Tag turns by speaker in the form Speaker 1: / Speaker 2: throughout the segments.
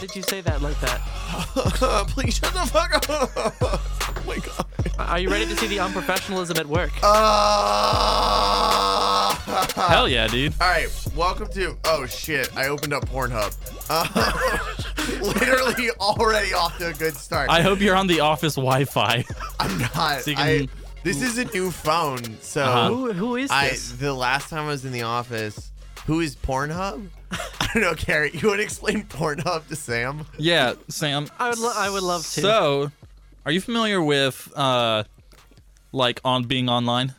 Speaker 1: did you say that like that?
Speaker 2: Please shut the fuck up. oh my god.
Speaker 1: Are you ready to see the unprofessionalism at work?
Speaker 2: Ah.
Speaker 3: Hell yeah, dude.
Speaker 2: All right, welcome to. Oh shit! I opened up Pornhub. Uh, literally already off to a good start.
Speaker 3: I hope you're on the office Wi-Fi.
Speaker 2: am not.
Speaker 3: So you
Speaker 2: I,
Speaker 3: can-
Speaker 2: this is a new phone, so
Speaker 3: Uh-huh.
Speaker 1: who, who is
Speaker 2: Oh. I.
Speaker 1: this?
Speaker 2: The last time I was in the office, who is Pornhub? I don't know, Carrie. You would explain Pornhub to Sam?
Speaker 3: yeah, Sam.
Speaker 1: I would, lo- I would love to.
Speaker 3: So, are you familiar with uh, like on being online?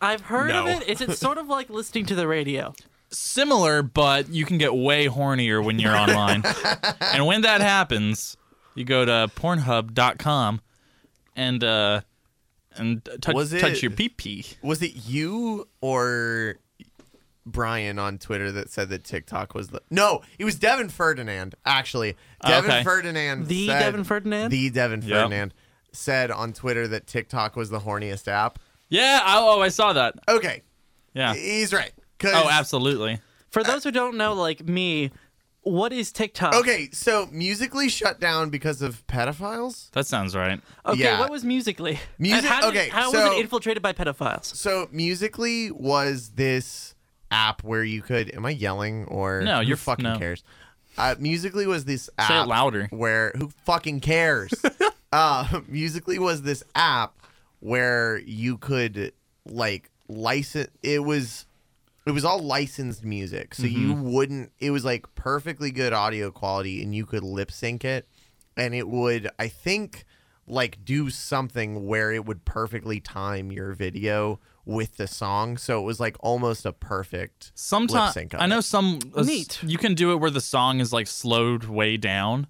Speaker 1: I've heard of
Speaker 3: No.
Speaker 1: it. Is it sort of like listening to the radio?
Speaker 3: Similar, but you can get way hornier when you're online. and when that happens, you go to Pornhub.com and uh, and touch
Speaker 2: Was it-
Speaker 3: touch your pee pee.
Speaker 2: Was it you or Brian on Twitter that said that TikTok was the No, it was Devin Ferdinand, actually. Devin
Speaker 3: Oh, Okay.
Speaker 2: Ferdinand
Speaker 1: The
Speaker 2: said-
Speaker 1: Devin Ferdinand?
Speaker 2: The Devin
Speaker 3: Yeah.
Speaker 2: Ferdinand said on Twitter that TikTok was the horniest app.
Speaker 3: Yeah. I, oh, I saw that.
Speaker 2: Okay.
Speaker 3: Yeah.
Speaker 2: He's right. 'cause-
Speaker 3: Oh, absolutely.
Speaker 1: For those who don't know, like me, what is TikTok?
Speaker 2: Okay, so Musically shut down because of pedophiles.
Speaker 3: That sounds right.
Speaker 1: Okay,
Speaker 2: Yeah.
Speaker 1: what was Musically?
Speaker 2: Music-
Speaker 1: And how did-
Speaker 2: okay,
Speaker 1: How was
Speaker 2: so-
Speaker 1: it infiltrated by pedophiles?
Speaker 2: So Musically was this app where you could. Am I yelling or
Speaker 3: No,
Speaker 2: who
Speaker 3: you're-
Speaker 2: fucking
Speaker 3: no.
Speaker 2: cares. Uh, Musically was this app.
Speaker 3: it louder.
Speaker 2: Where who fucking cares? uh, Musically was this app where you could like license. It was. It was all licensed music, so you wouldn't. It was like perfectly good audio quality, and you could lip sync it, and it would. I think like do something where it would perfectly time your video with the song, so it was like almost a perfect lip
Speaker 3: Sometimes
Speaker 2: sync. of
Speaker 3: I know
Speaker 2: it.
Speaker 3: some uh, s-
Speaker 1: Neat.
Speaker 3: You can do it where the song is like slowed way down,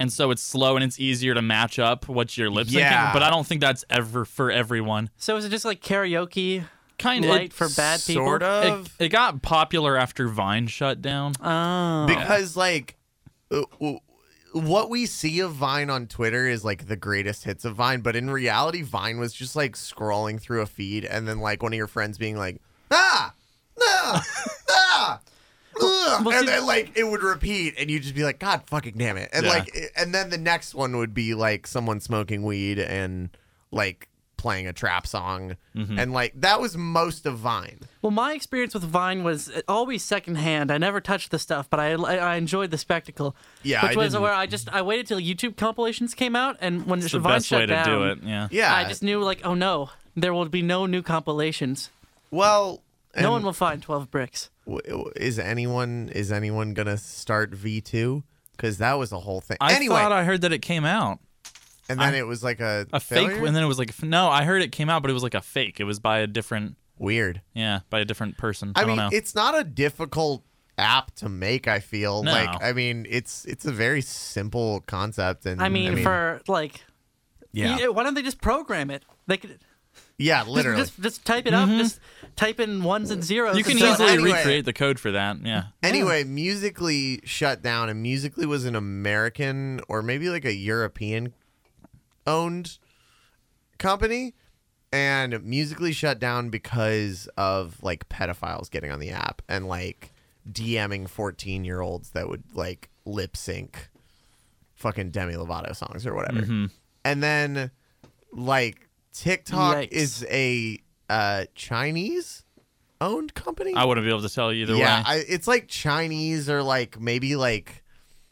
Speaker 3: and so it's slow and it's easier to match up what you're lip syncing.
Speaker 2: Yeah.
Speaker 3: But I don't think that's ever for everyone.
Speaker 1: So is it just like karaoke
Speaker 3: Kind
Speaker 1: light for bad people?
Speaker 2: sort of.
Speaker 3: It, it got popular after Vine shut down.
Speaker 1: Oh.
Speaker 2: because like uh, w- what we see of Vine on Twitter is like the greatest hits of Vine, but in reality, Vine was just like scrolling through a feed and then like one of your friends being like, ah, ah, ah. ugh,"
Speaker 1: well, see-
Speaker 2: and then like it would repeat and you'd just be like god fucking damn it and
Speaker 3: Yeah.
Speaker 2: like i- and then the next one would be like someone smoking weed and like playing a trap song
Speaker 1: Mm-hmm.
Speaker 2: and like that was most of vine
Speaker 1: Well, my experience with Vine was uh, always secondhand. I never touched the stuff, but I, I I enjoyed the spectacle.
Speaker 2: Yeah,
Speaker 1: which
Speaker 2: I
Speaker 1: was
Speaker 2: didn't-
Speaker 1: where I just I waited till YouTube compilations came out, and when
Speaker 3: It's the
Speaker 1: Vine
Speaker 3: best
Speaker 1: shut
Speaker 3: way
Speaker 1: down,
Speaker 3: to do it. Yeah.
Speaker 2: yeah
Speaker 1: I just knew like, oh no, there will be no new compilations.
Speaker 2: well
Speaker 1: no
Speaker 2: and-
Speaker 1: one will find Twelve Bricks.
Speaker 2: W- is anyone is anyone gonna start V two? Because that was the whole thing.
Speaker 3: I
Speaker 2: anyway,
Speaker 3: thought I heard that it came out.
Speaker 2: and then it was like a,
Speaker 3: A
Speaker 2: failure?
Speaker 3: fake, and then it was like no. I heard it came out, but it was like a fake. It was by a different,
Speaker 2: weird.
Speaker 3: yeah, by a different person. I,
Speaker 2: I, mean,
Speaker 3: don't know.
Speaker 2: it's not a difficult app to make. I feel
Speaker 3: No.
Speaker 2: like I mean, it's it's a very simple concept,
Speaker 3: Mm,
Speaker 2: and
Speaker 1: I mean, for like,
Speaker 2: yeah,
Speaker 1: you- why don't they just program it? They could
Speaker 2: yeah, literally.
Speaker 1: just just type it up. Just type in ones and zeros.
Speaker 3: Mm-hmm. you can
Speaker 1: and so-
Speaker 3: easily
Speaker 2: anyway-
Speaker 3: recreate the code for that. Yeah.
Speaker 2: Anyway, Musically shut down, and Musically was an American or maybe like a European owned company. And Musically shut down because of like pedophiles getting on the app and like DMing 14 year olds that would like lip sync fucking Demi Lovato songs or whatever. And then like TikTok
Speaker 1: Yikes.
Speaker 2: is a uh, Chinese owned company.
Speaker 3: I wouldn't be able to tell you either
Speaker 2: Yeah,
Speaker 3: way.
Speaker 2: I, it's like Chinese or like maybe like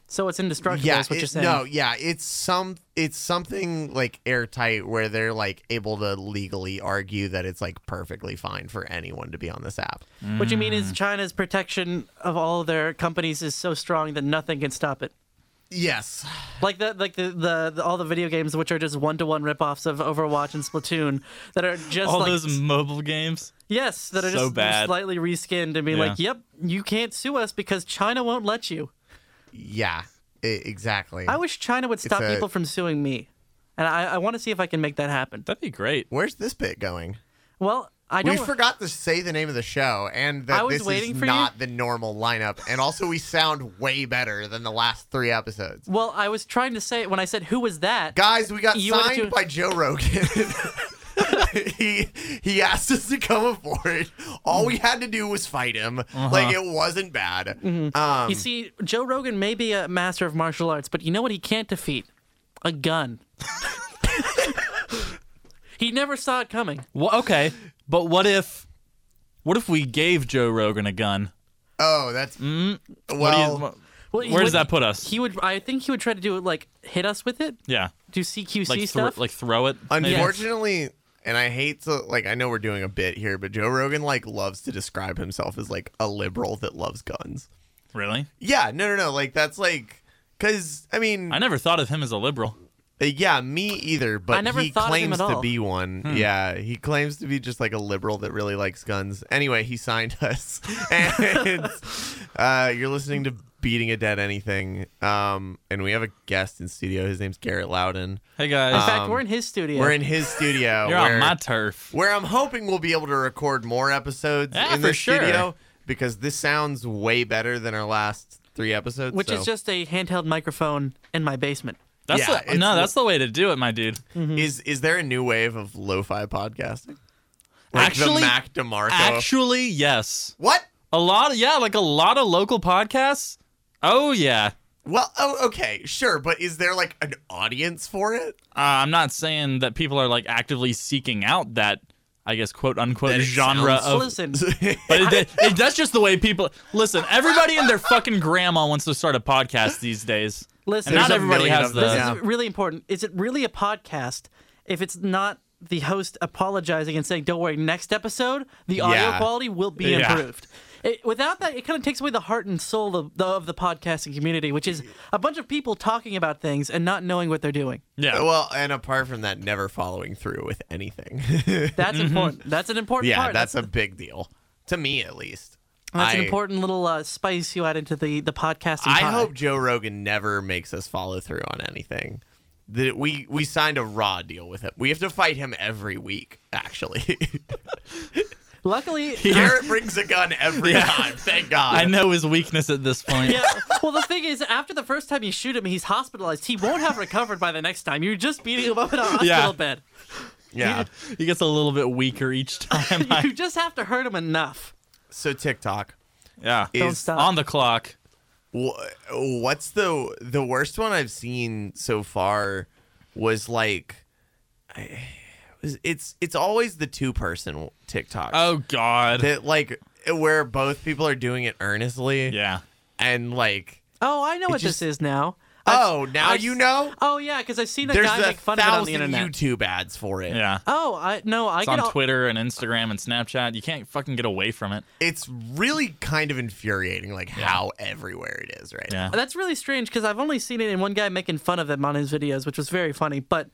Speaker 1: so it's indestructible.
Speaker 2: yeah,
Speaker 1: is what
Speaker 2: it-
Speaker 1: you're saying.
Speaker 2: no, yeah, it's some it's something like airtight where they're like able to legally argue that it's like perfectly fine for anyone to be on this app.
Speaker 1: What you mean is
Speaker 3: Mm.
Speaker 1: China's protection of all their companies is so strong that nothing can stop it.
Speaker 2: Yes,
Speaker 1: Like the like the, the, the all the video games which are just one to one ripoffs of Overwatch and Splatoon that are just
Speaker 3: All
Speaker 1: like
Speaker 3: those mobile games.
Speaker 1: yes that are
Speaker 3: so
Speaker 1: just
Speaker 3: bad.
Speaker 1: slightly reskinned and be like, yep, you can't sue us because China won't let you.
Speaker 2: yeah, e- exactly.
Speaker 1: I wish China would stop
Speaker 2: a-
Speaker 1: people from suing me, and I, I want to see if I can make that happen.
Speaker 3: That'd be great.
Speaker 2: Where's this bit going?
Speaker 1: Well, I
Speaker 2: We
Speaker 1: don't.
Speaker 2: forgot to say the name of the show, and that
Speaker 1: I was
Speaker 2: this
Speaker 1: waiting
Speaker 2: is
Speaker 1: for you.
Speaker 2: not the normal lineup. And also, we sound way better than the last three episodes.
Speaker 1: well, I was trying to say when I said who was that.
Speaker 2: Guys, we got
Speaker 1: You wanted
Speaker 2: signed
Speaker 1: to-
Speaker 2: by Joe Rogan. he he asked us to come aboard. All we had to do was fight him.
Speaker 3: Uh-huh.
Speaker 2: Like it wasn't bad.
Speaker 3: Mm-hmm.
Speaker 2: Um,
Speaker 1: You see, Joe Rogan may be a master of martial arts, but you know what he can't defeat? A gun. he never saw it coming.
Speaker 3: Wha- okay, but what if, what if we gave Joe Rogan a gun?
Speaker 2: oh, that's
Speaker 3: Mm-hmm. What do you-
Speaker 2: well.
Speaker 3: wha-
Speaker 1: Well, he
Speaker 3: where does
Speaker 1: would-
Speaker 3: that put us?
Speaker 1: He would. I think he would try to do it like hit us with it,
Speaker 3: yeah,
Speaker 1: do CQC
Speaker 3: like thro-
Speaker 1: stuff.
Speaker 3: like throw it. maybe?
Speaker 2: Unfortunately, and I hate to like I know we're doing a bit here, but Joe Rogan like loves to describe himself as like a liberal that loves guns.
Speaker 3: really?
Speaker 2: Yeah, no, no, no. Like that's like because I mean,
Speaker 3: I never thought of him as a liberal.
Speaker 2: uh, yeah, me either. But
Speaker 1: I never
Speaker 2: he
Speaker 1: thought of him
Speaker 2: claims
Speaker 1: at
Speaker 2: to
Speaker 1: all.
Speaker 2: be one.
Speaker 3: Hmm.
Speaker 2: Yeah, he claims to be just like a liberal that really likes guns. Anyway, he signed us, and uh, you're listening to beating a dead anything. Um, and we have a guest in studio. His name's Garrett Loudon.
Speaker 3: Hey guys,
Speaker 1: in fact, we're in his studio.
Speaker 2: um, We're in his studio.
Speaker 3: you're
Speaker 2: Uh, where-
Speaker 3: on my turf.
Speaker 2: where I'm hoping we'll be able to record more episodes
Speaker 3: Yeah,
Speaker 2: in
Speaker 3: for
Speaker 2: the
Speaker 3: sure.
Speaker 2: studio because this sounds way better than our last three episodes.
Speaker 1: which is
Speaker 2: so-
Speaker 1: just a handheld microphone in my basement.
Speaker 3: That's
Speaker 2: Yeah,
Speaker 3: the,
Speaker 2: it's Uh,
Speaker 3: no,
Speaker 2: the-
Speaker 3: that's the way to do it, my dude.
Speaker 1: Mm-hmm.
Speaker 2: is is there a new wave of lo-fi podcasting? the
Speaker 3: Actually-
Speaker 2: Mac DeMarco.
Speaker 3: Actually, yes,
Speaker 2: what?
Speaker 3: a lot. yeah, like a lot of local podcasts. Oh yeah,
Speaker 2: Well, oh, okay, sure, but is there like an audience for it?
Speaker 3: Uh, I'm not saying that people are like actively seeking out that, I guess, quote unquote
Speaker 2: That it
Speaker 3: genre
Speaker 2: sounds-
Speaker 3: of.
Speaker 1: Listen,
Speaker 3: but it, it, it- that's just the way people listen. Everybody and their fucking grandma wants to start a podcast these days.
Speaker 1: Listen,
Speaker 3: and
Speaker 1: There's
Speaker 3: not
Speaker 1: a
Speaker 3: everybody
Speaker 2: million
Speaker 3: has
Speaker 2: of
Speaker 3: the.
Speaker 2: them.
Speaker 1: this
Speaker 2: Yeah.
Speaker 1: is really important. Is it really a podcast if it's not the host apologizing and saying, "Don't worry, next episode the audio
Speaker 2: Yeah.
Speaker 1: quality will be
Speaker 3: Yeah.
Speaker 1: improved." It, without that, it kind of takes away the heart and soul of the, of the podcasting community, which is a bunch of people talking about things and not knowing what they're doing.
Speaker 3: Yeah.
Speaker 2: Well, and apart from that, never following through with anything.
Speaker 1: That's important. That's an important
Speaker 2: Mm-hmm. yeah,
Speaker 1: part.
Speaker 2: that's a big deal to me, at least.
Speaker 1: that's an
Speaker 2: I-
Speaker 1: important little uh, spice you add into the the podcasting.
Speaker 2: I
Speaker 1: pie.
Speaker 2: hope Joe Rogan never makes us follow through on anything. That we we signed a raw deal with him. We have to fight him every week. Actually,
Speaker 1: Luckily,
Speaker 2: Garrett brings a gun every time. Thank God.
Speaker 3: I know his weakness at this point.
Speaker 1: Yeah. Well, the thing is, after the first time you shoot him, he's hospitalized. He won't have recovered by the next time. You're just beating him up in a hospital
Speaker 3: Yeah.
Speaker 1: bed.
Speaker 2: Yeah.
Speaker 3: He gets a little bit weaker each time. I-
Speaker 1: You just have to hurt him enough.
Speaker 2: So TikTok
Speaker 3: yeah.
Speaker 2: is
Speaker 1: Don't stop.
Speaker 3: On the clock.
Speaker 2: wh- what's the the worst one I've seen so far was like, I, it's it's always the two person TikTok.
Speaker 3: Oh God.
Speaker 2: that like where both people are doing it earnestly.
Speaker 3: Yeah.
Speaker 2: and like.
Speaker 1: Oh, I know what
Speaker 2: just-
Speaker 1: this is now.
Speaker 2: Oh, now
Speaker 1: I-
Speaker 2: you know.
Speaker 1: Oh yeah, because I've seen a
Speaker 2: There's
Speaker 1: guy
Speaker 2: a
Speaker 1: make fun of it on the
Speaker 2: thousand
Speaker 1: internet.
Speaker 2: YouTube ads for it.
Speaker 3: Yeah.
Speaker 1: Oh, I no, I
Speaker 3: It's
Speaker 1: get
Speaker 3: on
Speaker 1: all,
Speaker 3: Twitter and Instagram and Snapchat. You can't fucking get away from it.
Speaker 2: It's really kind of infuriating, like how everywhere it is right
Speaker 3: Yeah.
Speaker 2: now.
Speaker 1: That's really strange because I've only seen it in one guy making fun of them on his videos, which was very funny. But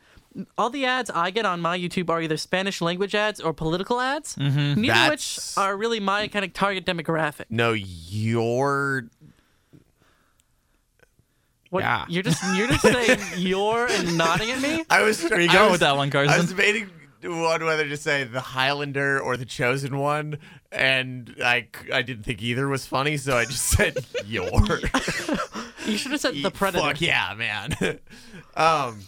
Speaker 1: all the ads I get on my YouTube are either Spanish language ads or political ads, mm-hmm. neither of which
Speaker 2: That's-
Speaker 1: are really my kind of target demographic.
Speaker 2: No, you're.
Speaker 1: What,
Speaker 2: Yeah.
Speaker 1: You're just you're just saying you're and nodding at me.
Speaker 2: I was.
Speaker 3: Where you
Speaker 2: I
Speaker 3: going
Speaker 2: was-
Speaker 3: with that one, Carson?
Speaker 2: I was debating one whether to say the Highlander or the Chosen One, and I c- I didn't think either was funny, so I just said your.
Speaker 1: You should have said the predator.
Speaker 2: Fuck yeah, man. um,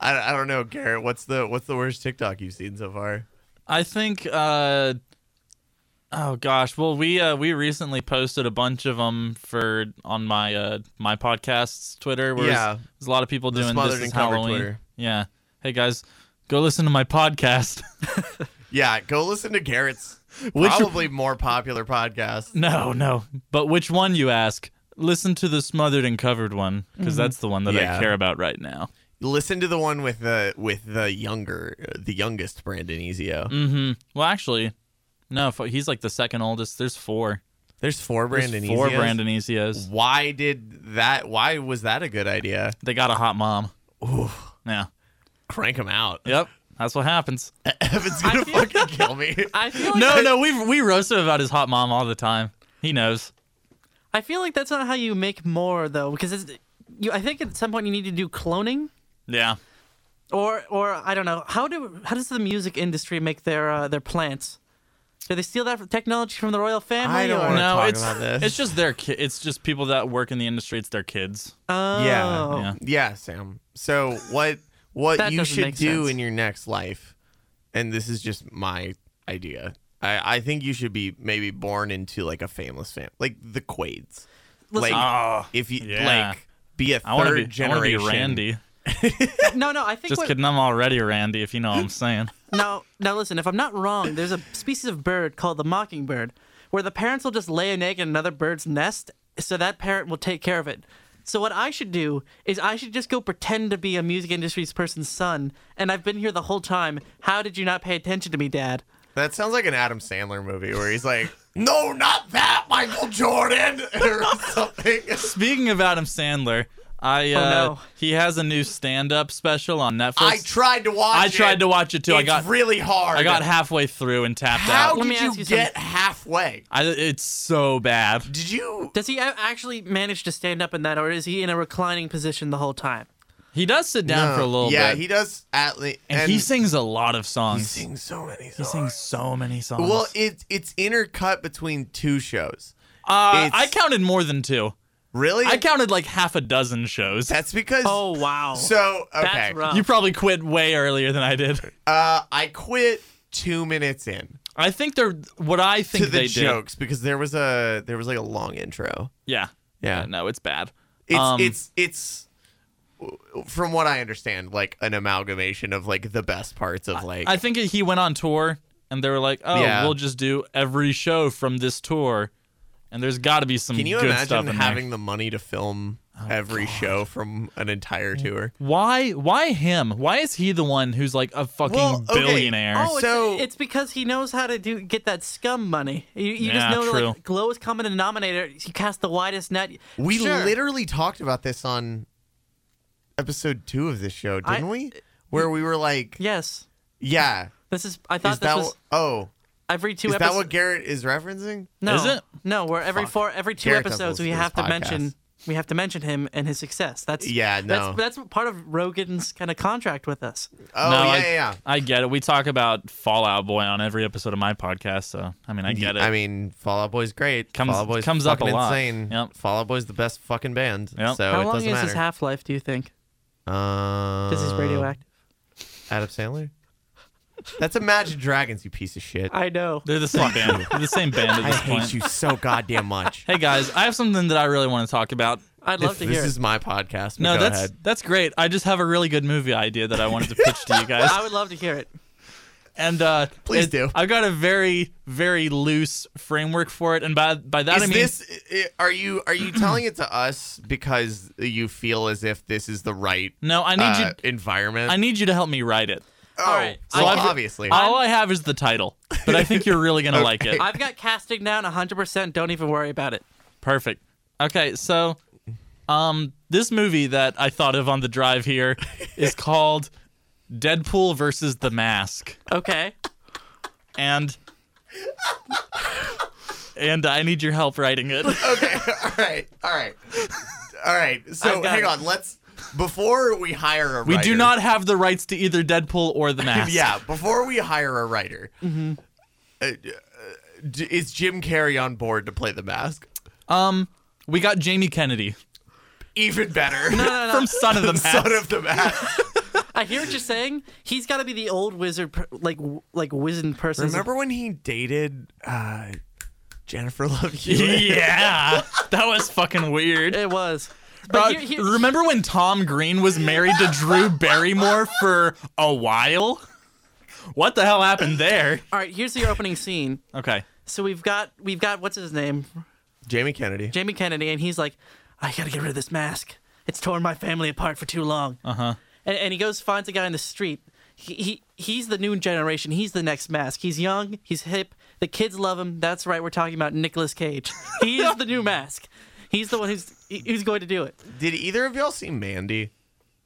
Speaker 2: I, I don't know, Garrett. What's the what's the worst TikTok you've seen so far?
Speaker 3: I think. Uh, oh gosh. Well, we uh, we recently posted a bunch of them for on my uh, my podcast's Twitter. Where
Speaker 2: Yeah.
Speaker 3: there's, there's a lot of people
Speaker 2: The
Speaker 3: doing this
Speaker 2: Smothered
Speaker 3: is
Speaker 2: and Covered
Speaker 3: Halloween.
Speaker 2: Twitter.
Speaker 3: Yeah. Hey guys, go listen to my podcast.
Speaker 2: Yeah, go listen to Garrett's
Speaker 3: Which-
Speaker 2: probably more popular podcast.
Speaker 3: no, no. But which one you ask? Listen to the smothered and covered one because that's the one that I
Speaker 2: Yeah.
Speaker 3: care about right now.
Speaker 2: Listen to the one with the with the younger the youngest Brandon Ezio.
Speaker 3: Mm-hmm. Well, actually, no. f- He's like the second oldest. There's four.
Speaker 2: There's four
Speaker 3: There's
Speaker 2: Brandon
Speaker 3: four
Speaker 2: Ezios.
Speaker 3: Brandon Ezios.
Speaker 2: Why did that why was that a good idea?
Speaker 3: They got a hot mom.
Speaker 2: Ooh,
Speaker 3: Yeah.
Speaker 2: crank him out.
Speaker 3: Yep. That's what happens.
Speaker 2: Evan's gonna
Speaker 1: feel-
Speaker 2: fucking kill me.
Speaker 1: I feel like
Speaker 3: No, no, we we roast him about his hot mom all the time. He knows.
Speaker 1: I feel like that's not how you make more though, because it's, you, I think at some point you need to do cloning,
Speaker 3: Yeah.
Speaker 1: or or I don't know how do how does the music industry make their uh, their plants? Do they steal that technology from the royal family?
Speaker 2: I don't
Speaker 1: or-
Speaker 2: wanna-
Speaker 3: No,
Speaker 2: talk
Speaker 3: it's
Speaker 2: about this.
Speaker 3: it's just their ki- it's just people that work in the industry. It's their kids.
Speaker 1: Oh.
Speaker 2: Yeah,
Speaker 3: Yeah.
Speaker 2: Yeah, Sam. So what what
Speaker 1: That
Speaker 2: you
Speaker 1: doesn't
Speaker 2: should
Speaker 1: make
Speaker 2: do
Speaker 1: sense.
Speaker 2: in your next life and this is just my idea. I, I think you should be maybe born into like a famous family, like the Quades.
Speaker 1: Listen-
Speaker 2: like
Speaker 3: Oh,
Speaker 2: if you
Speaker 3: yeah.
Speaker 2: like be a
Speaker 3: I want to
Speaker 2: third
Speaker 3: be I wanna be
Speaker 2: generation
Speaker 3: Randy.
Speaker 1: No, no, I think
Speaker 3: Just
Speaker 1: what,
Speaker 3: kidding. I'm already Randy, if you know what I'm saying.
Speaker 1: No, now listen. If I'm not wrong, there's a species of bird called the mockingbird, where the parents will just lay an egg in another bird's nest, so that parent will take care of it. So what I should do is I should just go pretend to be a music industry's person's son, and I've been here the whole time. How did you not pay attention to me, Dad?
Speaker 2: That sounds like an Adam Sandler movie where he's like, "No, not that, Michael Jordan," or something.
Speaker 3: Speaking of Adam Sandler, I uh,
Speaker 1: no.
Speaker 3: he has a new stand-up special on Netflix.
Speaker 2: Oh, I tried to watch.
Speaker 3: I tried to watch it too.
Speaker 2: It's
Speaker 3: I got
Speaker 2: really hard.
Speaker 3: I got halfway through and tapped
Speaker 2: How
Speaker 3: out.
Speaker 1: Let me
Speaker 2: did you,
Speaker 1: ask you
Speaker 2: get halfway?
Speaker 3: I, it's so bad.
Speaker 2: Did you?
Speaker 1: Does he a- actually manage to stand up in that, or is he in a reclining position the whole time?
Speaker 3: He does sit down for a little
Speaker 2: um, yeah,
Speaker 3: bit.
Speaker 2: he does. At le-
Speaker 3: and, he sings a lot of songs.
Speaker 2: sings so many songs.
Speaker 3: He sings so many songs.
Speaker 2: Well, it, it's intercut between two shows.
Speaker 3: uh, I
Speaker 2: it's-
Speaker 3: counted more than two.
Speaker 2: Really?
Speaker 3: I counted like half a dozen shows.
Speaker 2: That's because.
Speaker 1: Oh wow!
Speaker 2: so okay.
Speaker 1: That's rough.
Speaker 3: You probably quit way earlier than I did.
Speaker 2: Uh, I quit two minutes in
Speaker 3: I think they're what I think
Speaker 2: to the
Speaker 3: they
Speaker 2: jokes because there was a there was like a long intro.
Speaker 3: did. Yeah.
Speaker 2: Yeah.
Speaker 3: No, it's bad.
Speaker 2: It's
Speaker 3: Um,
Speaker 2: it's it's from what I understand, like an amalgamation of like the best parts of like
Speaker 3: I think he went on tour and they were like, "Oh,
Speaker 2: Yeah.
Speaker 3: we'll just do every show from this tour." And there's got to be some
Speaker 2: Can you
Speaker 3: good stuff
Speaker 2: imagine
Speaker 3: in
Speaker 2: having the money to film
Speaker 1: Oh,
Speaker 2: every show from an entire tour?
Speaker 3: there. Why why him? Why is he the one who's like a fucking
Speaker 2: Well, okay.
Speaker 3: billionaire?
Speaker 1: Oh, it's,
Speaker 2: So-
Speaker 1: it's because he knows how to do get that scum money. You, you
Speaker 3: Yeah,
Speaker 1: just know
Speaker 3: true.
Speaker 1: like glow's common denominator. You cast the widest net.
Speaker 2: We
Speaker 1: Sure.
Speaker 2: literally talked about this on episode two of this show,
Speaker 1: I-
Speaker 2: didn't we? Where we were like,
Speaker 1: yes.
Speaker 2: yeah,
Speaker 1: This is. I thought
Speaker 2: is
Speaker 1: this
Speaker 2: that
Speaker 1: was
Speaker 2: wh- oh,
Speaker 1: every two
Speaker 2: is that
Speaker 1: episodes.
Speaker 2: what Garrett is referencing?
Speaker 1: no,
Speaker 3: Is it?
Speaker 1: no. Where every
Speaker 2: Fuck.
Speaker 1: four, every two
Speaker 2: Garrett does
Speaker 1: episodes, we
Speaker 2: listen to
Speaker 1: have to
Speaker 2: this
Speaker 1: mention
Speaker 2: podcast.
Speaker 1: we have to mention him and his success. That's
Speaker 2: Yeah, no.
Speaker 1: That's, that's part of Rogan's kind of contract with us.
Speaker 2: Oh
Speaker 3: No,
Speaker 2: yeah,
Speaker 3: I,
Speaker 2: yeah, yeah.
Speaker 3: I get it. We talk about Fallout Boy on every episode of my podcast, so I mean, I get it.
Speaker 2: I mean, Fall Out Boy's great.
Speaker 3: Comes-
Speaker 2: Fall Out Boy's
Speaker 3: comes up a
Speaker 2: fucking
Speaker 3: lot.
Speaker 2: insane.
Speaker 3: Yep.
Speaker 2: Fall Out Boy's the best fucking band.
Speaker 3: Yep.
Speaker 2: So
Speaker 1: How
Speaker 2: it
Speaker 1: long is
Speaker 2: doesn't matter.
Speaker 1: his half life? Do you think?
Speaker 2: uh,
Speaker 1: Because he's radioactive.
Speaker 2: Adam Sandler. That's Imagine Dragons, you piece of shit.
Speaker 1: I know.
Speaker 3: They're the same band. They're the same band at
Speaker 2: I
Speaker 3: this point.
Speaker 2: hate you so goddamn much.
Speaker 3: Hey guys, I have something that I really want to talk about.
Speaker 1: I'd love to
Speaker 2: this
Speaker 1: hear.
Speaker 2: is my podcast.
Speaker 3: No,
Speaker 2: go
Speaker 3: that's
Speaker 2: ahead.
Speaker 3: that's great. I just have a really good movie idea that I wanted to pitch to you
Speaker 1: it.
Speaker 3: guys.
Speaker 1: I would love to hear it.
Speaker 3: And uh,
Speaker 2: Please
Speaker 3: it-
Speaker 2: do.
Speaker 3: I've got a very very loose framework for it, and by by that
Speaker 2: is
Speaker 3: I mean
Speaker 2: this i- are you are you telling it to us because you feel as if this is the right
Speaker 3: no. I need
Speaker 2: uh,
Speaker 3: you.
Speaker 2: environment?
Speaker 3: I need you to help me write it.
Speaker 2: oh,
Speaker 1: all right.
Speaker 2: well,
Speaker 1: I've-
Speaker 2: obviously.
Speaker 3: All I have is the title, but I think you're really gonna like it.
Speaker 1: I've got casting down 100%. Don't even worry about it.
Speaker 3: Perfect. Okay, so um this movie that I thought of on the drive here is called Deadpool versus the Mask.
Speaker 1: Okay.
Speaker 3: And and I need your help writing it.
Speaker 2: okay. All right. All right. All right. So
Speaker 1: I've got
Speaker 2: hang
Speaker 1: it.
Speaker 2: on. Let's before we hire a
Speaker 3: We
Speaker 2: writer-
Speaker 3: do not have the rights to either Deadpool or the Mask.
Speaker 2: Yeah. Before we hire a writer,
Speaker 3: Mm-hmm.
Speaker 2: uh, uh, d- is Jim Carrey on board to play the mask?
Speaker 3: Um we got Jamie Kennedy
Speaker 2: Even better.
Speaker 1: No, no, no.
Speaker 3: from Son of the Mask.
Speaker 2: Son of the mask.
Speaker 1: I hear what you're saying. He's got to be the old wizard, per- like w- like wizened person.
Speaker 2: Remember when he dated uh, Jennifer Love Hewitt?
Speaker 3: yeah. That was fucking weird.
Speaker 1: It was.
Speaker 3: Uh,
Speaker 1: But here, here,
Speaker 3: remember when Tom Green was married to Drew Barrymore for a while? What the hell happened there?
Speaker 1: all right. Here's the opening scene.
Speaker 3: Okay.
Speaker 1: So we've got we've got what's his name,
Speaker 2: Jamie Kennedy.
Speaker 1: Jamie Kennedy, and he's like, I gotta get rid of this mask. It's torn my family apart for too long. Uh huh. And, and he goes finds a guy in the street. He, he he's the new generation. He's the next mask. He's young. He's hip. The kids love him. That's right. We're talking about Nicolas Cage. He is the new mask. He's the one who's who's going to do it.
Speaker 2: Did either of y'all see Mandy?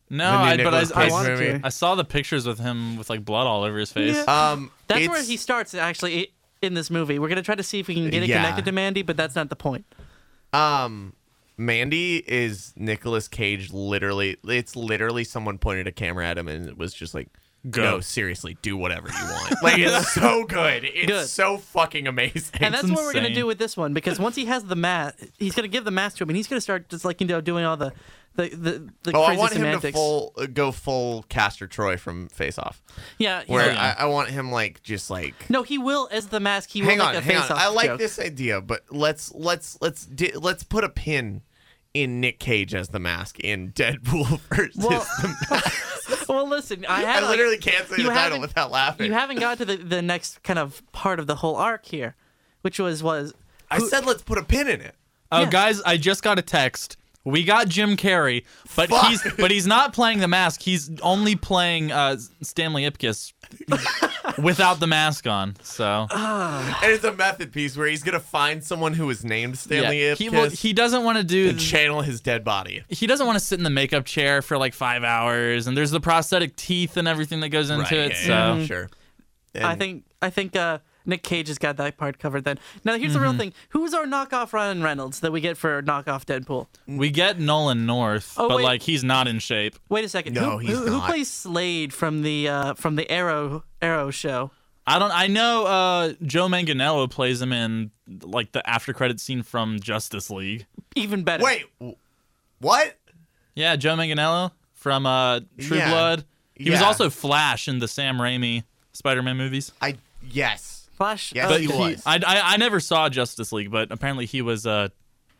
Speaker 3: No,
Speaker 2: The new
Speaker 3: I, but
Speaker 2: Nicolas
Speaker 3: I, I,
Speaker 2: Cage
Speaker 1: wanted
Speaker 2: movie?
Speaker 3: I saw the pictures with him with like blood all over his face.
Speaker 1: Yeah.
Speaker 2: Um,
Speaker 1: That's
Speaker 2: it's-
Speaker 1: where he starts actually i- in this movie. We're gonna try to see if we can get it
Speaker 2: Yeah.
Speaker 1: connected to Mandy, but that's not the point.
Speaker 2: Um, Mandy is Nicolas Cage. Literally, it's literally someone pointed a camera at him and it was just like,
Speaker 3: Go.
Speaker 2: no, seriously, do whatever you want. Like it's so good. It's
Speaker 1: Good.
Speaker 2: so fucking amazing.
Speaker 1: and that's what we're gonna
Speaker 3: insane.
Speaker 1: do with this one because once he has the mask, he's gonna give the mask to him, and he's gonna start just like you know doing all the the the, the
Speaker 2: oh, I
Speaker 1: crazy
Speaker 2: want him to
Speaker 1: semantics.
Speaker 2: full uh, go full Caster Troy from Face Off,
Speaker 1: yeah, yeah.
Speaker 2: where
Speaker 3: yeah.
Speaker 2: I, I want him like just like.
Speaker 1: no, he will as the mask. He
Speaker 2: hang
Speaker 1: will
Speaker 2: on,
Speaker 1: make a
Speaker 2: hang on.
Speaker 1: face off.
Speaker 2: I like
Speaker 1: joke.
Speaker 2: this idea, but let's let's let's di- let's put a pin in Nick Cage as the mask in Deadpool versus.
Speaker 1: Well, well, listen, I
Speaker 2: I
Speaker 1: had like,
Speaker 2: literally can't say
Speaker 1: you
Speaker 2: the title
Speaker 1: haven't-
Speaker 2: without laughing.
Speaker 1: you haven't got to the, the next kind of part of the whole arc here, which was was
Speaker 2: I said let's put a pin in it.
Speaker 3: Oh,
Speaker 1: Yeah.
Speaker 3: guys, I just got a text. We got Jim Carrey, but
Speaker 2: Fuck.
Speaker 3: he's but he's not playing the mask. He's only playing uh, Stanley Ipkiss without the mask on. So
Speaker 2: And it's a method piece where he's gonna find someone who is named Stanley
Speaker 3: yeah.
Speaker 2: Ipkiss
Speaker 3: he will, he doesn't want to do
Speaker 2: and channel his dead body.
Speaker 3: he doesn't want to sit in the makeup chair for like five hours, and there's the prosthetic teeth and everything that goes into it.
Speaker 2: yeah,
Speaker 3: so
Speaker 2: yeah, sure.
Speaker 1: I
Speaker 2: And-
Speaker 1: think I think uh, Nick Cage has got that part covered. Then now here's the real thing: who's our knockoff Ryan Reynolds that we get for knockoff Deadpool?
Speaker 3: we get Nolan North,
Speaker 1: Mm-hmm. Oh,
Speaker 3: but
Speaker 1: wait.
Speaker 3: like he's not in shape.
Speaker 1: Wait a second.
Speaker 2: No,
Speaker 1: who,
Speaker 2: he's
Speaker 1: who, who
Speaker 2: not.
Speaker 1: plays Slade from the uh, from the Arrow Arrow show?
Speaker 3: I don't. I know uh, Joe Manganiello plays him in like the after credit scene from Justice League.
Speaker 1: Even better.
Speaker 2: Wait, w- what?
Speaker 3: Yeah, Joe Manganiello from uh, True
Speaker 2: Yeah.
Speaker 3: Blood. He was
Speaker 2: Yeah.
Speaker 3: also Flash in the Sam Raimi Spider-Man movies.
Speaker 2: I yes.
Speaker 1: Flash.
Speaker 2: Yes,
Speaker 1: uh,
Speaker 2: Oh, he was.
Speaker 3: I, I, I never saw Justice League, but apparently he was uh,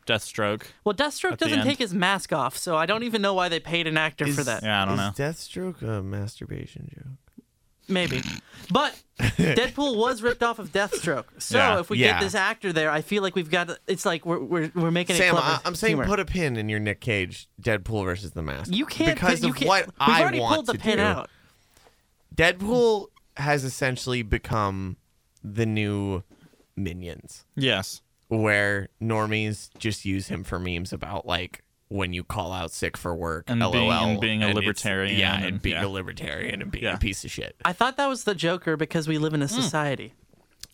Speaker 3: Deathstroke.
Speaker 1: well, Deathstroke
Speaker 3: the
Speaker 1: doesn't
Speaker 3: end.
Speaker 1: take his mask off, so I don't even know why they paid an actor for that.
Speaker 3: Yeah, I don't
Speaker 2: is Deathstroke a masturbation joke?
Speaker 1: Maybe. But Deadpool was ripped off of Deathstroke. So
Speaker 3: Yeah.
Speaker 1: if we
Speaker 2: Yeah.
Speaker 1: get this actor there, I feel like we've got it's like we're we're, we're making it
Speaker 2: Sam,
Speaker 1: clever
Speaker 2: I, am saying
Speaker 1: humor.
Speaker 2: put a pin in your Nick Cage Deadpool versus the Mask.
Speaker 1: you can't
Speaker 2: because
Speaker 1: you
Speaker 2: of
Speaker 1: can't,
Speaker 2: what
Speaker 1: we've
Speaker 2: I
Speaker 1: already
Speaker 2: want
Speaker 1: pulled the
Speaker 2: to
Speaker 1: pin
Speaker 2: do.
Speaker 1: out.
Speaker 2: Deadpool has essentially become the new Minions,
Speaker 3: Yes.
Speaker 2: where normies just use him for memes about like when you call out sick for work,
Speaker 3: And
Speaker 2: lol,
Speaker 3: being- and being a
Speaker 2: it's-
Speaker 3: libertarian
Speaker 2: yeah, and
Speaker 3: and-
Speaker 2: being
Speaker 3: yeah.
Speaker 2: a libertarian and being
Speaker 3: Yeah.
Speaker 2: a piece of shit.
Speaker 1: I thought that was the Joker because we live
Speaker 2: Hmm.
Speaker 1: in a society.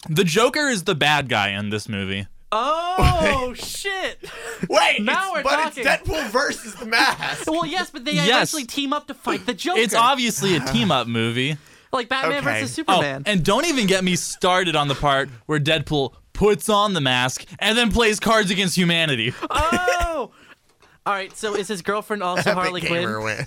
Speaker 3: The Joker is the bad guy in this movie.
Speaker 1: Oh shit!
Speaker 2: Wait,
Speaker 1: Now
Speaker 2: it's-
Speaker 1: we're
Speaker 2: but
Speaker 1: talking.
Speaker 2: it's Deadpool versus the Mask.
Speaker 1: Well, yes, but they
Speaker 3: Yes.
Speaker 1: actually team up to fight the Joker.
Speaker 3: It's obviously a team-up movie.
Speaker 1: like Batman
Speaker 2: Okay.
Speaker 1: versus
Speaker 3: Oh,
Speaker 1: Superman.
Speaker 3: and don't even get me started on the part where Deadpool puts on the mask and then plays Cards Against Humanity.
Speaker 1: Oh! All right. So is his girlfriend also Harley
Speaker 2: Big
Speaker 1: Quinn?
Speaker 2: gamer win.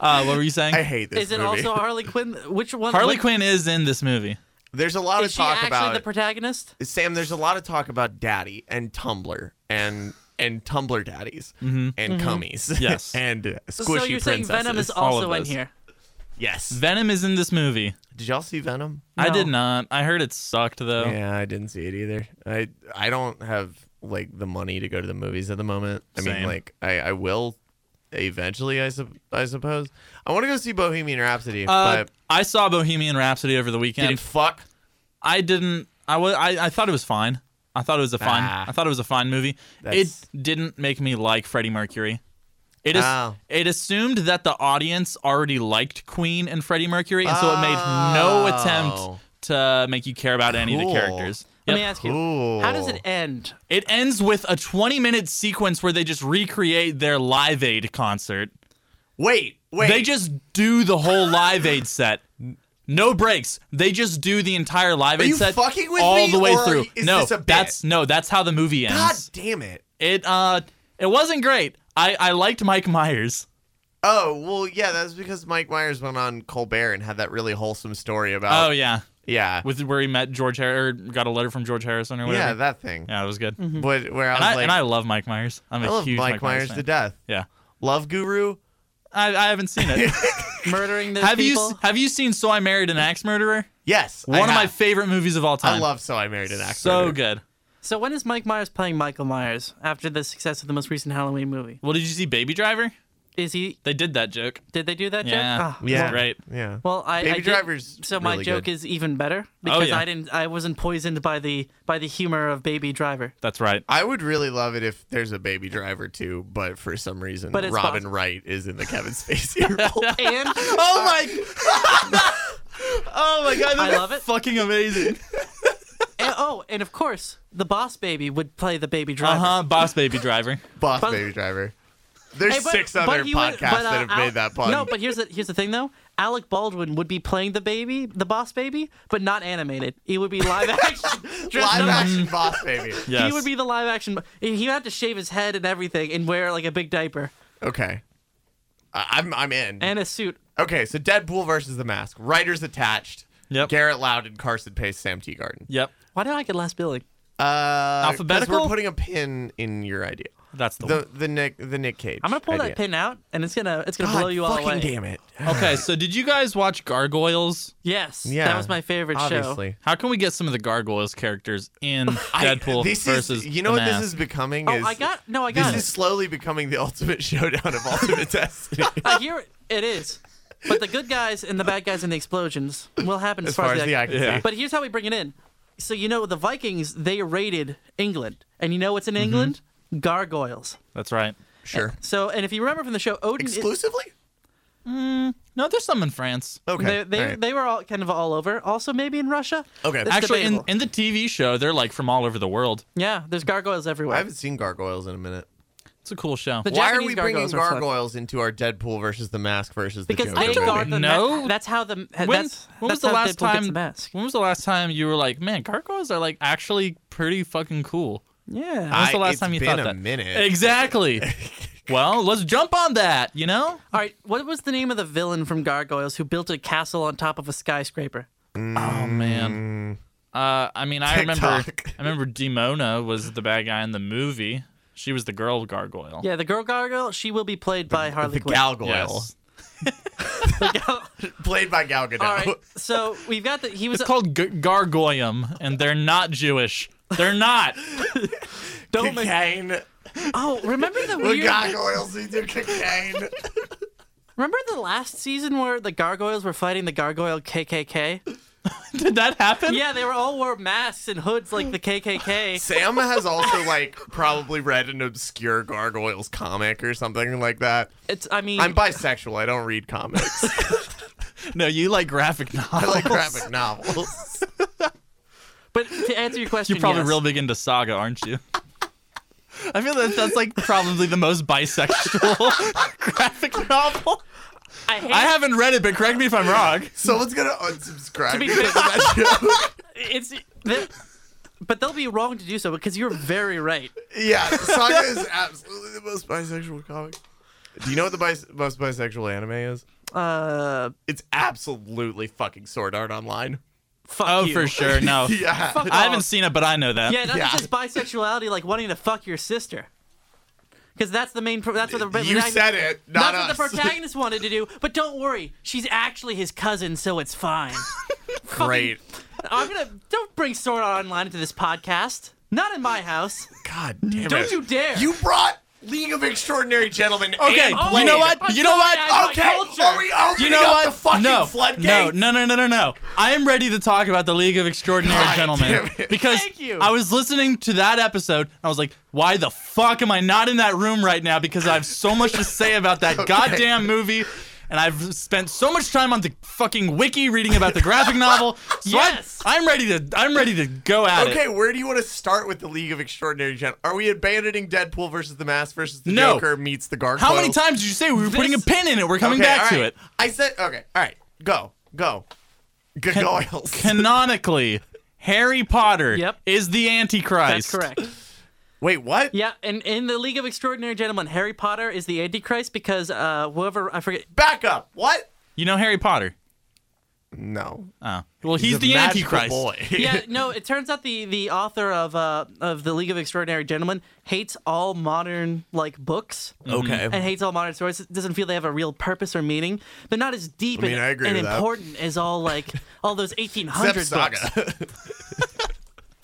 Speaker 3: Uh, what were you saying?
Speaker 2: I hate this
Speaker 1: Is it
Speaker 2: movie.
Speaker 1: also Harley Quinn? Which one?
Speaker 3: Harley
Speaker 1: which-
Speaker 3: Quinn is in this movie.
Speaker 2: There's a lot
Speaker 1: Is
Speaker 2: of
Speaker 1: she
Speaker 2: talk
Speaker 1: actually
Speaker 2: about
Speaker 1: the protagonist?
Speaker 2: Sam, there's a lot of talk about daddy and Tumblr and and Tumblr daddies and cummies.
Speaker 3: Mm-hmm. Yes.
Speaker 2: and squishy
Speaker 1: Mm-hmm. so you're saying
Speaker 2: princesses.
Speaker 1: Venom is
Speaker 3: all of
Speaker 1: also in
Speaker 3: those.
Speaker 1: here?
Speaker 2: yes.
Speaker 3: Venom is in this movie.
Speaker 2: Did y'all see Venom?
Speaker 3: I
Speaker 1: No.
Speaker 3: did not. I heard it sucked though.
Speaker 2: Yeah, I didn't see it either. I I don't have like the money to go to the movies at the moment. I mean,
Speaker 3: Same.
Speaker 2: like I I will eventually. I sup- I suppose I want to go see Bohemian Rhapsody,
Speaker 3: Uh,
Speaker 2: but
Speaker 3: I saw Bohemian Rhapsody over the
Speaker 2: did
Speaker 3: weekend.
Speaker 2: it fuck?
Speaker 3: I didn't. I was. I, I thought it was fine. I thought it was a fine.
Speaker 2: Ah.
Speaker 3: I thought it was a fine movie.
Speaker 2: That's-
Speaker 3: It didn't make me like Freddie Mercury. It is.
Speaker 2: Oh.
Speaker 3: It assumed that the audience already liked Queen and Freddie Mercury, and so it made no
Speaker 2: Oh.
Speaker 3: attempt to make you care about any of
Speaker 2: Cool.
Speaker 3: the characters.
Speaker 1: Let
Speaker 3: Yep.
Speaker 1: me ask you.
Speaker 2: Cool.
Speaker 1: How does it end?
Speaker 3: It ends with a 20-minute sequence where they just recreate their Live Aid concert.
Speaker 2: Wait, wait.
Speaker 3: They just do the whole Live Aid set. No breaks. They just do the entire Live
Speaker 2: Are
Speaker 3: Aid
Speaker 2: you
Speaker 3: set
Speaker 2: fucking with
Speaker 3: all
Speaker 2: me,
Speaker 3: the way
Speaker 2: or
Speaker 3: through.
Speaker 2: is
Speaker 3: no,
Speaker 2: this a bit?
Speaker 3: that's no, that's how the movie ends.
Speaker 2: God damn it.
Speaker 3: It uh, it wasn't great. I I liked Mike Myers.
Speaker 2: Oh well, yeah, that's because Mike Myers went on Colbert and had that really wholesome story
Speaker 3: Oh,
Speaker 2: about.
Speaker 3: yeah,
Speaker 2: yeah,
Speaker 3: with where he met George Har- or got a letter from George Harrison or
Speaker 2: yeah,
Speaker 3: whatever.
Speaker 2: that thing.
Speaker 3: yeah, it was good. And
Speaker 2: But where I was
Speaker 3: I
Speaker 2: like,
Speaker 3: and I love Mike Myers. I'm a
Speaker 2: I love
Speaker 3: huge
Speaker 2: Mike, Myers
Speaker 3: fan.
Speaker 2: to death.
Speaker 3: Yeah,
Speaker 2: Love Guru.
Speaker 3: I I haven't seen it.
Speaker 1: Murdering those
Speaker 3: have you
Speaker 1: people?
Speaker 3: s- have you seen So I Married an Axe Murderer?
Speaker 2: Yes,
Speaker 3: One
Speaker 2: I
Speaker 3: of my
Speaker 2: have.
Speaker 3: favorite movies of all time.
Speaker 2: I love So I Married an Actor.
Speaker 3: So good.
Speaker 1: so when is Mike Myers playing Michael Myers after the success of the most recent Halloween movie?
Speaker 3: Well, did you see Baby Driver?
Speaker 1: Is he?
Speaker 3: They did that joke.
Speaker 1: Did they do that
Speaker 3: Yeah.
Speaker 1: joke? Ah,
Speaker 2: Yeah,
Speaker 3: Great.
Speaker 2: Yeah.
Speaker 1: Well, I
Speaker 2: Baby
Speaker 1: I did-
Speaker 2: Driver's
Speaker 1: so my
Speaker 2: really
Speaker 1: joke
Speaker 2: good.
Speaker 1: is even better because
Speaker 3: Oh, yeah.
Speaker 1: I didn't I wasn't poisoned by the by the humor of Baby Driver.
Speaker 3: That's right.
Speaker 2: I would really love it if there's a Baby Driver too, but for some reason,
Speaker 1: But it's
Speaker 2: Robin
Speaker 1: possible.
Speaker 2: Wright is in the Kevin Spacey role.
Speaker 1: And
Speaker 3: Oh my! oh my god!
Speaker 1: I love it.
Speaker 3: Fucking amazing.
Speaker 1: and- oh, and of course, the boss baby would play the Baby
Speaker 3: Uh
Speaker 2: Uh-huh.
Speaker 1: Driver.
Speaker 3: huh. Boss Baby Driver.
Speaker 2: Boss
Speaker 1: But-
Speaker 2: Baby Driver. There's
Speaker 1: Hey, but-
Speaker 2: six
Speaker 1: but
Speaker 2: other
Speaker 1: he
Speaker 2: podcasts
Speaker 1: would- but, uh,
Speaker 2: that have
Speaker 1: Al-
Speaker 2: made that pun.
Speaker 1: No, but here's the here's the thing though. Alec Baldwin would be playing the baby, the boss baby, but not animated. He would be live action. dressed
Speaker 2: Live
Speaker 1: up.
Speaker 2: action boss baby.
Speaker 3: Yes.
Speaker 1: He would be the live action. He would have to shave his head and everything, and wear like a big diaper
Speaker 2: Okay. I- I'm I'm in.
Speaker 1: and a suit.
Speaker 2: okay, so Deadpool versus the Mask. Writers attached.
Speaker 3: Yep.
Speaker 2: Garrett Loudon, Carson Pace, Sam Teagarden.
Speaker 3: Yep.
Speaker 1: Why did I get last billing?
Speaker 2: Uh,
Speaker 3: Alphabetical?
Speaker 2: Because we're putting a pin in your idea.
Speaker 3: That's the,
Speaker 2: The the Nick the Nick Cage.
Speaker 1: I'm gonna pull
Speaker 2: idea.
Speaker 1: that pin out, and it's gonna it's gonna
Speaker 2: God
Speaker 1: blow you all
Speaker 2: fucking
Speaker 1: away.
Speaker 2: damn it.
Speaker 3: one. Okay, so did you guys watch Gargoyles?
Speaker 1: Yes,
Speaker 2: Yeah,
Speaker 1: that was my favorite show.
Speaker 2: Obviously.
Speaker 3: How can we get some of the Gargoyles characters in
Speaker 2: I-
Speaker 3: Deadpool
Speaker 2: this is-
Speaker 3: versus
Speaker 2: you know
Speaker 3: the
Speaker 2: what
Speaker 3: Mask?
Speaker 2: this is becoming
Speaker 1: Oh,
Speaker 2: is
Speaker 1: I got no, I
Speaker 2: this
Speaker 1: got
Speaker 2: is
Speaker 1: it.
Speaker 2: slowly becoming the ultimate showdown of ultimate destiny
Speaker 1: I hear it. It is. But the good guys and the bad guys and the explosions will happen as,
Speaker 2: as far as the eye can
Speaker 3: Yeah.
Speaker 2: see.
Speaker 1: But here's how we bring it in. So you know the Vikings they raided England, and you know what's
Speaker 2: Mm-hmm.
Speaker 1: in England? Gargoyles.
Speaker 3: That's right.
Speaker 2: sure.
Speaker 3: uh,
Speaker 1: So and if you remember from the show, Odin. is-
Speaker 2: Exclusively?
Speaker 3: No, there's some in France.
Speaker 1: They
Speaker 2: Okay.
Speaker 1: they,
Speaker 2: all right.
Speaker 1: they were all kind of all over. Also maybe in Russia.
Speaker 2: Okay.
Speaker 1: It's
Speaker 3: Actually, in,
Speaker 1: debatable.
Speaker 3: in the TV show, they're like from all over the world.
Speaker 1: yeah, there's gargoyles
Speaker 2: I
Speaker 1: everywhere.
Speaker 2: haven't seen Gargoyles in a minute.
Speaker 3: It's a cool show.
Speaker 1: The
Speaker 2: Why
Speaker 1: Japanese
Speaker 2: are we bringing
Speaker 1: gargoyles are fun.
Speaker 2: gargoyles into our Deadpool versus the Mask versus the
Speaker 1: because
Speaker 2: Joker
Speaker 1: they
Speaker 2: movie?
Speaker 1: guard the
Speaker 3: know.
Speaker 1: ma- That's how the
Speaker 3: when,
Speaker 1: that's,
Speaker 3: when was
Speaker 1: that's
Speaker 3: the
Speaker 1: how
Speaker 3: last
Speaker 1: Deadpool gets
Speaker 3: time?
Speaker 1: the mask.
Speaker 3: When was the last time you were like, man, gargoyles are like actually pretty fucking cool?
Speaker 1: Yeah.
Speaker 3: When's the
Speaker 2: I-
Speaker 3: last
Speaker 2: it's
Speaker 3: time you
Speaker 2: been
Speaker 3: thought
Speaker 2: a
Speaker 3: that?
Speaker 2: minute.
Speaker 3: Exactly. well, let's jump on that. You know?
Speaker 1: all right. What was the name of the villain from Gargoyles who built a castle on top of a skyscraper?
Speaker 3: Oh man. Uh, I mean, I remember.
Speaker 2: TikTok.
Speaker 3: I remember Demona was the bad guy in the movie. She was the girl gargoyle.
Speaker 1: Yeah, the girl gargoyle. She will be played by Harley
Speaker 2: the
Speaker 1: Quinn.
Speaker 2: Galgoyle,
Speaker 3: Yes.
Speaker 1: The gal-
Speaker 2: played by Gal Gadot.
Speaker 1: All right. So we've got the he was
Speaker 3: It's called g- gargoyum, and they're not Jewish. They're not.
Speaker 1: don't make-
Speaker 2: cocaine.
Speaker 1: Oh, remember the
Speaker 2: With
Speaker 1: weird
Speaker 2: gargoyles, we do cocaine.
Speaker 1: Remember the last season where the gargoyles were fighting the gargoyle KKK?
Speaker 3: Did that happen?
Speaker 1: Yeah, they were all wore masks and hoods like the KKK.
Speaker 2: Sam has also like probably read an obscure gargoyles comic or something like that.
Speaker 1: It's I mean
Speaker 2: I'm bisexual. I don't read comics.
Speaker 3: No, you like graphic novels.
Speaker 2: I like graphic novels.
Speaker 1: but to answer your question
Speaker 3: You're probably
Speaker 1: yes.
Speaker 3: real big into Saga, aren't you? I feel that that's like probably the most bisexual graphic novel.
Speaker 1: I hate
Speaker 3: I haven't read it, but correct me if I'm wrong.
Speaker 2: Someone's gonna unsubscribe
Speaker 1: To be
Speaker 2: me from
Speaker 1: fair-
Speaker 2: that show.
Speaker 1: it's the- but they'll be wrong to do so because you're very right.
Speaker 2: Yeah, Saga is absolutely the most bisexual comic. Do you know what the bis- most bisexual anime is?
Speaker 1: Uh,
Speaker 2: It's absolutely fucking Sword Art Online.
Speaker 1: fuck
Speaker 3: Oh,
Speaker 1: you.
Speaker 3: for sure. No,
Speaker 2: Yeah.
Speaker 1: Fuck
Speaker 3: I
Speaker 1: off.
Speaker 3: haven't seen it, but I know that.
Speaker 1: Yeah, that's
Speaker 2: Yeah.
Speaker 1: just bisexuality, like wanting to fuck your sister. Because that's the main. Pro- that's what the
Speaker 2: you
Speaker 1: protagonist-
Speaker 2: said it, not
Speaker 1: that's
Speaker 2: us.
Speaker 1: what the protagonist wanted to do. But don't worry, she's actually his cousin, so it's fine.
Speaker 2: Great.
Speaker 1: I'm gonna don't bring Sword Art Online into this podcast. Not in my house.
Speaker 2: God damn
Speaker 1: Don't
Speaker 2: it.
Speaker 1: you dare.
Speaker 2: You brought League of Extraordinary Gentlemen.
Speaker 3: Okay,
Speaker 2: and
Speaker 3: you
Speaker 1: Blade.
Speaker 3: know what?
Speaker 1: I'm
Speaker 3: You know
Speaker 1: Oh, sorry,
Speaker 3: what?
Speaker 1: I- my
Speaker 2: Okay,
Speaker 1: culture.
Speaker 2: are we opening
Speaker 3: You know
Speaker 2: up
Speaker 3: what?
Speaker 2: the fucking
Speaker 3: no,
Speaker 2: floodgates?
Speaker 3: no, no, no, no, no, no. I am ready to talk about the League of Extraordinary
Speaker 2: God
Speaker 3: Gentlemen
Speaker 2: damn it.
Speaker 3: because
Speaker 1: Thank you.
Speaker 3: I was listening to that episode and I was like, "Why the fuck am I not in that room right now?" Because I have so much to say about that goddamn movie, and I've spent so much time on the fucking wiki reading about the graphic novel. So
Speaker 1: Yes.
Speaker 3: I, I'm ready to. I'm ready to go at it.
Speaker 2: Okay, where do you want to start with the League of Extraordinary Gentlemen? Are we abandoning Deadpool versus the Mask versus the
Speaker 3: No.
Speaker 2: Joker meets the Gargoyle?
Speaker 3: How many times did you say we were putting a
Speaker 1: This-
Speaker 3: pin in it? We're coming
Speaker 2: Okay,
Speaker 3: back
Speaker 2: all
Speaker 3: to
Speaker 2: right.
Speaker 3: it.
Speaker 2: I said, okay, all right, go, go. Gargoyles.
Speaker 3: Canonically, Harry Potter
Speaker 1: Yep.
Speaker 3: is the
Speaker 1: That's
Speaker 3: Antichrist.
Speaker 1: correct.
Speaker 2: Wait, what?
Speaker 1: Yeah, and in the League of Extraordinary Gentlemen, Harry Potter is the Antichrist because uh, whoever I forget.
Speaker 2: Back up. What?
Speaker 3: You know Harry Potter.
Speaker 2: No.
Speaker 3: Oh. Well, he's,
Speaker 2: a
Speaker 3: the
Speaker 2: magical
Speaker 3: Antichrist.
Speaker 2: Boy.
Speaker 1: Yeah, no, it turns out the the author of uh, of the League of Extraordinary Gentlemen hates all modern like books.
Speaker 2: Okay.
Speaker 3: Mm.
Speaker 1: and hates all modern stories. Doesn't feel they have a real purpose or meaning. They're not as deep
Speaker 2: mean,
Speaker 1: and,
Speaker 2: I agree
Speaker 1: and
Speaker 2: with that.
Speaker 1: important as all like all those 1800
Speaker 2: Except
Speaker 1: books.
Speaker 2: Saga.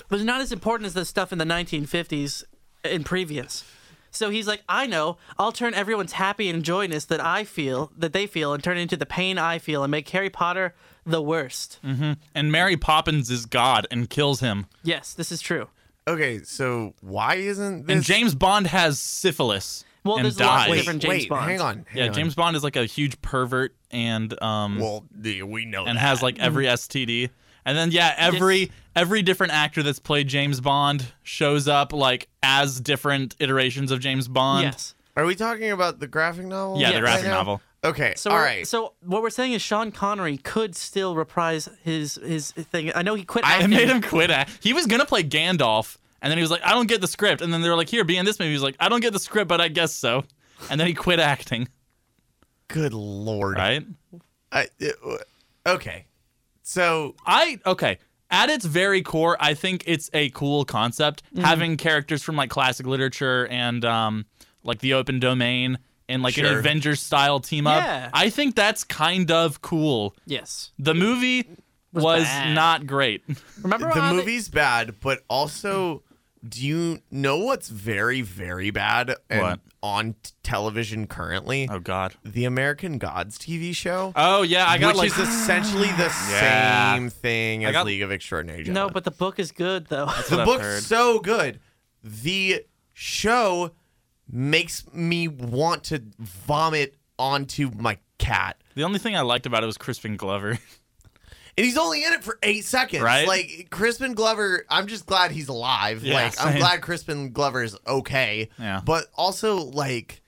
Speaker 1: But it's not as important as the stuff in the 1950s and previous. So he's like, I know. I'll turn everyone's happy and joyness that I feel, that they feel, and turn it into the pain I feel, and make Harry Potter the worst.
Speaker 3: And Mary Poppins is God and kills him.
Speaker 1: Yes, this is true.
Speaker 2: okay, so why isn't this?
Speaker 3: And James Bond has syphilis
Speaker 1: Well,
Speaker 3: and
Speaker 1: there's
Speaker 3: dies.
Speaker 1: lots of different James
Speaker 2: wait,
Speaker 1: Bonds.
Speaker 2: hang on. Hang
Speaker 3: yeah,
Speaker 2: on.
Speaker 3: James Bond is like a huge pervert and um
Speaker 2: Well, the- we know
Speaker 3: and
Speaker 2: that.
Speaker 3: has like every STD. And then yeah, every every different actor that's played James Bond shows up like as different iterations of James Bond.
Speaker 1: Yes.
Speaker 2: Are we talking about the graphic novel?
Speaker 3: Yeah, the
Speaker 2: right
Speaker 3: graphic
Speaker 2: now?
Speaker 3: novel.
Speaker 2: Okay.
Speaker 1: So
Speaker 2: all
Speaker 1: we're-
Speaker 2: right.
Speaker 1: So what we're saying is Sean Connery could still reprise his his thing. I know he quit.
Speaker 3: I
Speaker 1: acting.
Speaker 3: made him quit. act- He was gonna play Gandalf, and then he was like, "I don't get the script." And then they were like, "Here, be in this movie." He was like, "I don't get the script, but I guess so." And then he quit acting.
Speaker 2: Good lord.
Speaker 3: Right?
Speaker 2: I, it- okay. So
Speaker 3: I okay. At its very core, I think it's a cool concept
Speaker 1: Mm-hmm.
Speaker 3: having characters from like classic literature and um, like the open domain and like an
Speaker 2: Sure.
Speaker 3: Avengers style team up.
Speaker 1: Yeah.
Speaker 3: I think that's kind of cool.
Speaker 1: Yes.
Speaker 3: The movie was,
Speaker 1: Was bad.
Speaker 3: not great.
Speaker 1: Remember
Speaker 2: the
Speaker 1: how they-
Speaker 2: movie's bad, but also, do you know what's very, very bad and
Speaker 3: What?
Speaker 2: on t- television currently?
Speaker 3: Oh God.
Speaker 2: The American Gods TV show,
Speaker 3: Oh yeah, I got
Speaker 2: which
Speaker 3: like
Speaker 2: is essentially the
Speaker 3: Yeah.
Speaker 2: same thing
Speaker 3: I
Speaker 2: as
Speaker 3: got-
Speaker 2: League of Extraordinary
Speaker 1: No,
Speaker 2: Gentlemen.
Speaker 1: but the book is good though.
Speaker 3: what
Speaker 2: the
Speaker 3: I've
Speaker 2: book's
Speaker 3: heard.
Speaker 2: so good. The show makes me want to vomit onto my cat.
Speaker 3: the only thing I liked about it was Crispin Glover.
Speaker 2: And he's only in it for eight seconds.
Speaker 3: Right?
Speaker 2: Like Crispin Glover, I'm just glad he's alive.
Speaker 3: Yeah,
Speaker 2: like I'm
Speaker 3: same.
Speaker 2: glad Crispin Glover's okay.
Speaker 3: Yeah.
Speaker 2: But also like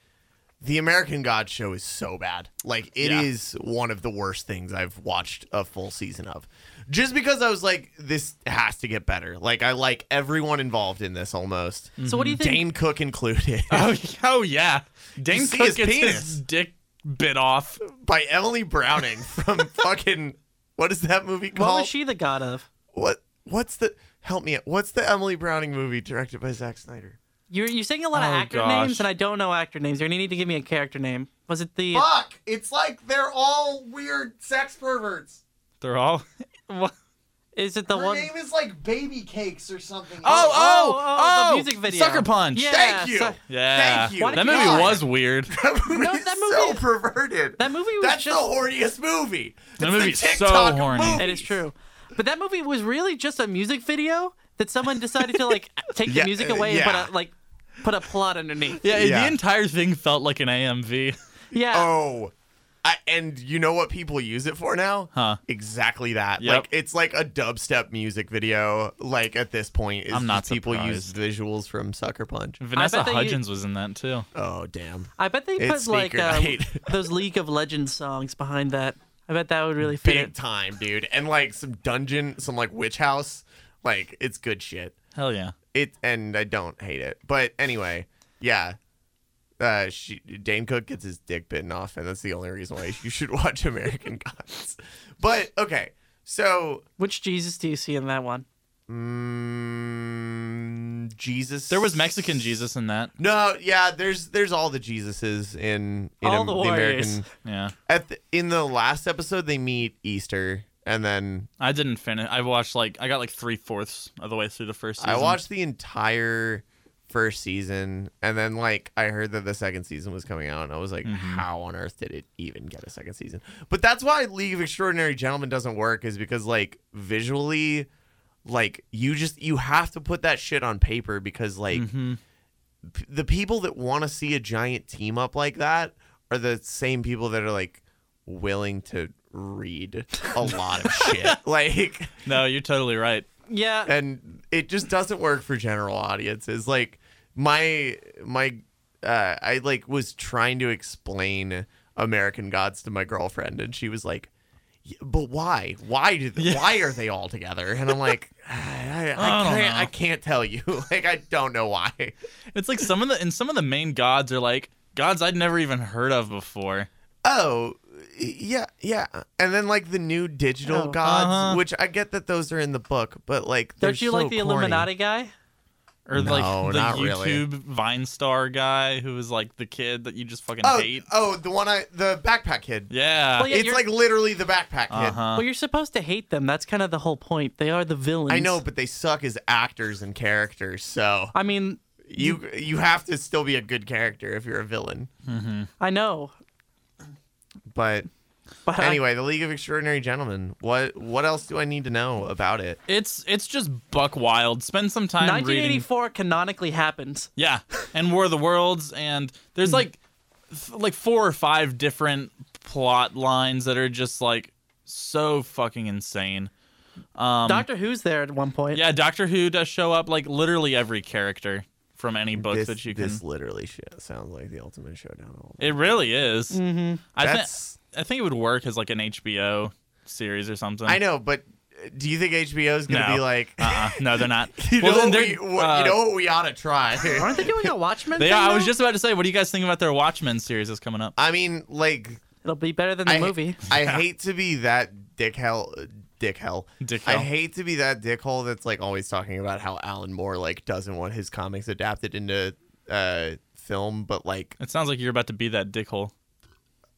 Speaker 2: the American God show is so bad. Like it is
Speaker 3: Yeah.
Speaker 2: one of the worst things I've watched a full season of. Just because I was like, this has to get better. Like I like everyone involved in this almost.
Speaker 1: So what do you think?
Speaker 2: Dane Cook included
Speaker 1: Uh-huh.
Speaker 3: oh, oh yeah, Dane
Speaker 2: see
Speaker 3: Cook
Speaker 2: his
Speaker 3: gets
Speaker 2: penis?
Speaker 3: his dick bit off.
Speaker 2: by Emily Browning from fucking what is that movie called?
Speaker 1: What was she the god of?
Speaker 2: what what's the help me out. what's the Emily Browning movie directed by Zack Snyder?
Speaker 1: You're you're saying a lot
Speaker 3: Oh,
Speaker 1: of actor
Speaker 3: gosh.
Speaker 1: names, and I don't know actor names. You're gonna need to give me a character name. Was it the?
Speaker 2: Fuck! It's like they're all weird sex perverts.
Speaker 3: They're all. What?
Speaker 1: Is it the one?
Speaker 2: is like Baby Cakes or something.
Speaker 3: Oh, oh,
Speaker 1: Oh, oh, the
Speaker 3: oh,
Speaker 1: music video.
Speaker 3: Sucker Punch.
Speaker 1: Yeah.
Speaker 2: Thank you.
Speaker 1: so-
Speaker 3: Yeah.
Speaker 2: Thank you.
Speaker 3: That movie
Speaker 2: God.
Speaker 3: was weird.
Speaker 2: that movie
Speaker 1: No,
Speaker 2: is
Speaker 1: that
Speaker 2: so
Speaker 1: movie-
Speaker 2: perverted.
Speaker 1: That movie was
Speaker 2: That's
Speaker 1: just.
Speaker 2: the horniest movie.
Speaker 3: That
Speaker 2: It's the
Speaker 3: movie's so
Speaker 2: TikTok of
Speaker 3: horny.
Speaker 2: movies.
Speaker 1: It is true, but that movie was really just a music video that someone decided to like take
Speaker 2: Yeah,
Speaker 1: the music
Speaker 2: uh,
Speaker 1: away
Speaker 2: yeah.
Speaker 1: and put a like put a plot underneath.
Speaker 3: Yeah,
Speaker 2: Yeah.
Speaker 3: The entire thing felt like an AMV.
Speaker 1: Yeah.
Speaker 2: Oh. I, and you know what people use it for now?
Speaker 3: Huh.
Speaker 2: Exactly that.
Speaker 3: Yep.
Speaker 2: Like it's like a dubstep music video. Like at this point, it's
Speaker 3: I'm not
Speaker 2: just people use visuals from Sucker Punch.
Speaker 3: Vanessa
Speaker 1: bet they-
Speaker 3: Hudgens was in that too.
Speaker 2: Oh damn!
Speaker 1: I bet they
Speaker 2: It's
Speaker 1: put like
Speaker 2: sneaker
Speaker 1: um,
Speaker 2: night.
Speaker 1: those League of Legends songs behind that. I bet that would really fit.
Speaker 2: Big
Speaker 1: it.
Speaker 2: time, dude. And like some dungeon, some like witch house. Like it's good shit.
Speaker 3: Hell yeah.
Speaker 2: It and I don't hate it. But anyway, yeah. Uh, she, Dane Cook gets his dick bitten off, and that's the only reason why you should watch American Gods. But okay, so
Speaker 1: Which Jesus do you see in that one?
Speaker 2: mm, Jesus.
Speaker 3: There was Mexican Jesus in that.
Speaker 2: No, yeah. There's there's all the Jesuses in in
Speaker 1: All
Speaker 2: Am-
Speaker 1: the
Speaker 2: the
Speaker 1: warriors.
Speaker 2: American.
Speaker 3: Yeah.
Speaker 2: At the, in the last episode, they meet Easter, and then
Speaker 3: I didn't finish. I watched like I got like three fourths of the way through the first season.
Speaker 2: I watched the entire first season, and then like I heard that the second season was coming out, and I was like,
Speaker 3: Mm-hmm.
Speaker 2: how on earth did it even get a second season? But that's why League of Extraordinary Gentlemen doesn't work, is because like visually, like you just you have to put that shit on paper because like
Speaker 3: Mhm.
Speaker 2: p- the people that want to see a giant team up like that are the same people that are like willing to read a lot of shit like
Speaker 3: No, you're totally right.
Speaker 1: Yeah.
Speaker 2: and it just doesn't work for general audiences like my my uh, i like was trying to explain american gods to my girlfriend and she was like "Y- but why why do they, why are they all together and i'm like i, I,
Speaker 3: I don't
Speaker 2: can't,
Speaker 3: know.
Speaker 2: I can't tell you like i don't know why
Speaker 3: It's like some of the and some of the main gods are like gods I'd never even heard of before.
Speaker 2: oh yeah yeah and then like the new digital
Speaker 1: Oh.
Speaker 2: gods
Speaker 3: Uh-huh.
Speaker 2: which i get that those are in the book but like they're
Speaker 1: Don't you
Speaker 2: so
Speaker 1: like the
Speaker 2: corny.
Speaker 1: Illuminati guy?
Speaker 3: Or
Speaker 2: No,
Speaker 3: like the
Speaker 2: not really.
Speaker 3: YouTube Vine star guy who was like the kid that you just fucking
Speaker 2: oh,
Speaker 3: hate.
Speaker 2: oh the one i the backpack kid
Speaker 3: Yeah.
Speaker 1: Well, yeah,
Speaker 2: it's
Speaker 1: you're-
Speaker 2: like literally the backpack kid.
Speaker 3: Uh-huh.
Speaker 1: well, you're supposed to hate them. That's kind of the whole point. They are the villains.
Speaker 2: I know, but they suck as actors and characters. So
Speaker 1: I mean,
Speaker 2: you you have to still be a good character if you're a villain.
Speaker 1: I know.
Speaker 2: But
Speaker 1: But I-
Speaker 2: anyway, the League of Extraordinary Gentlemen. What what else do I need to know about it?
Speaker 3: It's it's just buck wild. Spend some time reading.
Speaker 1: 1984 canonically happens.
Speaker 3: Yeah, and War of the Worlds, and there's like th- like four or five different plot lines that are just like so fucking insane. Um,
Speaker 1: Doctor Who's there at one point.
Speaker 3: yeah, Doctor Who does show up like literally every character from any book
Speaker 2: this,
Speaker 3: that you can.
Speaker 2: this literally shit sounds like the ultimate showdown. All
Speaker 3: It really is. Mm-hmm. I think
Speaker 2: That's-
Speaker 3: I think it would work as like an HBO series or something.
Speaker 2: I know, but uh, do you think HBO is gonna
Speaker 3: No.
Speaker 2: be like?
Speaker 3: Uh-uh. No, they're not.
Speaker 2: You
Speaker 3: well,
Speaker 2: know,
Speaker 3: then
Speaker 2: what
Speaker 3: they're,
Speaker 2: we, what,
Speaker 3: uh,
Speaker 2: you know what we ought to try.
Speaker 1: Aren't they doing a Watchmen?
Speaker 3: They
Speaker 1: thing
Speaker 3: are, I
Speaker 1: now?
Speaker 3: was just about to say, what do you guys think about their Watchmen series that's coming up?
Speaker 2: I mean, like
Speaker 1: It'll be better than the
Speaker 2: I,
Speaker 1: movie.
Speaker 2: I hate to be that dick hell, dick hell.
Speaker 3: Dickhole.
Speaker 2: I hate to be that dickhole that's like always talking about how Alan Moore like doesn't want his comics adapted into uh film, but like,
Speaker 3: It sounds like you're about to be that dickhole.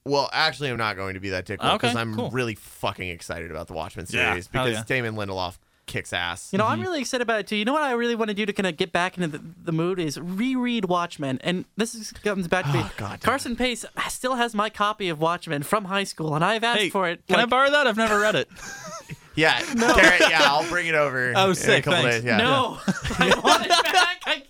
Speaker 2: well, actually, I'm not going to be that dickhole because
Speaker 3: Ah, Okay,
Speaker 2: I'm
Speaker 3: cool.
Speaker 2: really fucking excited about the Watchmen
Speaker 3: Yeah,
Speaker 2: series
Speaker 3: hell
Speaker 2: because
Speaker 3: yeah.
Speaker 2: Damon Lindelof kicks ass.
Speaker 1: You know, I'm really excited about it too. You know what I really want to do to kind of get back into the, the mood is reread Watchmen, and this is, comes back to me.
Speaker 2: Oh, God damn it.
Speaker 1: Carson Pace still has my copy of Watchmen from high school, and I've asked
Speaker 3: Hey,
Speaker 1: for it.
Speaker 3: can I
Speaker 1: like,
Speaker 3: borrow that? I've never read it.
Speaker 2: yeah, Garrett, yeah, I'll bring it over.
Speaker 3: Oh,
Speaker 2: in a
Speaker 3: sick,
Speaker 2: couple
Speaker 3: thanks.
Speaker 2: days, yeah.
Speaker 1: No, I want it back. I,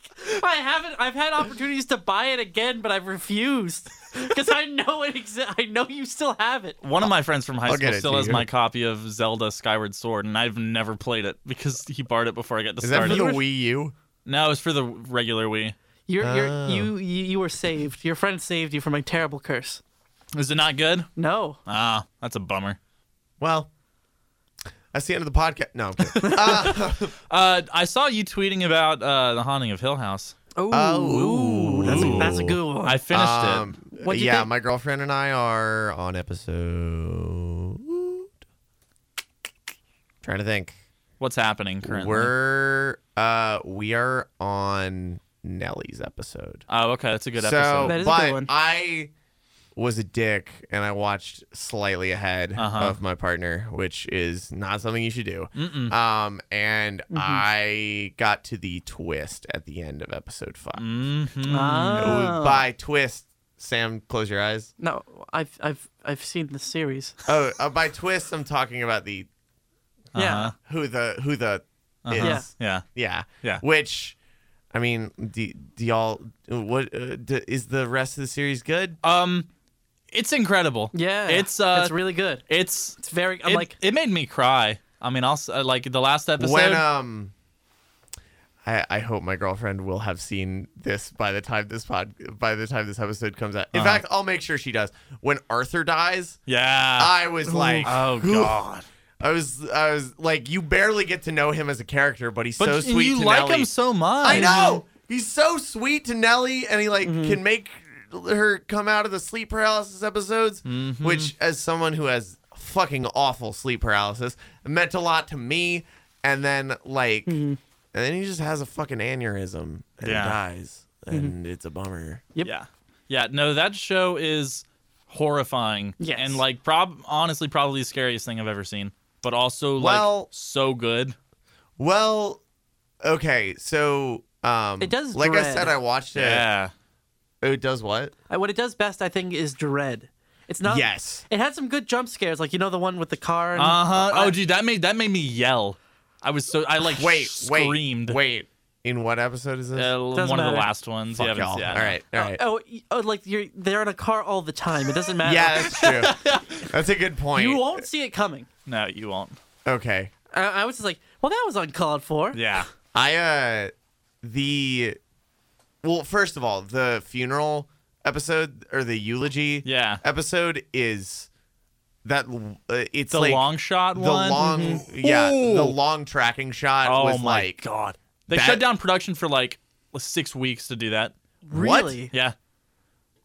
Speaker 1: I haven't. I've had opportunities to buy it again, but I've refused because I know it exists. I know you still have it.
Speaker 3: One of my friends from high
Speaker 2: I'll
Speaker 3: school
Speaker 2: get it
Speaker 3: still
Speaker 2: to
Speaker 3: has
Speaker 2: you.
Speaker 3: my copy of Zelda Skyward Sword, and I've never played it because he borrowed it before I got to
Speaker 2: Is that
Speaker 3: start
Speaker 2: for
Speaker 3: it.
Speaker 2: the Wii U?
Speaker 3: no, it's for the regular Wii.
Speaker 1: You're,
Speaker 2: Oh.
Speaker 1: you're, you you you were saved. Your friend saved you from a terrible curse.
Speaker 3: Is it not good?
Speaker 1: No,
Speaker 3: Ah, that's a bummer.
Speaker 2: Well, that's the end of the podcast. No, I'm kidding.
Speaker 3: Uh, I saw you tweeting about uh, the haunting of Hill House.
Speaker 1: Oh,
Speaker 2: Oh,
Speaker 1: ooh, that's, a, that's a
Speaker 3: Ooh.
Speaker 1: good one.
Speaker 3: I finished it.
Speaker 2: um,
Speaker 1: What'd you
Speaker 2: yeah,
Speaker 1: think?
Speaker 2: my girlfriend and I are on episode. Trying to think.
Speaker 3: What's happening currently?
Speaker 2: We're uh, we are on Nellie's episode.
Speaker 3: oh, okay, that's a good
Speaker 2: so,
Speaker 3: episode.
Speaker 1: That is a
Speaker 2: but
Speaker 1: good one.
Speaker 2: I was a dick and I watched slightly ahead
Speaker 3: Uh-huh.
Speaker 2: of my partner, which is not something you should do.
Speaker 3: Mm-hmm.
Speaker 2: Um, and I got to the twist at the end of episode 5
Speaker 3: Mhm.
Speaker 1: Ah.
Speaker 2: By twist, Sam, close your eyes.
Speaker 1: No, I've I've I've seen the series.
Speaker 2: Oh, uh, by twist, I'm talking about the
Speaker 1: Yeah.
Speaker 3: Uh-huh.
Speaker 2: who the who the is.
Speaker 1: Yeah.
Speaker 3: Yeah.
Speaker 2: Yeah.
Speaker 3: Yeah.
Speaker 2: Which, I mean, do, do y'all what uh, do, is the rest of the series good?
Speaker 3: Um, it's incredible.
Speaker 1: Yeah,
Speaker 3: It's uh,
Speaker 1: it's really good.
Speaker 3: it's
Speaker 1: It's very. I'm
Speaker 3: it,
Speaker 1: like,
Speaker 3: it made me cry. I mean, also like the last episode.
Speaker 2: when um, I I hope my girlfriend will have seen this by the time this pod by the time this episode comes out. In
Speaker 3: Uh-huh.
Speaker 2: fact, I'll make sure she does. When Arthur dies,
Speaker 3: yeah.
Speaker 2: I was like,
Speaker 3: oh god.
Speaker 2: I was I was like, you barely get to know him as a character, but he's
Speaker 3: But
Speaker 2: so
Speaker 3: you-
Speaker 2: sweet.
Speaker 3: you
Speaker 2: to
Speaker 3: like
Speaker 2: Nellie.
Speaker 3: him so much. Mm-hmm.
Speaker 2: I know. He's so sweet to Nelly, and he like can make her come out of the sleep paralysis episodes,
Speaker 3: Mm-hmm.
Speaker 2: which, as someone who has fucking awful sleep paralysis, meant a lot to me. And then like,
Speaker 3: Mm-hmm.
Speaker 2: and then he just has a fucking aneurysm and
Speaker 3: Yeah.
Speaker 2: dies,
Speaker 3: Mm-hmm.
Speaker 2: and it's a bummer.
Speaker 1: Yep.
Speaker 3: Yeah. Yeah. No, that show is horrifying.
Speaker 1: Yes.
Speaker 3: And like, prob honestly, probably the scariest thing I've ever seen. But also, like,
Speaker 2: Well-
Speaker 3: so good.
Speaker 2: Well, okay, so um,
Speaker 1: It does
Speaker 2: Like I
Speaker 1: dread.
Speaker 2: said, I watched it.
Speaker 3: Yeah.
Speaker 2: It does what?
Speaker 1: I- what it does best, I think, is dread. It's not.
Speaker 2: yes.
Speaker 1: It had some good jump scares, like you know the one with the car. And,
Speaker 3: Uh huh.
Speaker 1: I-
Speaker 3: Oh, dude, that made that made me yell. I was so I like
Speaker 2: Wait, wait,
Speaker 3: screamed.
Speaker 2: wait. In what episode is this?
Speaker 3: Uh, one of
Speaker 1: matter.
Speaker 3: the last ones.
Speaker 2: Fuck
Speaker 3: you haven't-
Speaker 2: y'all.
Speaker 3: yeah.
Speaker 2: All right, all right.
Speaker 1: Oh, y- oh, like you're they're in a car all the time. It doesn't matter.
Speaker 2: Yeah, that's true. that's a good point.
Speaker 1: you won't see it coming.
Speaker 3: No, you won't.
Speaker 2: Okay.
Speaker 1: I, I was just like, well, that was uncalled for.
Speaker 3: Yeah.
Speaker 2: I uh the well, first of all, the funeral episode or the eulogy
Speaker 3: Yeah.
Speaker 2: episode is that l- uh, it's
Speaker 3: The
Speaker 2: like
Speaker 3: long shot
Speaker 2: the
Speaker 3: one. Mm-hmm.
Speaker 2: long yeah, the
Speaker 3: Ooh.
Speaker 2: long tracking shot
Speaker 3: Oh
Speaker 2: was
Speaker 3: my
Speaker 2: like
Speaker 3: god. They
Speaker 2: that-
Speaker 3: shut down production for like six weeks to do that.
Speaker 2: What?
Speaker 1: Really?
Speaker 3: Yeah.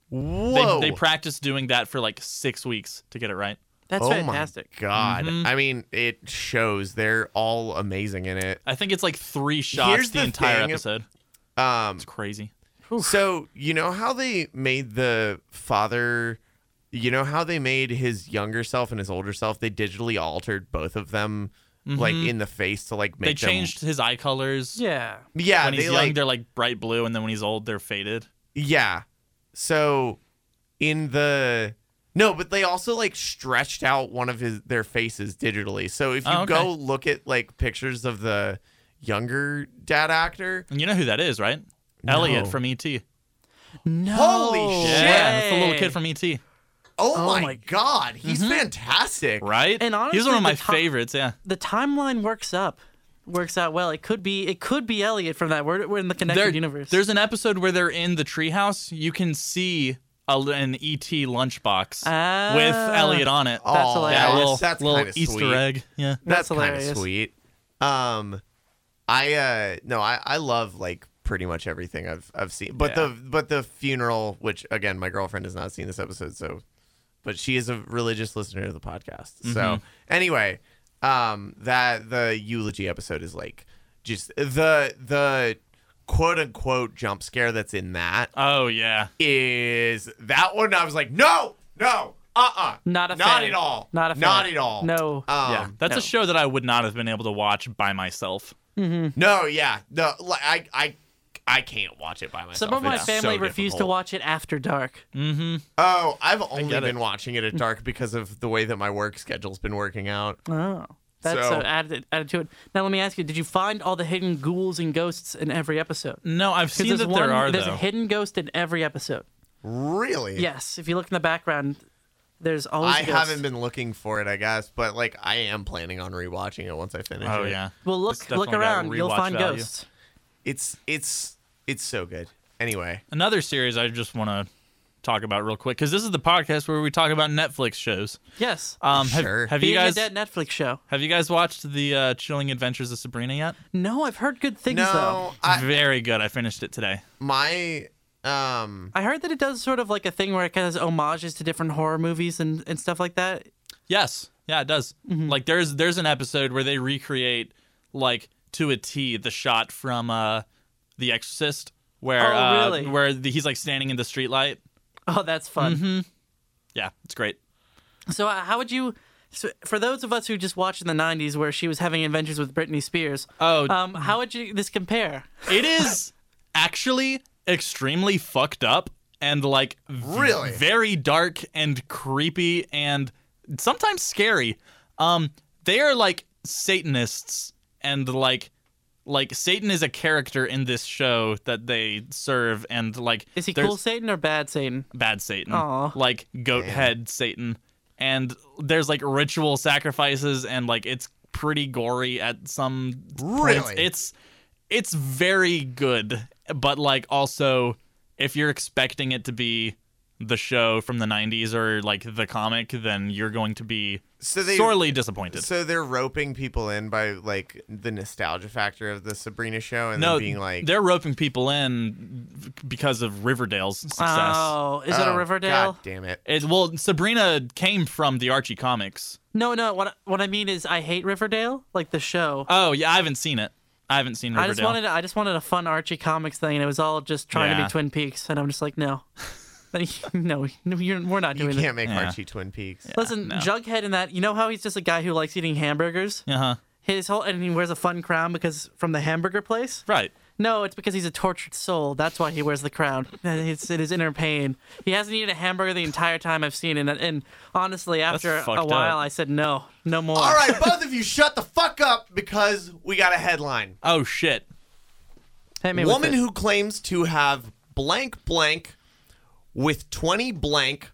Speaker 2: whoa.
Speaker 3: They, they practiced doing that for like six weeks to get it right.
Speaker 1: That's
Speaker 2: oh
Speaker 1: fantastic.
Speaker 2: my god.
Speaker 3: Mhm.
Speaker 2: I mean, it shows they're all amazing in it.
Speaker 3: I think it's like three shots
Speaker 2: Here's
Speaker 3: the,
Speaker 2: the
Speaker 3: entire
Speaker 2: thing.
Speaker 3: episode.
Speaker 2: Um
Speaker 3: It's crazy.
Speaker 2: So you know how they made the father, you know how they made his younger self and his older self. They digitally altered both of them, like in the face to like
Speaker 3: Mm-hmm. They
Speaker 2: make them-
Speaker 3: changed his eye colors.
Speaker 1: Yeah.
Speaker 2: Yeah,
Speaker 3: When he's
Speaker 2: they
Speaker 3: young,
Speaker 2: like
Speaker 3: they're like bright blue, and then when he's old, they're faded.
Speaker 2: yeah. So in the no, but they also like stretched out one of his their faces digitally. So if you
Speaker 3: Oh, okay.
Speaker 2: go look at like pictures of the younger dad actor,
Speaker 3: And you know who that is, right?
Speaker 2: No.
Speaker 3: Elliot from ET. Yeah,
Speaker 1: No.
Speaker 2: Holy shit.
Speaker 3: that's the little
Speaker 1: way.
Speaker 3: kid from E ET,
Speaker 2: oh,
Speaker 1: Oh
Speaker 2: my,
Speaker 1: my-
Speaker 2: god,
Speaker 3: Mm-hmm.
Speaker 2: he's fantastic.
Speaker 3: right? he's
Speaker 1: And
Speaker 3: one
Speaker 1: honestly,
Speaker 3: of my
Speaker 1: the top-
Speaker 3: favorites. Yeah,
Speaker 1: The timeline works up works out well. It could be it could be Elliot from that. We're, we're in the connected
Speaker 3: There-
Speaker 1: universe.
Speaker 3: There's an episode where they're in the treehouse. You can see a, an ET lunchbox
Speaker 1: Ah.
Speaker 3: with Elliot on it.
Speaker 1: That's
Speaker 2: Aw,
Speaker 1: hilarious.
Speaker 3: yeah, a little,
Speaker 2: Oh, that's
Speaker 3: little
Speaker 2: kinda
Speaker 3: Easter
Speaker 2: sweet.
Speaker 3: egg. Yeah.
Speaker 1: That's
Speaker 2: That's, kind of
Speaker 1: hilarious.
Speaker 2: sweet. Um, I uh no, I I love like pretty much everything I've I've seen, but
Speaker 3: Yeah.
Speaker 2: the but the funeral, which again my girlfriend has not seen this episode, so but she is a religious listener to the podcast. So anyway, um, that the eulogy episode is like just the the quote unquote jump scare that's in that
Speaker 3: Oh yeah.
Speaker 2: is that one. I was like, no, no, uh, uh
Speaker 1: Not a
Speaker 2: not
Speaker 1: fan.
Speaker 2: at all,
Speaker 1: Not a fan.
Speaker 2: not at all.
Speaker 1: No.
Speaker 2: um,
Speaker 3: yeah. That's
Speaker 1: no.
Speaker 3: a show that I would not have been able to watch by myself.
Speaker 2: No, yeah, no, like I, I, I can't watch it by myself.
Speaker 1: Some of my
Speaker 2: It's so
Speaker 1: family refused to
Speaker 2: difficult.
Speaker 1: watch it after dark.
Speaker 2: Oh, I've only
Speaker 3: get it.
Speaker 2: been watching it at dark because of the way that my work schedule's been working out.
Speaker 1: Oh. That's
Speaker 2: So-
Speaker 1: so added, added to it. Now let me ask you: Did you find all the hidden ghouls and ghosts in every episode?
Speaker 3: No, I've
Speaker 1: Because
Speaker 3: seen
Speaker 1: there's
Speaker 3: that
Speaker 1: one,
Speaker 3: there are
Speaker 1: there's
Speaker 3: though.
Speaker 1: a hidden ghost in every episode.
Speaker 2: Really?
Speaker 1: Yes, if you look in the background, there's always.
Speaker 2: I
Speaker 1: a ghost.
Speaker 2: haven't been looking for it, I guess, but like I am planning on rewatching it once I finish.
Speaker 3: oh
Speaker 2: it.
Speaker 3: yeah.
Speaker 1: Well,
Speaker 3: It's
Speaker 1: look
Speaker 3: definitely
Speaker 1: look
Speaker 3: got
Speaker 1: around. You'll
Speaker 3: rewatch
Speaker 1: find
Speaker 3: value.
Speaker 1: ghosts.
Speaker 2: it's it's it's so good. Anyway,
Speaker 3: Another series I just want to talk about real quick because this is the podcast where we talk about Netflix shows.
Speaker 1: Yes.
Speaker 3: Um, have,
Speaker 2: Sure.
Speaker 3: have
Speaker 1: Being
Speaker 3: you guys
Speaker 1: a dead Netflix show.
Speaker 3: have you guys watched the uh, Chilling Adventures of Sabrina yet?
Speaker 1: No, I've heard good things though.
Speaker 2: no, I,
Speaker 3: Very good. I finished it today.
Speaker 2: my um,
Speaker 1: I heard that it does sort of like a thing where it kind of has homages to different horror movies and, and stuff like that.
Speaker 3: Yes. Yeah, it does.
Speaker 1: Mm-hmm.
Speaker 3: Like there's there's an episode where they recreate like to a T the shot from uh The Exorcist where
Speaker 1: Oh,
Speaker 3: uh,
Speaker 1: really?
Speaker 3: where the, he's like standing in the streetlight.
Speaker 1: Oh, that's fun.
Speaker 3: Yeah, it's great.
Speaker 1: So, uh, how would you, so for those of us who just watched in the 90s where she was having adventures with Britney Spears,
Speaker 3: Oh,
Speaker 1: um, how would you this compare?
Speaker 3: it is actually extremely fucked up and like v-
Speaker 2: Really?
Speaker 3: very dark and creepy and sometimes scary. Um they are like satanists and like like Satan is a character in this show that they serve and like
Speaker 1: Is he
Speaker 3: there's-
Speaker 1: cool Satan or bad Satan?
Speaker 3: bad Satan,
Speaker 1: Aw.
Speaker 3: like goat head Satan, and there's like ritual sacrifices and like it's pretty gory at some points.
Speaker 2: Really?
Speaker 3: It's it's very good, but like also if you're expecting it to be the show from the 90s or like the comic, then you're going to be
Speaker 2: so they
Speaker 3: sorely disappointed.
Speaker 2: So they're roping people in by like the nostalgia factor of the Sabrina show, and
Speaker 3: no,
Speaker 2: then being like,
Speaker 3: they're roping people in because of Riverdale's success.
Speaker 1: Oh, is it a
Speaker 2: "Oh,
Speaker 1: Riverdale?
Speaker 2: God damn it!
Speaker 3: It, well, Sabrina came from the Archie comics.
Speaker 1: No, no. What I- what I mean is, I hate Riverdale, like the show.
Speaker 3: Oh yeah, I haven't seen it. I haven't seen
Speaker 1: I
Speaker 3: Riverdale.
Speaker 1: just wanted I just wanted a fun Archie comics thing, and it was all just trying to
Speaker 3: Yeah.
Speaker 1: be Twin Peaks, and I'm just like, no, no, no, you're, we're not
Speaker 2: You
Speaker 1: doing
Speaker 2: can't
Speaker 1: it.
Speaker 2: make
Speaker 3: Yeah.
Speaker 2: Archie Twin Peaks."
Speaker 1: Listen,
Speaker 3: no.
Speaker 1: Jughead in that, you know how he's just a guy who likes eating hamburgers.
Speaker 3: Uh huh.
Speaker 1: His whole and he wears a fun crown because from the hamburger place.
Speaker 3: Right.
Speaker 1: No, it's because he's a tortured soul. That's why he wears the crown. It's in his inner pain. He hasn't eaten a hamburger the entire time I've seen it, and, and honestly, after a
Speaker 3: fucked
Speaker 1: while,
Speaker 3: up.
Speaker 1: I said no, no more.
Speaker 2: All right, both of you, shut the fuck up because we got a headline:
Speaker 3: Oh shit.
Speaker 1: Hit me with
Speaker 2: woman
Speaker 1: it.
Speaker 2: who claims to have blank blank with twenty blank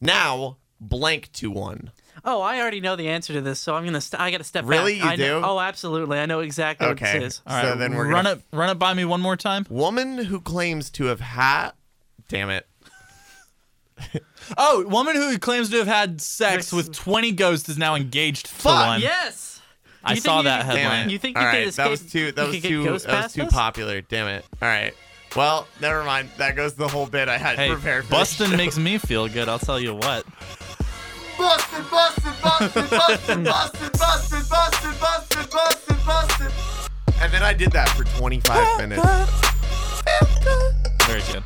Speaker 2: now blank to one.
Speaker 1: Oh, I already know the answer to this, so I'm gonna. St- I gotta step
Speaker 2: Really?
Speaker 1: back.
Speaker 2: You
Speaker 1: I kn-
Speaker 2: do?
Speaker 1: oh, absolutely. I know exactly what
Speaker 2: Okay,
Speaker 1: this is.
Speaker 2: all right. So then we're
Speaker 3: run
Speaker 2: gonna-
Speaker 3: it. Run it by me one more time.
Speaker 2: Woman who claims to have had, damn it,
Speaker 3: Oh, woman who claims to have had sex with 20 ghosts is now engaged to
Speaker 2: Fuck,
Speaker 3: one.
Speaker 1: Yes.
Speaker 3: I
Speaker 1: You think
Speaker 3: saw
Speaker 1: you
Speaker 3: that
Speaker 1: could-
Speaker 2: damn
Speaker 3: headline.
Speaker 2: it.
Speaker 1: You think you
Speaker 2: All
Speaker 1: could
Speaker 2: right, that was
Speaker 1: escape-
Speaker 2: too. That
Speaker 1: you
Speaker 2: was
Speaker 1: could get
Speaker 2: too.
Speaker 1: ghost
Speaker 2: That was
Speaker 1: past
Speaker 2: too
Speaker 1: us?
Speaker 2: popular. Damn it. All right. Well, never mind. That goes the whole bit I had
Speaker 3: Hey,
Speaker 2: prepared. For this
Speaker 3: Bustin
Speaker 2: show.
Speaker 3: makes me feel good. I'll tell you what.
Speaker 2: Busted, busted, busted, busted, busted, busted, busted, busted, busted, busted. And then I did that for 25 minutes.
Speaker 3: Very good.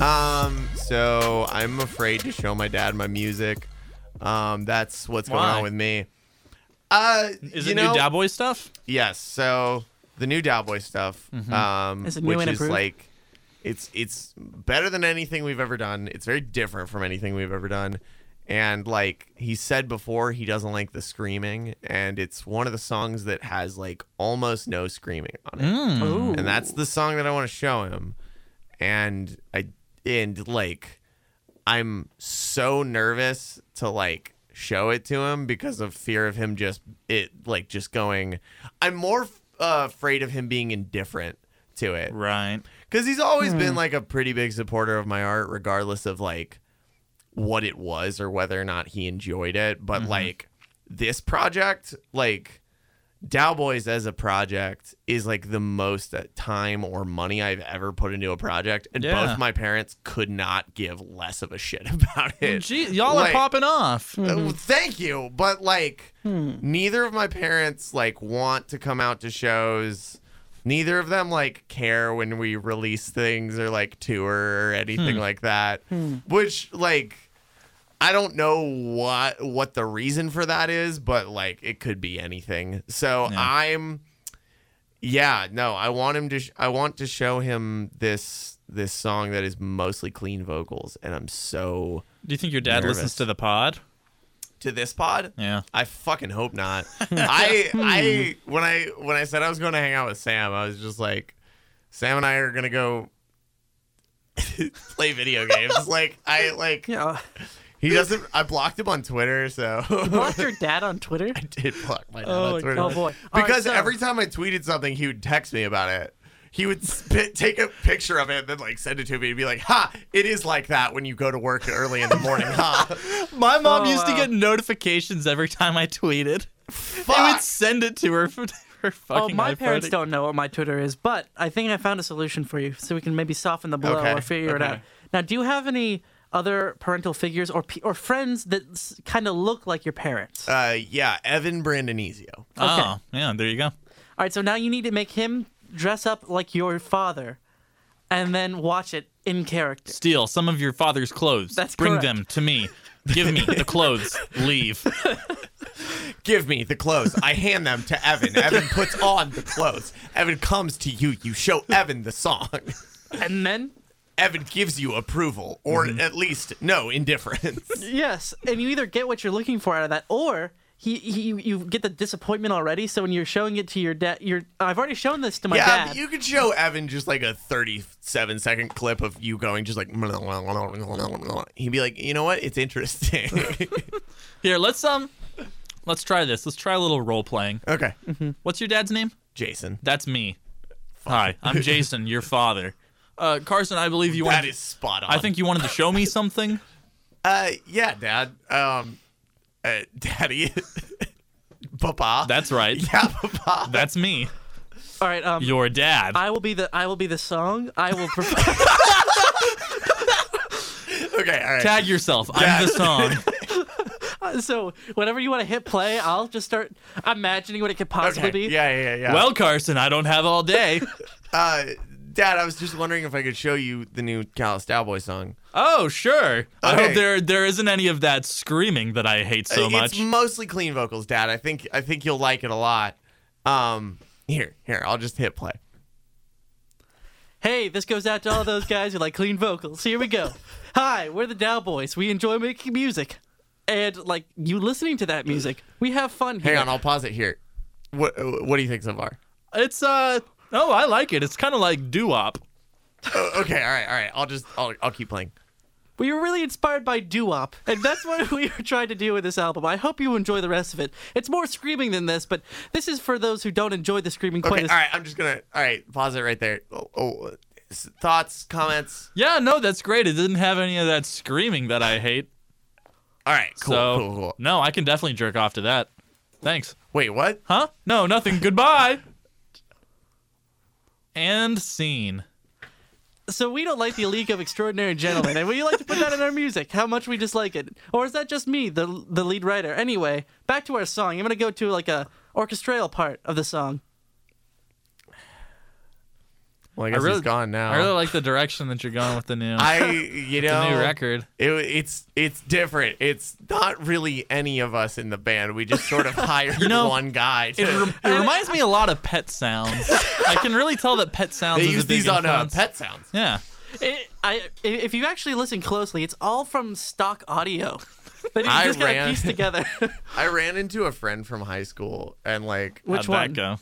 Speaker 2: Um, so I'm afraid to show my dad my music. Um, that's what's going
Speaker 3: Why?
Speaker 2: on with me. Uh,
Speaker 3: Is
Speaker 2: you
Speaker 3: it
Speaker 2: know,
Speaker 3: new Dowboy stuff?
Speaker 2: Yes. So the new Dowboy stuff, um,
Speaker 1: Mm-hmm. Is it new
Speaker 2: which
Speaker 1: and
Speaker 2: is
Speaker 1: improved?
Speaker 2: like, it's it's better than anything we've ever done. It's very different from anything we've ever done, and like he said before, he doesn't like the screaming, and it's one of the songs that has like almost no screaming on it,
Speaker 3: Hmm.
Speaker 1: Ooh.
Speaker 2: and that's the song that I want to show him, and I and like, I'm so nervous to like show it to him because of fear of him just it like just going. I'm more uh, afraid of him being indifferent to it
Speaker 3: Right.
Speaker 2: because he's always been like a pretty big supporter of my art, regardless of like what it was or whether or not he enjoyed it. But like this project, like Dowboys as a project is like the most uh, time or money I've ever put into a project, and
Speaker 3: Yeah.
Speaker 2: both my parents could not give less of a shit about it.
Speaker 3: Gee, y'all are
Speaker 2: Like-
Speaker 3: popping off.
Speaker 2: Uh, well, thank you but like neither of my parents like want to come out to shows neither of them like care when we release things or like tour or anything like that which like i don't know what what the reason for that is but like it could be anything so
Speaker 3: Yeah.
Speaker 2: i'm yeah no i want him to sh- i want to show him this this song that is mostly clean vocals and i'm so
Speaker 3: Do you think your dad
Speaker 2: Nervous.
Speaker 3: listens to the pod?
Speaker 2: to this pod
Speaker 3: Yeah.
Speaker 2: I fucking hope not. I I when I when I said I was going to hang out with Sam, I was just like, Sam and I are gonna go play video games. like I like
Speaker 1: Yeah.
Speaker 2: he doesn't. I blocked him on Twitter, so
Speaker 1: Blocked your dad on Twitter?
Speaker 2: I did block my dad
Speaker 1: Oh,
Speaker 2: on Twitter.
Speaker 1: oh, boy. All right,
Speaker 2: Because
Speaker 1: so-
Speaker 2: every time I tweeted something, he would text me about it. He would spit, take a picture of it, and then like send it to me and be like, "Ha! It is like that when you go to work early in the morning, huh?"
Speaker 3: My mom
Speaker 1: Oh,
Speaker 3: used to
Speaker 1: wow.
Speaker 3: get notifications every time I tweeted. I
Speaker 2: Fuck.
Speaker 3: would send it to her for her
Speaker 1: Oh,
Speaker 3: fucking.
Speaker 1: my parents
Speaker 3: iPhone.
Speaker 1: don't know what my Twitter is, but I think I found a solution for you, so we can maybe soften the blow
Speaker 2: Okay,
Speaker 1: or figure it
Speaker 2: okay.
Speaker 1: out. Now, do you have any other parental figures or pe- or friends that kind of look like your parents?
Speaker 2: Uh, yeah, Evan Brandonizio.
Speaker 3: Oh, yeah. There you go.
Speaker 1: All right, so now you need to make him dress up like your father, and then watch it in character.
Speaker 3: Steal some of your father's clothes.
Speaker 1: That's
Speaker 3: Bring
Speaker 1: correct.
Speaker 3: them to me. Give me the clothes. Leave.
Speaker 2: Give me the clothes. I hand them to Evan. Evan puts on the clothes. Evan comes to you. You show Evan the song.
Speaker 1: And then
Speaker 2: Evan gives you approval, or at least no indifference.
Speaker 1: yes, and you either get what you're looking for out of that, or he, he you- you get the disappointment already. So when you're showing it to your dad, you're I've already shown this to my
Speaker 2: yeah,
Speaker 1: dad.
Speaker 2: Um, you could show Evan just like a 37 second clip of you going just like. He'd be like, you know what? It's interesting.
Speaker 3: Here, let's um, let's try this. Let's try a little role playing.
Speaker 2: okay,
Speaker 3: What's your dad's name?
Speaker 2: Jason.
Speaker 3: That's me. Hi, I'm Jason, your father. Uh, Carson, I believe you
Speaker 2: That
Speaker 3: wanted.
Speaker 2: is spot on.
Speaker 3: I think you wanted to show me something.
Speaker 2: Uh, yeah, Dad. Um, uh, Daddy. Papa.
Speaker 3: That's right.
Speaker 2: yeah, Papa.
Speaker 3: That's me,
Speaker 1: All right, um,
Speaker 3: your dad.
Speaker 1: I will be the I will be the song. I will. Pre-
Speaker 2: Okay, all right.
Speaker 3: Tag yourself.
Speaker 2: Dad.
Speaker 3: I'm the song.
Speaker 1: so whenever you want to hit play, I'll just start imagining what it could possibly
Speaker 2: Okay.
Speaker 1: be.
Speaker 2: Yeah, yeah, yeah.
Speaker 3: Well, Carson, I don't have all day.
Speaker 2: Uh, Dad, I was just wondering if I could show you the new Callous Cowboy song.
Speaker 3: Oh, sure. I hope
Speaker 2: Okay.
Speaker 3: there there isn't any of that screaming that I hate so
Speaker 2: Uh,
Speaker 3: much.
Speaker 2: It's mostly clean vocals, Dad. I think I think you'll like it a lot. Um, here, here, I'll just hit play.
Speaker 1: Hey, this goes out to all those guys who like clean vocals. Here we go. Hi, we're the Dow Boys. We enjoy making music, and like you listening to that music, we have fun here.
Speaker 2: Hang on, I'll pause it here. What What do you think so far?
Speaker 3: It's uh oh, I like it. It's kind of like doo-wop.
Speaker 2: Oh, okay, all right, all right. I'll just I'll I'll keep playing.
Speaker 1: We were really inspired by doo-wop, and that's what we are trying to do with this album. I hope you enjoy the rest of it. It's more screaming than this, but this is for those who don't enjoy the screaming. Play
Speaker 2: Okay, all
Speaker 1: this.
Speaker 2: right. I'm just gonna all right. Pause it right there. Oh, oh, uh, s- thoughts, comments.
Speaker 3: Yeah, no, that's great. It didn't have any of that screaming that I hate.
Speaker 2: All right, cool,
Speaker 3: so
Speaker 2: cool, cool.
Speaker 3: no, I can definitely jerk off to that. Thanks.
Speaker 2: Wait, what?
Speaker 3: Huh? No, nothing. Goodbye. And scene.
Speaker 1: So we don't like the League of Extraordinary Gentlemen, and we like to put that in our music. How much we dislike it, or is that just me, the the lead writer? Anyway, back to our song. I'm gonna go to like a orchestral part of the song.
Speaker 2: Well, I guess
Speaker 3: really,
Speaker 2: he's gone now.
Speaker 3: I really like the direction that you're going with the new,
Speaker 2: Oh. I you
Speaker 3: the
Speaker 2: know
Speaker 3: new record.
Speaker 2: It, it's it's different. It's not really any of us in the band. We just sort of hired
Speaker 3: You know,
Speaker 2: one guy.
Speaker 3: It,
Speaker 2: to-
Speaker 3: rem- it reminds me a lot of Pet Sounds. I can really tell that Pet Sounds
Speaker 2: they
Speaker 3: is
Speaker 2: use
Speaker 3: a big
Speaker 2: these on uh,
Speaker 3: influence.
Speaker 2: Pet Sounds.
Speaker 3: Yeah.
Speaker 1: It, I, i- if you actually listen closely, it's all from stock audio. But you
Speaker 2: I
Speaker 1: just got to
Speaker 2: ran-
Speaker 1: piece together.
Speaker 2: I ran into a friend from high school and like
Speaker 1: Which
Speaker 3: How'd
Speaker 1: one?
Speaker 3: that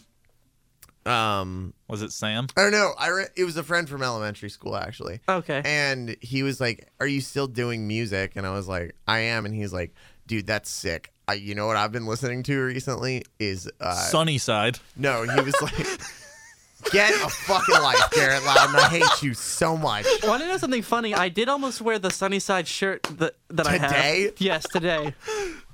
Speaker 2: um
Speaker 3: go? Was it Sam?
Speaker 2: I don't know. I re- it was a friend from elementary school actually.
Speaker 1: Okay.
Speaker 2: And he was like, "Are you still doing music?" And I was like, "I am." And he's like, "Dude, that's sick." I, you know what I've been listening to recently is uh,
Speaker 3: Sunny Side.
Speaker 2: no. He was like, "Get a fucking life, Garrett Loudon. I hate you so much."
Speaker 1: Want to know something funny? I did almost wear the Sunnyside shirt that, that I have.
Speaker 2: Today?
Speaker 1: Yes, today.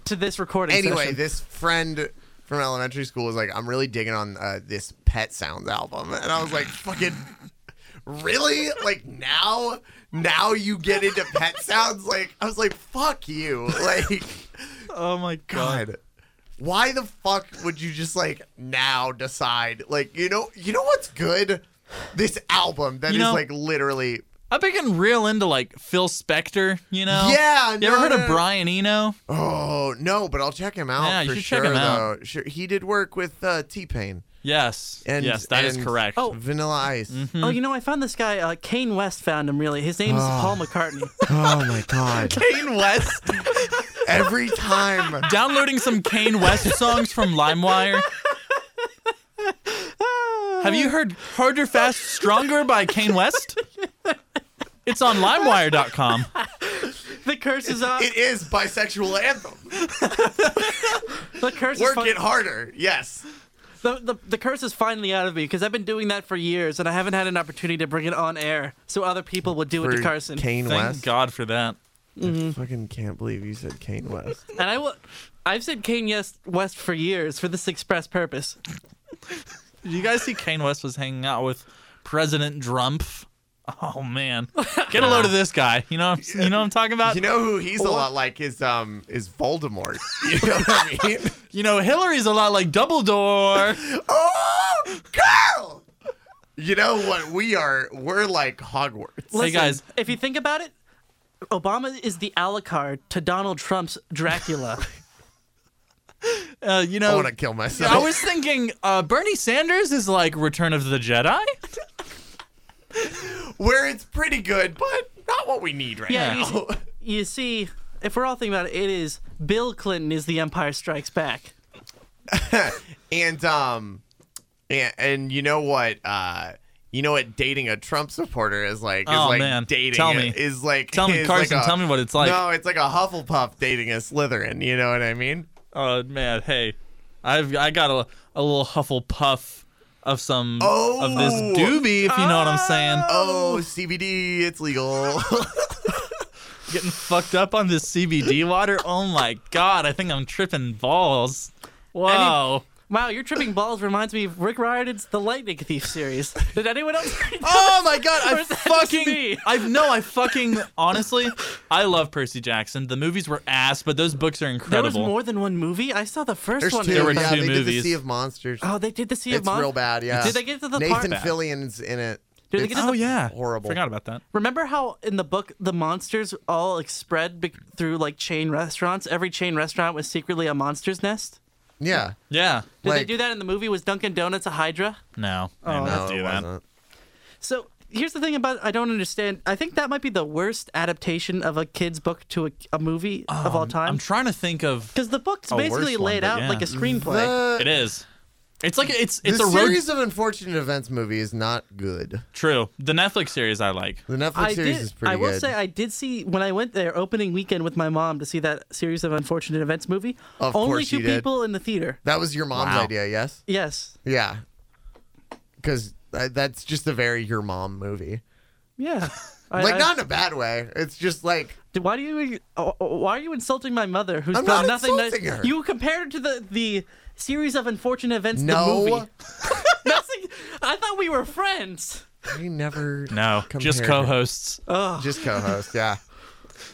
Speaker 1: To this recording
Speaker 2: Anyway,
Speaker 1: session.
Speaker 2: this friend from elementary school was like, "I'm really digging on uh, this Pet Sounds album," and I was like, "Fucking." Really? Like now? Now you get into pet sounds? Like I was like, "Fuck you!" Like
Speaker 3: Oh my
Speaker 2: God. Why the fuck would you just like now decide? Like, you know, you know what's good? This album that
Speaker 3: You
Speaker 2: is
Speaker 3: know-
Speaker 2: like literally
Speaker 3: I've been getting real into like Phil Spector, you know?
Speaker 2: Yeah,
Speaker 3: You
Speaker 2: no,
Speaker 3: ever heard
Speaker 2: no,
Speaker 3: of
Speaker 2: no.
Speaker 3: Brian Eno?
Speaker 2: Oh, no, but I'll check him out
Speaker 3: Yeah, you
Speaker 2: for
Speaker 3: should check
Speaker 2: sure
Speaker 3: him out.
Speaker 2: though. Sure. He did work with uh, T-Pain,
Speaker 3: Yes.
Speaker 2: And-
Speaker 3: yes, that is
Speaker 2: and-
Speaker 3: correct.
Speaker 1: Oh.
Speaker 2: Vanilla Ice.
Speaker 3: Mm-hmm.
Speaker 1: Oh, you know, I found this guy. Uh, Kane West found him, really. His name is
Speaker 2: Ah.
Speaker 1: Paul McCartney.
Speaker 2: Oh my god.
Speaker 3: Kane West.
Speaker 2: Every time
Speaker 3: Downloading some Kane West songs from LimeWire. Have you heard Harder, Fast, Stronger by Kane West? It's on limewire.com.
Speaker 1: the curse is on.
Speaker 2: it is bisexual anthem.
Speaker 1: the curse is
Speaker 2: Work
Speaker 1: fin-
Speaker 2: it harder. Yes.
Speaker 1: the, the, the curse is finally out of me because I've been doing that for years and I haven't had an opportunity to bring it on air so other people would do it to Carson.
Speaker 2: Kane
Speaker 3: Thank
Speaker 2: West.
Speaker 3: God for that.
Speaker 2: I fucking can't believe you said Kane West.
Speaker 1: And I will. I've said Kane yes, West for years for this express purpose.
Speaker 3: Did you guys see Kane West was hanging out with President Drumpf? Oh man, get a load of this guy. You know, you know what I'm talking about.
Speaker 2: You know who he's a lot like is um is Voldemort. You know what I mean?
Speaker 3: You know, Hillary's a lot like Dumbledore.
Speaker 2: Oh, girl! You know what we are? We're like Hogwarts.
Speaker 1: Listen,
Speaker 3: guys.
Speaker 1: if you think about it, Obama is the Alucard to Donald Trump's Dracula.
Speaker 3: Uh, you
Speaker 2: I
Speaker 3: know,
Speaker 2: want to kill myself.
Speaker 3: I was thinking uh, Bernie Sanders is like Return of the Jedi.
Speaker 2: Where it's pretty good, but not what we need right
Speaker 1: Yeah,
Speaker 2: now.
Speaker 1: you see, if we're all thinking about it, it is Bill Clinton is the Empire Strikes Back.
Speaker 2: and um, and, and you know what? Uh, you know what? Dating a Trump supporter is like is
Speaker 3: Oh,
Speaker 2: like
Speaker 3: man.
Speaker 2: dating
Speaker 3: Tell
Speaker 2: a-
Speaker 3: me.
Speaker 2: is like
Speaker 3: Tell me,
Speaker 2: is
Speaker 3: Carson.
Speaker 2: like a-
Speaker 3: tell me what it's like.
Speaker 2: no, it's like a Hufflepuff dating a Slytherin. You know what I mean?
Speaker 3: Oh man, hey, I've I got a a little Hufflepuff of some
Speaker 2: Oh.
Speaker 3: of this doobie, if you know what I'm saying.
Speaker 2: Oh, CBD, it's legal.
Speaker 3: Getting fucked up on this CBD water. Oh my god, I think I'm tripping balls. Oh. Whoa.
Speaker 1: Wow, your tripping balls reminds me of Rick Riordan's The Lightning Thief series. Did anyone else?
Speaker 3: Oh my god,
Speaker 1: Or
Speaker 3: I
Speaker 1: is that just
Speaker 3: fucking
Speaker 1: me?
Speaker 3: I no, I fucking honestly, I love Percy Jackson. The movies were ass, but those books are
Speaker 1: there was
Speaker 3: incredible.
Speaker 1: more than one movie. I saw the first
Speaker 2: There's
Speaker 1: one.
Speaker 2: two.
Speaker 3: There were
Speaker 2: yeah,
Speaker 3: two
Speaker 2: they did the
Speaker 3: movies.
Speaker 2: Sea of Monsters.
Speaker 1: Oh, they did the Sea of
Speaker 2: It's
Speaker 1: Mon-
Speaker 2: real bad, yeah.
Speaker 1: Did they get to the
Speaker 2: Nathan
Speaker 1: part?
Speaker 2: Fillion's in it.
Speaker 1: Did they
Speaker 2: It's-
Speaker 1: get to
Speaker 3: Oh yeah,
Speaker 2: Horrible.
Speaker 3: Forgot about that.
Speaker 1: Remember how in the book the monsters all like spread be- through like chain restaurants? Every chain restaurant was secretly a monster's nest.
Speaker 2: yeah.
Speaker 3: Yeah.
Speaker 1: Did they
Speaker 2: Like-
Speaker 1: do that in the movie? Was Dunkin' Donuts a Hydra?
Speaker 3: No. they
Speaker 1: Oh,
Speaker 3: did
Speaker 2: No,
Speaker 3: not
Speaker 2: it
Speaker 3: do that.
Speaker 2: wasn't.
Speaker 1: So here's the thing about I don't understand. I think that might be the worst adaptation of a kid's book to a, a movie of all
Speaker 3: Um, I'm
Speaker 1: time.
Speaker 3: trying to think of
Speaker 1: Because the book's
Speaker 3: A worse
Speaker 1: basically
Speaker 3: one,
Speaker 1: laid
Speaker 3: but
Speaker 1: out
Speaker 3: yeah.
Speaker 1: like a screenplay.
Speaker 2: The,
Speaker 3: it is. It's like it's it's
Speaker 2: uh, the
Speaker 3: a road
Speaker 2: series of unfortunate events movie is not good.
Speaker 3: true. The Netflix series I like.
Speaker 2: The Netflix
Speaker 1: I
Speaker 2: series
Speaker 1: did.
Speaker 2: is pretty
Speaker 1: I will
Speaker 2: good.
Speaker 1: say I did see when I went there opening weekend with my mom to see that series of unfortunate events movie.
Speaker 2: Of
Speaker 1: only
Speaker 2: course
Speaker 1: two
Speaker 2: you did.
Speaker 1: people in the theater.
Speaker 2: that was your mom's
Speaker 3: Wow.
Speaker 2: idea, yes?
Speaker 1: Yes.
Speaker 2: Yeah. Because that's just a very your mom movie.
Speaker 1: Yeah. I-
Speaker 2: Like,
Speaker 1: I-
Speaker 2: not in a bad way. It's just like,
Speaker 1: Dude, Why do you? oh, oh, Why are you insulting my mother? Who's
Speaker 2: I'm
Speaker 1: done
Speaker 2: not
Speaker 1: nothing? nice-
Speaker 2: insulting her.
Speaker 1: You compared to the the series of unfortunate events.
Speaker 2: No.
Speaker 1: The movie. Nothing. I thought we were friends.
Speaker 2: I never.
Speaker 3: No, just
Speaker 2: compared-
Speaker 3: co-hosts.
Speaker 2: Just co host, yeah.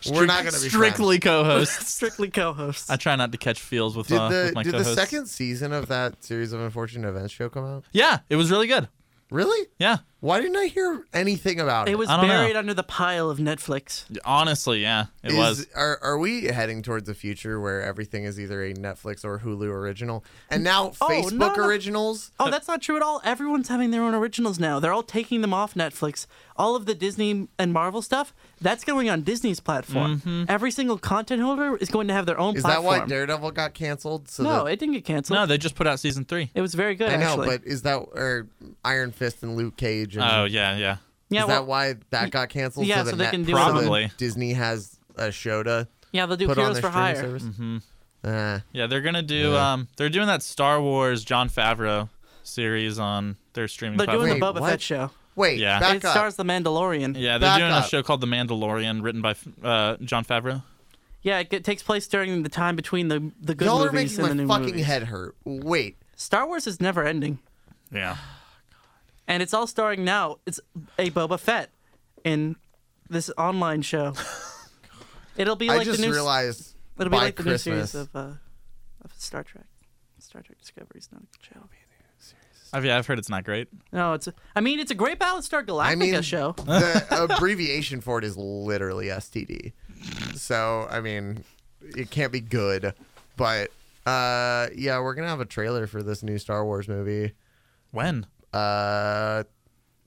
Speaker 2: We're not going to be
Speaker 3: strictly co-hosts.
Speaker 1: Strictly co-hosts.
Speaker 3: I try not to catch feels with,
Speaker 2: friends.
Speaker 3: uh, with
Speaker 2: Did, the,
Speaker 3: my
Speaker 2: did the
Speaker 3: co-hosts.
Speaker 2: second season of that series of unfortunate events show come out?
Speaker 3: Yeah, it was really good.
Speaker 2: Really?
Speaker 3: Yeah,
Speaker 2: Why didn't I hear anything about it?
Speaker 1: It was
Speaker 3: I don't know.
Speaker 1: buried under the pile of Netflix.
Speaker 3: Honestly, yeah, it
Speaker 2: Is-
Speaker 3: was.
Speaker 2: Are, are we heading towards a future where everything is either a Netflix or Hulu original? And now
Speaker 1: Oh, no,
Speaker 2: Facebook
Speaker 1: no.
Speaker 2: originals?
Speaker 1: Oh, that's not true at all. Everyone's having their own originals now. They're all taking them off Netflix. All of the Disney and Marvel stuff, that's going on Disney's platform.
Speaker 2: Mm-hmm.
Speaker 1: Every single content holder is going to have their own
Speaker 2: Is that
Speaker 1: platform.
Speaker 2: why Daredevil got canceled? So
Speaker 1: no,
Speaker 2: that-
Speaker 1: it didn't get canceled.
Speaker 3: No, they just put out season three.
Speaker 1: it was very good,
Speaker 2: I know,
Speaker 1: actually.
Speaker 2: but is that or Iron Fist and Luke Cage? And,
Speaker 3: Oh yeah, yeah.
Speaker 1: yeah,
Speaker 2: is
Speaker 1: well,
Speaker 2: that why that got canceled?
Speaker 1: yeah,
Speaker 2: so,
Speaker 1: so
Speaker 2: the
Speaker 1: they can
Speaker 2: Net-
Speaker 1: do
Speaker 2: so
Speaker 3: it
Speaker 2: the
Speaker 3: Probably.
Speaker 2: Disney has a show to
Speaker 1: yeah, they'll do
Speaker 2: put on
Speaker 1: Heroes
Speaker 2: their
Speaker 1: for
Speaker 2: streaming
Speaker 1: Hire. Mm-hmm.
Speaker 2: service. Uh,
Speaker 3: Yeah, they're gonna do.
Speaker 2: Yeah.
Speaker 3: Um, they're doing that Star Wars John Favreau series on their streaming.
Speaker 1: They're doing
Speaker 3: platform.
Speaker 2: Wait,
Speaker 1: the Boba
Speaker 2: what?
Speaker 1: Fett show.
Speaker 2: wait,
Speaker 3: Yeah.
Speaker 2: back
Speaker 1: it
Speaker 2: up.
Speaker 1: stars The Mandalorian.
Speaker 3: yeah, they're
Speaker 2: Back
Speaker 3: doing
Speaker 2: up.
Speaker 3: a show called The Mandalorian, written by uh, John Favreau.
Speaker 1: Yeah, it g- takes place during the time between the the good
Speaker 2: Y'all are
Speaker 1: movies
Speaker 2: making
Speaker 1: and the
Speaker 2: my
Speaker 1: new
Speaker 2: fucking
Speaker 1: movies.
Speaker 2: head hurt. Wait,
Speaker 1: Star Wars is never ending,
Speaker 3: Yeah.
Speaker 1: and it's all starring now. It's a Boba Fett in this online show. It'll be
Speaker 2: I
Speaker 1: like
Speaker 2: just
Speaker 1: the new.
Speaker 2: realized
Speaker 1: it'll be
Speaker 2: by
Speaker 1: like the new
Speaker 2: Christmas.
Speaker 1: series of uh, of Star Trek. Star Trek Discovery is not a good show.
Speaker 3: I've, yeah, I've heard it's not great.
Speaker 1: No, it's. I mean, it's a great Battlestar Galactica
Speaker 2: I mean,
Speaker 1: show.
Speaker 2: the abbreviation for it is literally STD. So I mean, it can't be good. But uh, yeah, we're gonna have a trailer for this new Star Wars movie.
Speaker 3: When?
Speaker 2: Uh,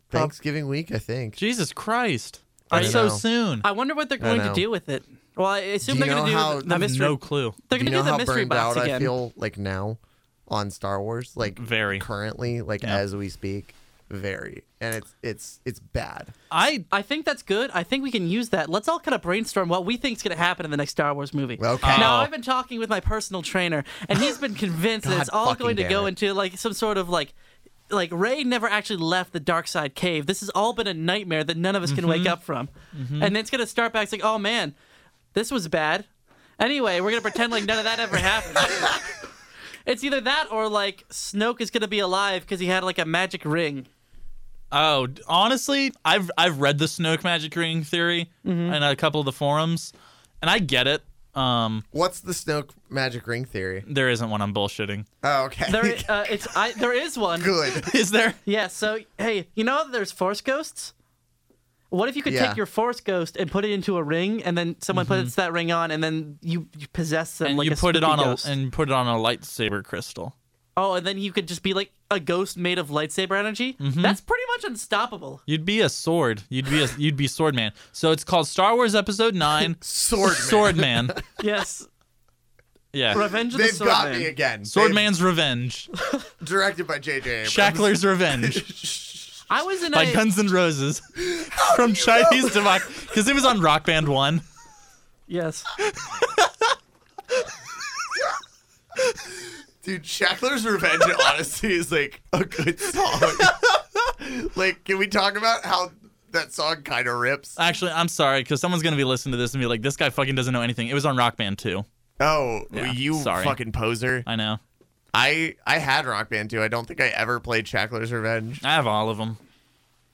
Speaker 2: Thanksgiving week, I think.
Speaker 3: Jesus Christ!
Speaker 2: I
Speaker 3: That's so
Speaker 2: know.
Speaker 3: soon.
Speaker 1: I wonder what they're going to
Speaker 2: know.
Speaker 1: do with it. Well, I assume
Speaker 2: Do you
Speaker 1: they're going to
Speaker 2: know
Speaker 1: do
Speaker 2: how-
Speaker 1: the,
Speaker 2: I
Speaker 1: the
Speaker 2: have
Speaker 1: mystery.
Speaker 3: No clue.
Speaker 1: They're
Speaker 2: Do
Speaker 1: going to
Speaker 2: you know
Speaker 1: do the
Speaker 2: how
Speaker 1: mystery
Speaker 2: burned out
Speaker 1: box
Speaker 2: I
Speaker 1: again.
Speaker 2: feel like now on Star Wars? Like
Speaker 3: Very.
Speaker 2: currently, like
Speaker 3: Yeah.
Speaker 2: as we speak, very. And it's it's it's bad.
Speaker 3: I
Speaker 1: I think that's good. I think we can use that. Let's all kind of brainstorm what we think is going to happen in the next Star Wars movie.
Speaker 2: Okay.
Speaker 1: Now
Speaker 3: Oh.
Speaker 1: I've been talking with my personal trainer, and he's been convinced that
Speaker 2: God
Speaker 1: it's all
Speaker 2: fucking
Speaker 1: going to
Speaker 2: damn
Speaker 1: go
Speaker 2: it.
Speaker 1: into like some sort of like, like Ray never actually left the dark side cave. This has all been a nightmare that none of us can wake
Speaker 2: Mm-hmm.
Speaker 1: up from, and then it's going to start back. It's like, oh man, this was bad. Anyway, we're going to pretend like none of that ever happened. It's either that or like Snoke is gonna be alive because he had like a magic ring.
Speaker 3: Oh, d- honestly, I've I've read the Snoke magic ring theory
Speaker 1: Mm-hmm.
Speaker 3: in a couple of the forums, and I get it. Um,
Speaker 2: What's the Snoke magic ring theory?
Speaker 3: there isn't one. I'm bullshitting.
Speaker 2: Oh, okay.
Speaker 1: There, i- uh, it's I, there is one.
Speaker 2: good.
Speaker 3: Is there?
Speaker 1: Yeah, so hey, you know that there's force ghosts? What if you could
Speaker 2: Yeah.
Speaker 1: take your force ghost and put it into a ring and then someone puts that ring on and then you, you possess them
Speaker 3: Mm-hmm. And
Speaker 1: like
Speaker 3: you
Speaker 1: a
Speaker 3: put it
Speaker 1: spooky
Speaker 3: on
Speaker 1: ghost.
Speaker 3: a and put it on a lightsaber crystal.
Speaker 1: Oh, and then you could just be like a ghost made of lightsaber energy?
Speaker 3: Mm-hmm.
Speaker 1: That's pretty much unstoppable.
Speaker 3: You'd be a sword. You'd be a you'd be sword man. So it's called Star Wars Episode Nine.
Speaker 2: Sword.
Speaker 3: sword man.
Speaker 1: Yes.
Speaker 3: Yeah.
Speaker 1: Revenge of
Speaker 2: They've
Speaker 1: the Sword
Speaker 2: got
Speaker 1: Man.
Speaker 2: me again.
Speaker 3: Sword
Speaker 2: They've-
Speaker 3: man's revenge.
Speaker 2: directed by J.J. Abrams.
Speaker 3: Shackler's revenge
Speaker 1: I was in
Speaker 3: by
Speaker 1: a
Speaker 3: Guns N' Roses from Chinese Democracy because it was on Rock Band One.
Speaker 1: Yes.
Speaker 2: Dude, Shackler's Revenge honestly is like a good song. like, can we talk about how that song kind of rips?
Speaker 3: Actually, I'm sorry because someone's gonna be listening to this and be like, "This guy fucking doesn't know anything." It was on Rock Band Two.
Speaker 2: Oh,
Speaker 3: Yeah,
Speaker 2: you
Speaker 3: sorry.
Speaker 2: fucking poser.
Speaker 3: I know.
Speaker 2: I I had Rock Band too. I don't think I ever played Shackler's Revenge.
Speaker 3: I have all of them.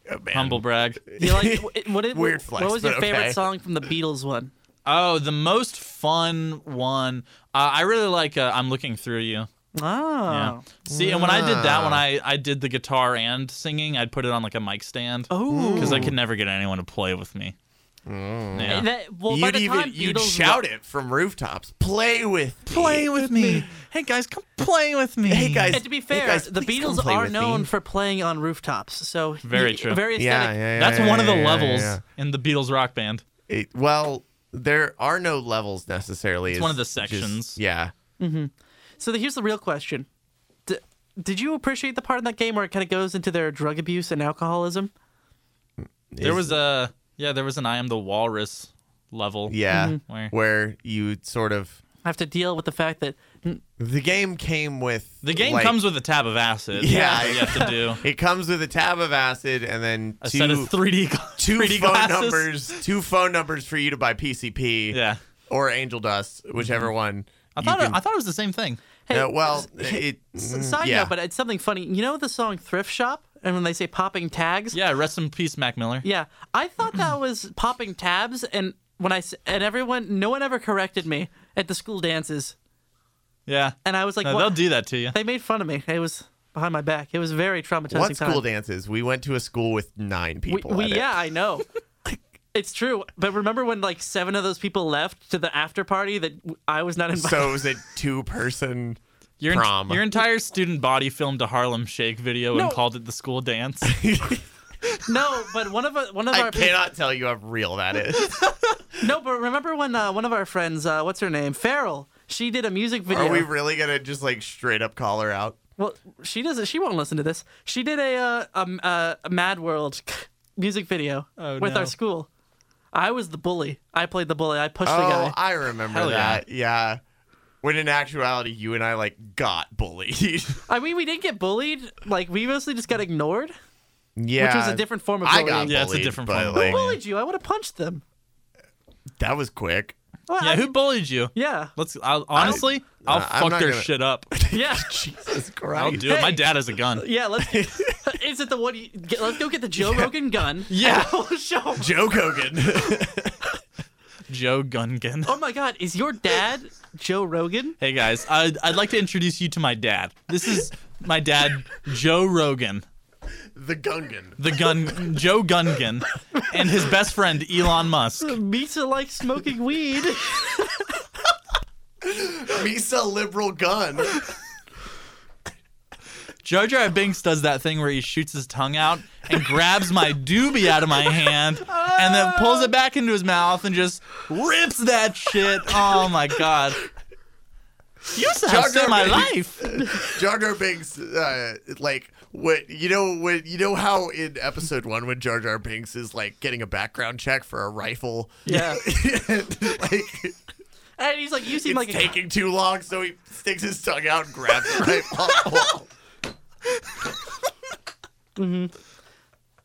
Speaker 2: Oh, man.
Speaker 3: Ah, Humble brag.
Speaker 1: You like what, what, did-
Speaker 2: Weird
Speaker 1: what
Speaker 2: flex,
Speaker 1: was your
Speaker 2: but
Speaker 1: favorite
Speaker 2: okay.
Speaker 1: song from the Beatles one?
Speaker 3: Oh, the most fun one. Uh, I really like. Uh, I'm looking through you.
Speaker 1: Oh.
Speaker 3: Yeah. See, and when I did that, when
Speaker 2: Ah.
Speaker 3: I I did the guitar and singing, I'd put it on like a mic stand
Speaker 1: Oh.
Speaker 3: because I could never get anyone to play with me. Yeah.
Speaker 1: That- well, by
Speaker 2: you'd
Speaker 1: the
Speaker 2: even
Speaker 1: time
Speaker 2: you'd
Speaker 1: Beatles
Speaker 2: shout it from rooftops. Play with me.
Speaker 3: Play with me. Hey guys, come play with me.
Speaker 2: Hey, guys.
Speaker 1: And to be
Speaker 2: Hey,
Speaker 1: fair,
Speaker 2: guys,
Speaker 1: the
Speaker 2: please come
Speaker 1: Beatles
Speaker 2: play
Speaker 1: are
Speaker 2: with
Speaker 1: known
Speaker 2: me.
Speaker 1: for playing on rooftops, so
Speaker 3: Very
Speaker 1: y-
Speaker 3: true.
Speaker 1: very
Speaker 2: Yeah, yeah,
Speaker 1: aesthetic.
Speaker 2: yeah,
Speaker 3: That's
Speaker 2: yeah,
Speaker 3: one of the
Speaker 2: yeah, yeah,
Speaker 3: levels
Speaker 2: yeah.
Speaker 3: in the Beatles rock band.
Speaker 2: It- well, there are no levels necessarily. It's
Speaker 3: one of the
Speaker 2: just-
Speaker 3: sections.
Speaker 2: yeah.
Speaker 1: So the, here's the real question: D- Did you appreciate the part in that game where it kind of goes into their drug abuse and alcoholism?
Speaker 3: There was a yeah, there was an I am the walrus level.
Speaker 2: Yeah,
Speaker 3: Mm-hmm. Where-
Speaker 2: where you sort of
Speaker 1: I have to deal with the fact that
Speaker 2: the game came with
Speaker 3: The game
Speaker 2: like,
Speaker 3: comes with a tab of acid.
Speaker 2: Yeah.
Speaker 3: that you have to do.
Speaker 2: it comes with a tab of acid and then
Speaker 3: A
Speaker 2: two,
Speaker 3: set of 3D, gla-
Speaker 2: two
Speaker 3: 3D
Speaker 2: phone
Speaker 3: glasses.
Speaker 2: numbers, two phone numbers for you to buy PCP
Speaker 3: Yeah.
Speaker 2: or Angel Dust, whichever one.
Speaker 3: I
Speaker 2: you
Speaker 3: thought it,
Speaker 2: can-
Speaker 3: I thought it was the same thing.
Speaker 1: hey,
Speaker 2: Uh, well,
Speaker 1: s-
Speaker 2: it, mm,
Speaker 1: s- side
Speaker 2: yeah.
Speaker 1: note, but it's something funny. You know the song "Thrift Shop," and when they say "popping tags,"
Speaker 3: Yeah, rest in peace, Mac Miller.
Speaker 1: Yeah, I thought that was popping tabs, and when I s- and everyone, no one ever corrected me at the school dances,
Speaker 3: Yeah.
Speaker 1: and I was like,
Speaker 3: No,
Speaker 1: what?
Speaker 3: they'll do that to you.
Speaker 1: they made fun of me. It was behind my back. It was a very traumatizing.
Speaker 2: What
Speaker 1: time.
Speaker 2: school dances? We went to a school with nine
Speaker 1: We,
Speaker 2: people.
Speaker 1: we
Speaker 2: at it.
Speaker 1: yeah, I know. it's true. But remember when like seven of those people left to the after party that w- I was not invited.
Speaker 2: So it was a two person
Speaker 3: Your, en-
Speaker 2: prom.
Speaker 3: your entire student body filmed a Harlem Shake video
Speaker 1: No.
Speaker 3: and called it the school dance.
Speaker 1: no, but one of our- one of
Speaker 2: I
Speaker 1: our peop-
Speaker 2: cannot tell you how real that is.
Speaker 1: no, but remember when uh, one of our friends, uh, what's her name, Farrell, she did a music video.
Speaker 2: Are we really gonna just like straight up call her out?
Speaker 1: Well, she doesn't. She won't listen to this. She did a uh, um, uh, a Mad World music video
Speaker 3: Oh,
Speaker 1: with
Speaker 3: no.
Speaker 1: our school. I was the bully. I played the bully. I pushed the
Speaker 2: Oh,
Speaker 1: guy.
Speaker 2: I remember
Speaker 3: Hell yeah.
Speaker 2: that. Yeah. When in actuality, you and I like got bullied.
Speaker 1: I mean, we didn't get bullied. Like we mostly just got ignored,
Speaker 2: yeah.
Speaker 1: which was a different form of
Speaker 2: I
Speaker 1: bullying.
Speaker 2: got
Speaker 3: Yeah, it's a
Speaker 2: bullied,
Speaker 3: different
Speaker 2: but,
Speaker 3: form of
Speaker 2: like,
Speaker 1: Who bullied you? I would have punched them.
Speaker 2: That was quick.
Speaker 1: Well, I-
Speaker 3: yeah, who bullied you?
Speaker 1: Yeah.
Speaker 3: Let's. I'll, honestly, I, will
Speaker 2: Nah, uh, I'm
Speaker 3: fuck
Speaker 2: not
Speaker 3: their
Speaker 2: gonna-
Speaker 3: shit up.
Speaker 1: Yeah.
Speaker 2: Jesus Christ.
Speaker 3: I'll do it. My dad has a gun.
Speaker 1: Yeah, let's. is it the one? You, get, let's go get the Joe Rogan gun.
Speaker 3: Yeah,
Speaker 1: We'll show 'em.
Speaker 2: Joe Kogan.
Speaker 3: Joe Gungan.
Speaker 1: Oh my God, is your dad Joe Rogan?
Speaker 3: Hey guys, I'd, I'd like to introduce you to my dad. This is my dad, Joe Rogan,
Speaker 2: the Gungan.
Speaker 3: the gun, Joe Gungan, and his best friend Elon Musk.
Speaker 1: Misa likes smoking weed.
Speaker 2: Misa liberal gun.
Speaker 3: Jar Jar Binks does that thing where he shoots his tongue out and grabs my doobie out of my hand and then pulls it back into his mouth and just rips that shit. Oh my god. You used to have
Speaker 2: Jar Jar
Speaker 3: saved my
Speaker 2: Binks.
Speaker 3: life.
Speaker 2: Jar Jar Binks, uh, like what you know, when you know how in episode one when Jar Jar Binks is like getting a background check for a rifle,
Speaker 1: Yeah.
Speaker 2: and, like
Speaker 1: And he's like, you seem
Speaker 2: it's
Speaker 1: like a
Speaker 2: taking too long, so he sticks his tongue out and grabs the rifle.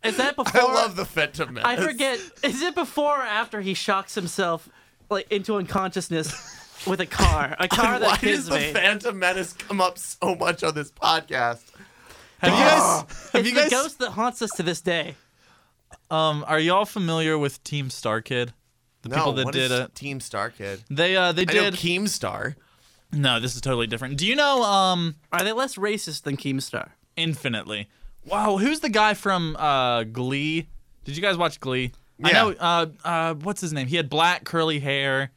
Speaker 1: Is that before?
Speaker 2: I love the Phantom Menace.
Speaker 1: I forget. Is it before or after he shocks himself like into unconsciousness with a car? A car
Speaker 2: Why
Speaker 1: that
Speaker 2: does
Speaker 1: hits
Speaker 2: the
Speaker 1: me.
Speaker 2: Phantom Menace come up so much on this podcast?
Speaker 3: Have you guys have
Speaker 1: it's
Speaker 3: you guys
Speaker 1: the ghost that haunts us to this day.
Speaker 3: um are y'all familiar with Team Star Kid? The people that did it.
Speaker 2: Team Star Kid.
Speaker 3: They uh they
Speaker 2: I know
Speaker 3: did
Speaker 2: Keemstar.
Speaker 3: No, this is totally different. Do you know um
Speaker 1: Are they less racist than Keemstar?
Speaker 3: Infinitely. Wow, who's the guy from uh, Glee? Did you guys watch Glee? I
Speaker 2: Yeah.
Speaker 3: know. Uh, uh, what's his name? He had black curly hair.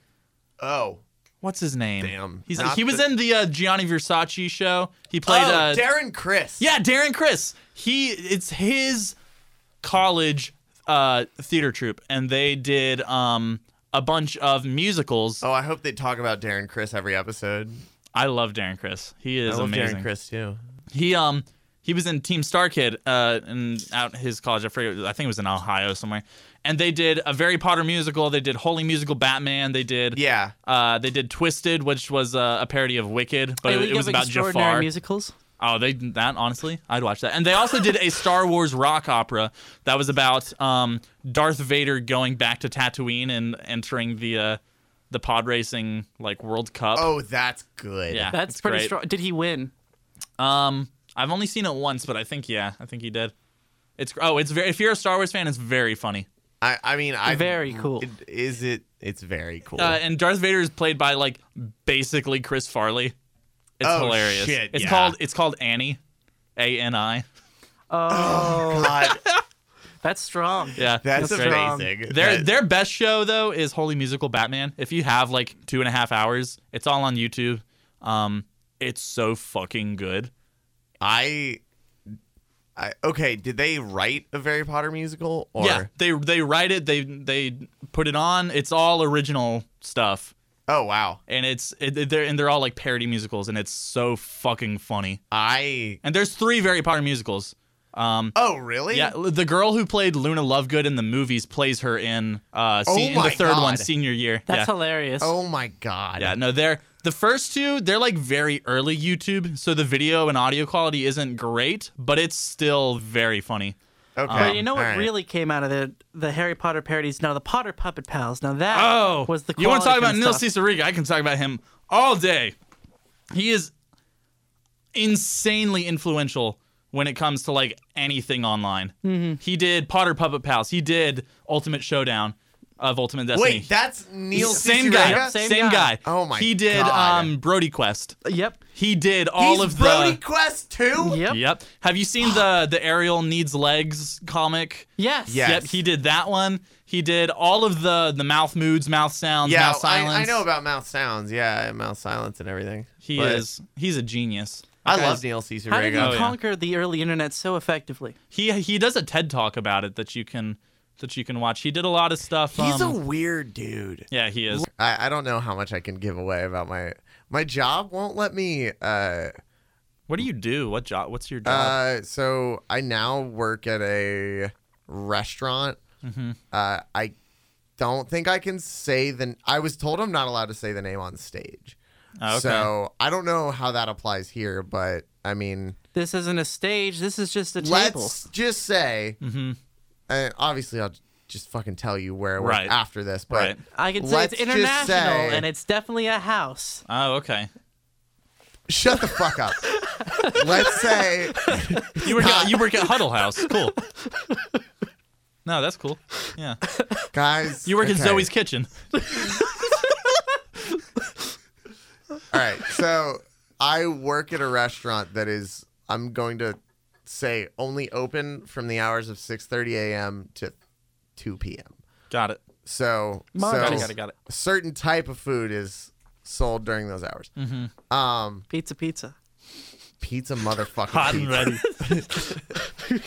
Speaker 2: Oh,
Speaker 3: What's his name?
Speaker 2: Damn.
Speaker 3: He's
Speaker 2: Not
Speaker 3: he was
Speaker 2: the-
Speaker 3: in the uh, Gianni Versace show. He played.
Speaker 2: oh,
Speaker 3: uh,
Speaker 2: Darren Chris.
Speaker 3: yeah, Darren Chris. He it's his college uh, theater troupe, and they did um, a bunch of musicals.
Speaker 2: Oh, I hope they talk about Darren Chris every episode.
Speaker 3: I love Darren Chris. He
Speaker 2: I
Speaker 3: is
Speaker 2: love
Speaker 3: amazing.
Speaker 2: Darren Chris too.
Speaker 3: He um he was in Team Star Kid uh and out his college I forget I think it was in Ohio somewhere and they did a Harry Potter musical they did Holy Musical Batman they did
Speaker 2: Yeah.
Speaker 3: uh they did Twisted which was uh, a parody of Wicked but
Speaker 1: A
Speaker 3: it,
Speaker 1: League
Speaker 3: it was
Speaker 1: of
Speaker 3: about
Speaker 1: extraordinary
Speaker 3: Jafar
Speaker 1: musicals.
Speaker 3: oh they that honestly I'd watch that and they also did a Star Wars rock opera that was about um Darth Vader going back to Tatooine and entering the uh the pod racing like World Cup
Speaker 2: Oh, that's good.
Speaker 3: yeah
Speaker 1: That's
Speaker 3: it's
Speaker 1: pretty
Speaker 3: great.
Speaker 1: strong. Did he win?
Speaker 3: Um, I've only seen it once, but I think yeah, I think he did. It's oh, it's very. If you're a Star Wars fan, it's very funny.
Speaker 2: I, I mean, I
Speaker 1: Very cool.
Speaker 2: It, is it? It's very cool.
Speaker 3: Uh, and Darth Vader is played by like basically Chris Farley. It's
Speaker 2: Oh,
Speaker 3: hilarious.
Speaker 2: shit,
Speaker 3: it's
Speaker 2: yeah.
Speaker 3: called it's called Annie, A N I.
Speaker 1: Oh,
Speaker 2: God,
Speaker 1: that's strong.
Speaker 3: Yeah,
Speaker 2: that's
Speaker 3: it's
Speaker 1: That's
Speaker 3: great.
Speaker 1: right.
Speaker 2: amazing.
Speaker 3: Their
Speaker 2: That-
Speaker 3: their best show though is Holy Musical Batman. If you have like two and a half hours, it's all on YouTube. Um, it's so fucking good.
Speaker 2: I, I okay. Did they write a Harry Potter musical? Or
Speaker 3: yeah, they they write it, they they put it on. It's all original stuff.
Speaker 2: oh wow,
Speaker 3: and it's it, they're and they're all like parody musicals, and it's so fucking funny.
Speaker 2: I
Speaker 3: And there's three Harry Potter musicals. Um,
Speaker 2: oh really?
Speaker 3: yeah, l- the girl who played Luna Lovegood in the movies plays her in uh
Speaker 2: Oh
Speaker 3: se- in the
Speaker 2: my
Speaker 3: third one,
Speaker 2: God.
Speaker 3: senior year.
Speaker 1: That's
Speaker 3: yeah.
Speaker 1: hilarious.
Speaker 2: Oh my god.
Speaker 3: yeah, no, they're the first two. They're like very early YouTube, so the video and audio quality isn't great, but it's still very funny.
Speaker 2: Okay.
Speaker 1: But you know what
Speaker 2: All right.
Speaker 1: really came out of the the Harry Potter parodies? Now the Potter Puppet Pals. Now that
Speaker 3: Oh,
Speaker 1: was the
Speaker 3: you want to talk
Speaker 1: quality
Speaker 3: about
Speaker 1: kind of
Speaker 3: Neil
Speaker 1: stuff.
Speaker 3: Cicerega? I can talk about him all day. He is insanely influential when it comes to
Speaker 1: Mm-hmm.
Speaker 3: like anything online. He did Potter Puppet Pals. He did Ultimate Showdown. of Ultimate Destiny.
Speaker 2: Wait, that's Neil
Speaker 3: same
Speaker 2: Cicerega?
Speaker 3: guy,
Speaker 1: Same
Speaker 3: same,
Speaker 1: guy.
Speaker 3: guy.
Speaker 2: Oh my
Speaker 3: He did
Speaker 2: God.
Speaker 3: um Brody Quest.
Speaker 1: Yep.
Speaker 3: He did all
Speaker 2: He's
Speaker 3: of the
Speaker 2: Brody Quest too.
Speaker 1: Yep.
Speaker 3: Yep. Have you seen the the Ariel needs legs comic?
Speaker 1: Yes.
Speaker 2: Yeah.
Speaker 3: Yep, he did that one. He did all of the the mouth moods, mouth sounds,
Speaker 2: Yeah,
Speaker 3: mouth
Speaker 2: I,
Speaker 3: silence.
Speaker 2: I know about mouth sounds. Yeah, mouth silence and everything.
Speaker 3: He
Speaker 2: But
Speaker 3: is he's a genius.
Speaker 2: I
Speaker 3: That
Speaker 2: love
Speaker 3: guy's-
Speaker 2: Neil Cicerega.
Speaker 1: How did you
Speaker 3: Oh, yeah.
Speaker 1: conquer the early internet so effectively?
Speaker 3: He he does a TED talk about it that you can that you can watch. He did a lot of stuff.
Speaker 2: He's a
Speaker 3: um,
Speaker 2: weird dude.
Speaker 3: yeah, he is.
Speaker 2: I, I don't know how much I can give away about my my job won't let me uh
Speaker 3: What do you do? What job? What's your job?
Speaker 2: uh so I now work at a restaurant.
Speaker 3: Mm-hmm.
Speaker 2: Uh I don't think I can say the I was told I'm not allowed to say the name on stage.
Speaker 3: Oh, okay.
Speaker 2: So I don't know how that applies here, but I mean
Speaker 1: This isn't a stage. This is just a table.
Speaker 2: let's just say
Speaker 3: Mm-hmm.
Speaker 2: uh, obviously I'll just fucking tell you where we're
Speaker 3: Right.
Speaker 2: after this, but
Speaker 3: Right.
Speaker 1: I can say
Speaker 2: let's
Speaker 1: it's
Speaker 2: just
Speaker 1: international,
Speaker 2: say-
Speaker 1: and it's definitely a house.
Speaker 3: oh, okay.
Speaker 2: shut the fuck up. let's say
Speaker 3: You work at you work at Huddle House. Cool. No, that's cool. Yeah.
Speaker 2: guys
Speaker 3: You work at
Speaker 2: okay.
Speaker 3: Zoe's kitchen.
Speaker 2: All right. So I work at a restaurant that is I'm going to say only open from the hours of 6:30 a.m. to 2 p.m.
Speaker 3: Got it.
Speaker 2: So,
Speaker 1: Got
Speaker 2: so
Speaker 1: it,
Speaker 3: got it, got it.
Speaker 2: a certain type of food is sold during those hours.
Speaker 3: Mm-hmm.
Speaker 2: Um,
Speaker 1: Pizza, pizza.
Speaker 2: pizza, motherfucking
Speaker 3: Hot and
Speaker 2: pizza.
Speaker 3: ready.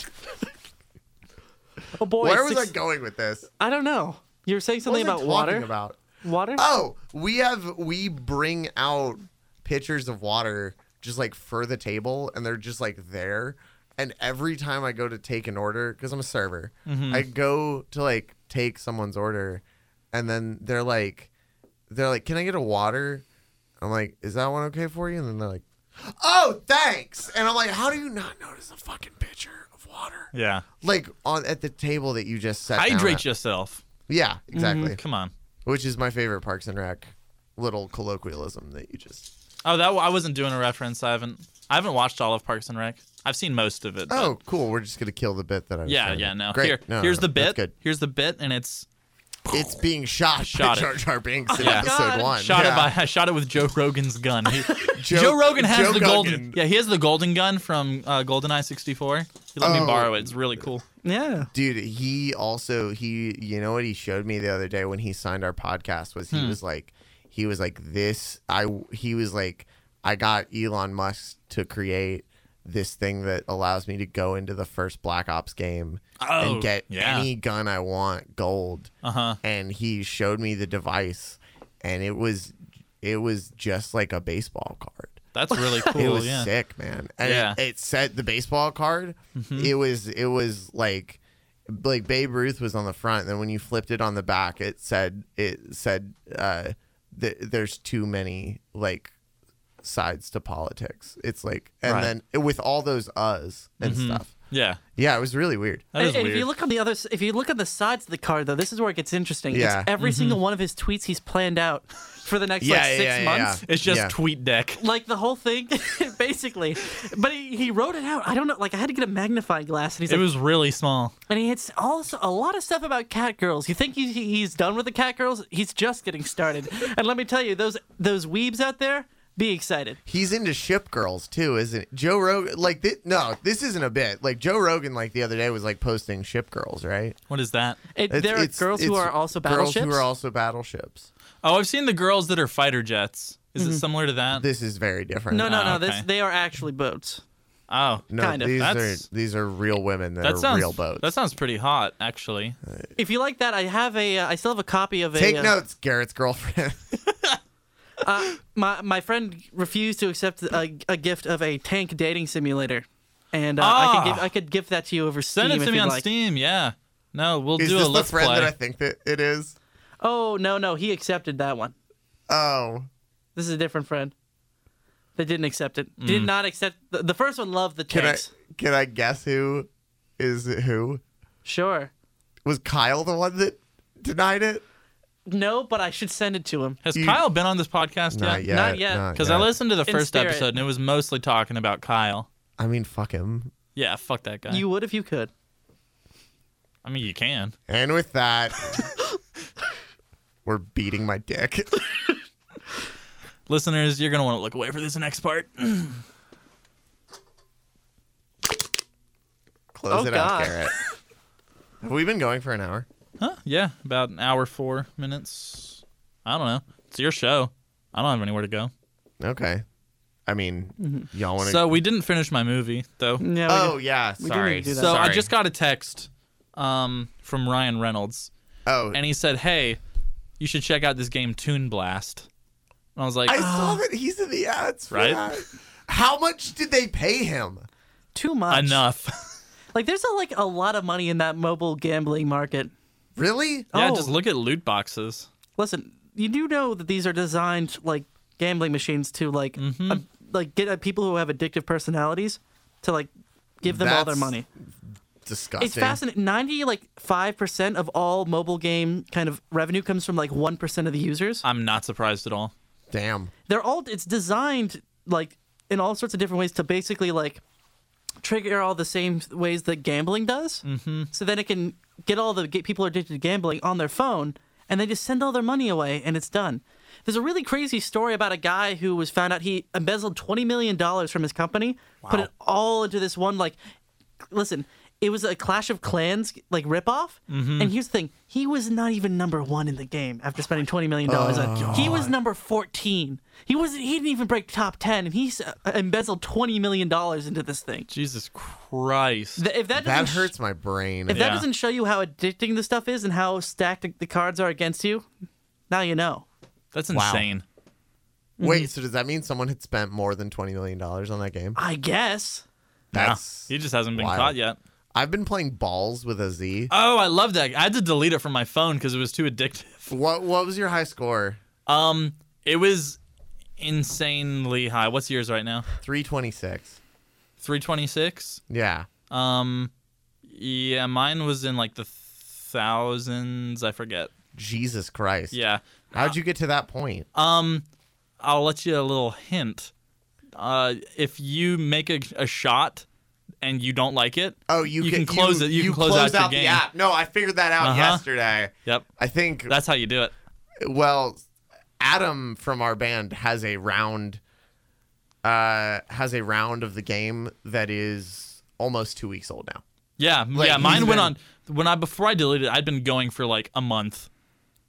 Speaker 1: Oh boy.
Speaker 2: Where was
Speaker 1: six-
Speaker 2: I going with this?
Speaker 1: I don't know. You were saying
Speaker 2: What
Speaker 1: something
Speaker 2: was I
Speaker 1: about
Speaker 2: talking
Speaker 1: water.
Speaker 2: About
Speaker 1: Water.
Speaker 2: oh, we have we bring out pitchers of water just like for the table, and they're just like there. And every time I go to take an order, because I'm a server, I go to like take someone's order, and then they're like, they're like, "Can I get a water?" I'm like, "Is that one okay for you?" And then they're like, "Oh, thanks." And I'm like, "How do you not notice a fucking pitcher of water
Speaker 3: Yeah.
Speaker 2: like on at the table that you just set?" down
Speaker 3: Hydrate Mm-hmm.
Speaker 2: at?"
Speaker 3: yourself.
Speaker 2: Yeah, exactly
Speaker 3: Come on.
Speaker 2: which is my favorite Parks and Rec little colloquialism that you just.
Speaker 3: Oh, that I wasn't doing a reference. I haven't I haven't watched all of Parks and Rec. I've seen most of it. but-
Speaker 2: Oh, cool. We're just gonna kill the bit that I.
Speaker 3: Uh,
Speaker 2: Was
Speaker 3: Yeah,
Speaker 2: trying to-
Speaker 3: yeah, no.
Speaker 2: Great.
Speaker 3: Here,
Speaker 2: No, no,
Speaker 3: here's
Speaker 2: no,
Speaker 3: the
Speaker 2: that's
Speaker 3: bit.
Speaker 2: good.
Speaker 3: Here's the bit, and it's
Speaker 2: It's being shot.
Speaker 3: Shot
Speaker 2: by
Speaker 3: it.
Speaker 2: Jar Jar Binks in
Speaker 3: Yeah.
Speaker 2: episode
Speaker 1: God.
Speaker 2: one.
Speaker 3: shot
Speaker 2: yeah.
Speaker 3: it by I shot it with Joe Rogan's gun. He-
Speaker 2: Joe-
Speaker 3: Joe, Rogan has
Speaker 2: Joe
Speaker 3: the
Speaker 2: Gungan.
Speaker 3: golden. Yeah, he has the golden gun from uh, GoldenEye '64. He let
Speaker 2: Oh.
Speaker 3: me borrow it. It's really cool.
Speaker 1: yeah.
Speaker 2: Dude, he also he you know what he showed me the other day when he signed our podcast was
Speaker 3: Hmm.
Speaker 2: he was like he was like this I he was like I got Elon Musk to create this thing that allows me to go into the first Black Ops game
Speaker 3: Oh,
Speaker 2: and get
Speaker 3: yeah.
Speaker 2: any gun I want gold.
Speaker 3: Uh huh.
Speaker 2: and he showed me the device and it was it was just like a baseball card
Speaker 3: That's really cool.
Speaker 2: it was
Speaker 3: yeah.
Speaker 2: sick man and
Speaker 3: Yeah. Mm-hmm.
Speaker 2: it, it said the baseball card it was it was like like babe ruth was on the front and then when you flipped it on the back it said it said uh th- there's too many like sides to politics it's like and
Speaker 3: Right. Mm-hmm.
Speaker 2: then with all those uhs and stuff
Speaker 3: Yeah.
Speaker 2: yeah it was really weird
Speaker 3: That
Speaker 1: And-
Speaker 3: is
Speaker 1: and
Speaker 3: weird.
Speaker 1: if you look on the other, s- if you look on the sides of the card, though, this is where it gets interesting.
Speaker 2: Yeah.
Speaker 1: It's every single one of his tweets he's planned out for the next
Speaker 2: Yeah,
Speaker 1: like six
Speaker 2: yeah, yeah,
Speaker 1: months.
Speaker 2: yeah.
Speaker 3: it's just
Speaker 2: Yeah.
Speaker 3: tweet deck.
Speaker 1: Like the whole thing, basically. But he, he wrote it out. I don't know. Like I had to get a magnifying glass, and he's
Speaker 3: It
Speaker 1: like,
Speaker 3: was really small.
Speaker 1: and he hits also a lot of stuff about cat girls. You think he, he- he's done with the cat girls? He's just getting started. and let me tell you, those those weebs out there, be excited.
Speaker 2: He's into ship girls too, isn't it? Joe Rogan, like, thi- no, this isn't a bit. Like Joe Rogan, like the other day was like posting ship girls, right?
Speaker 3: What is that?
Speaker 1: It,
Speaker 2: It's-
Speaker 1: there are
Speaker 2: it's-
Speaker 1: girls who
Speaker 2: it's
Speaker 1: are also
Speaker 2: girls
Speaker 1: battleships.
Speaker 2: who are also battleships.
Speaker 3: Oh, I've seen the girls that are fighter jets. Is
Speaker 1: Mm-hmm.
Speaker 3: it similar to that?
Speaker 2: This is very different.
Speaker 1: no, no, no.
Speaker 3: Ah, okay.
Speaker 1: This they are actually boats.
Speaker 3: oh,
Speaker 2: no,
Speaker 1: kind of.
Speaker 2: these
Speaker 3: That's-
Speaker 2: are these are real women that,
Speaker 3: that
Speaker 2: are
Speaker 3: sounds
Speaker 2: real boats.
Speaker 3: that sounds pretty hot, actually.
Speaker 1: If you like that, I have a. Uh, I still have a copy of a.
Speaker 2: Take
Speaker 1: uh,
Speaker 2: notes, Garrett's girlfriend.
Speaker 1: My my friend refused to accept a, a gift of a tank dating simulator, and uh, I could
Speaker 3: Ah.
Speaker 1: give I could gift that to you over Steam.
Speaker 3: Send it
Speaker 1: if
Speaker 3: to me
Speaker 1: you'd
Speaker 3: on
Speaker 1: like.
Speaker 3: Steam. Yeah. No, we'll
Speaker 2: is
Speaker 3: do
Speaker 2: this
Speaker 3: a
Speaker 2: the
Speaker 3: let's
Speaker 2: friend
Speaker 3: play.
Speaker 2: that I think that it is?
Speaker 1: Oh no no, he accepted that one.
Speaker 2: Oh,
Speaker 1: This is a different friend. They didn't accept it. Did
Speaker 3: Mm.
Speaker 1: not accept the, the first one. Loved the
Speaker 2: can
Speaker 1: tanks.
Speaker 2: I can I guess who is who?
Speaker 1: Sure.
Speaker 2: Was Kyle the one that denied it?
Speaker 1: No, but I should send it to him.
Speaker 3: Has
Speaker 2: You-
Speaker 3: Kyle been on this podcast yet?
Speaker 2: Not yet.
Speaker 1: Not yet.
Speaker 2: not
Speaker 3: Because
Speaker 2: yet.
Speaker 3: I listened to the
Speaker 1: In
Speaker 3: first
Speaker 1: spirit.
Speaker 3: episode and it was mostly talking about Kyle.
Speaker 2: I mean, fuck him.
Speaker 3: Yeah, fuck that guy.
Speaker 1: You would if you could.
Speaker 3: I mean, you can.
Speaker 2: And with that, were beating my dick.
Speaker 3: Listeners, you're gonna want to look away for this next part.
Speaker 2: Close
Speaker 1: Oh,
Speaker 2: it
Speaker 1: God.
Speaker 2: out, Garrett. Have we been going for an hour?
Speaker 3: Huh? Yeah, about an hour four minutes. I don't know. It's your show. I don't have anywhere to go.
Speaker 2: Okay. I mean, y'all want to?
Speaker 3: So we didn't finish my movie though.
Speaker 1: Yeah, we
Speaker 2: oh
Speaker 1: did-
Speaker 2: yeah,
Speaker 1: we do need
Speaker 2: sorry.
Speaker 1: to do that.
Speaker 2: So
Speaker 3: So I just got a text um, from Ryan Reynolds,
Speaker 2: Oh,
Speaker 3: and he said, "Hey, you should check out this game Toon Blast." And I was like, "Oh,
Speaker 2: I saw that he's in the ads, for
Speaker 3: Right?
Speaker 2: that. How much did they pay him?
Speaker 1: too much.
Speaker 3: "Enough."
Speaker 1: Like there's a, like a lot of money in that mobile gambling market.
Speaker 2: Really?
Speaker 3: yeah,
Speaker 1: Oh.
Speaker 3: just look at loot boxes.
Speaker 1: Listen, you do know that these are designed like gambling machines to like uh, like get uh, people who have addictive personalities to like give them all their
Speaker 2: That's
Speaker 1: money.
Speaker 2: Disgusting.
Speaker 1: It's fascinating. Ninety like five percent of all mobile game kind of revenue comes from like one percent of the users.
Speaker 3: I'm not surprised at all.
Speaker 2: Damn.
Speaker 1: They're all it's designed like in all sorts of different ways to basically like trigger all the same ways that gambling does. Mm-hmm. So then it can get all the get people who are addicted to gambling on their phone, and they just send all their money away, and it's done. There's a really crazy story about a guy who was found out he embezzled twenty million dollars from his company, put it all into this one like listen, it was a Clash of Clans like ripoff. And here's the thing: he was not even number one in the game after spending twenty million dollars. on He was number fourteen. He wasn't. He didn't even break top ten, and he s- embezzled twenty million dollars into this thing.
Speaker 3: Jesus Christ.
Speaker 1: Th- If that doesn't
Speaker 2: That
Speaker 1: sh-
Speaker 2: hurts my brain.
Speaker 1: if that
Speaker 3: Yeah.
Speaker 1: doesn't show you how addicting this stuff is and how stacked the- the cards are against you, now you know.
Speaker 3: That's
Speaker 2: Wow.
Speaker 3: insane. Mm-hmm.
Speaker 2: Wait, so does that mean someone had spent more than twenty million dollars on that game?
Speaker 1: I guess.
Speaker 2: That's
Speaker 3: yeah. He just hasn't been
Speaker 2: wild.
Speaker 3: caught yet.
Speaker 2: I've been playing balls with a Z.
Speaker 3: Oh, I love that. I had to delete it from my phone because it was too addictive.
Speaker 2: What what was your high score?
Speaker 3: Um, it was insanely high. What's yours right now?
Speaker 2: Three twenty six.
Speaker 3: 326.
Speaker 2: Yeah.
Speaker 3: Um, yeah, mine was in like the thousands. I forget.
Speaker 2: Jesus Christ.
Speaker 3: Yeah.
Speaker 2: How'd you get to that point?
Speaker 3: Um, I'll let you a little hint. Uh, if you make a, a shot and you don't like it,
Speaker 2: oh, you,
Speaker 3: you
Speaker 2: ca-
Speaker 3: can close it- you can close out your
Speaker 2: the
Speaker 3: game.
Speaker 2: app. No, I figured that out
Speaker 3: Uh-huh.
Speaker 2: yesterday.
Speaker 3: yep,
Speaker 2: I think
Speaker 3: that's how you do it.
Speaker 2: well, Adam from our band has a round uh has a round of the game that is almost 2 weeks old now.
Speaker 3: Yeah,
Speaker 2: Like,
Speaker 3: yeah.
Speaker 2: he's
Speaker 3: Mine went
Speaker 2: been-
Speaker 3: on when I before I deleted. it, I'd been going for like a month.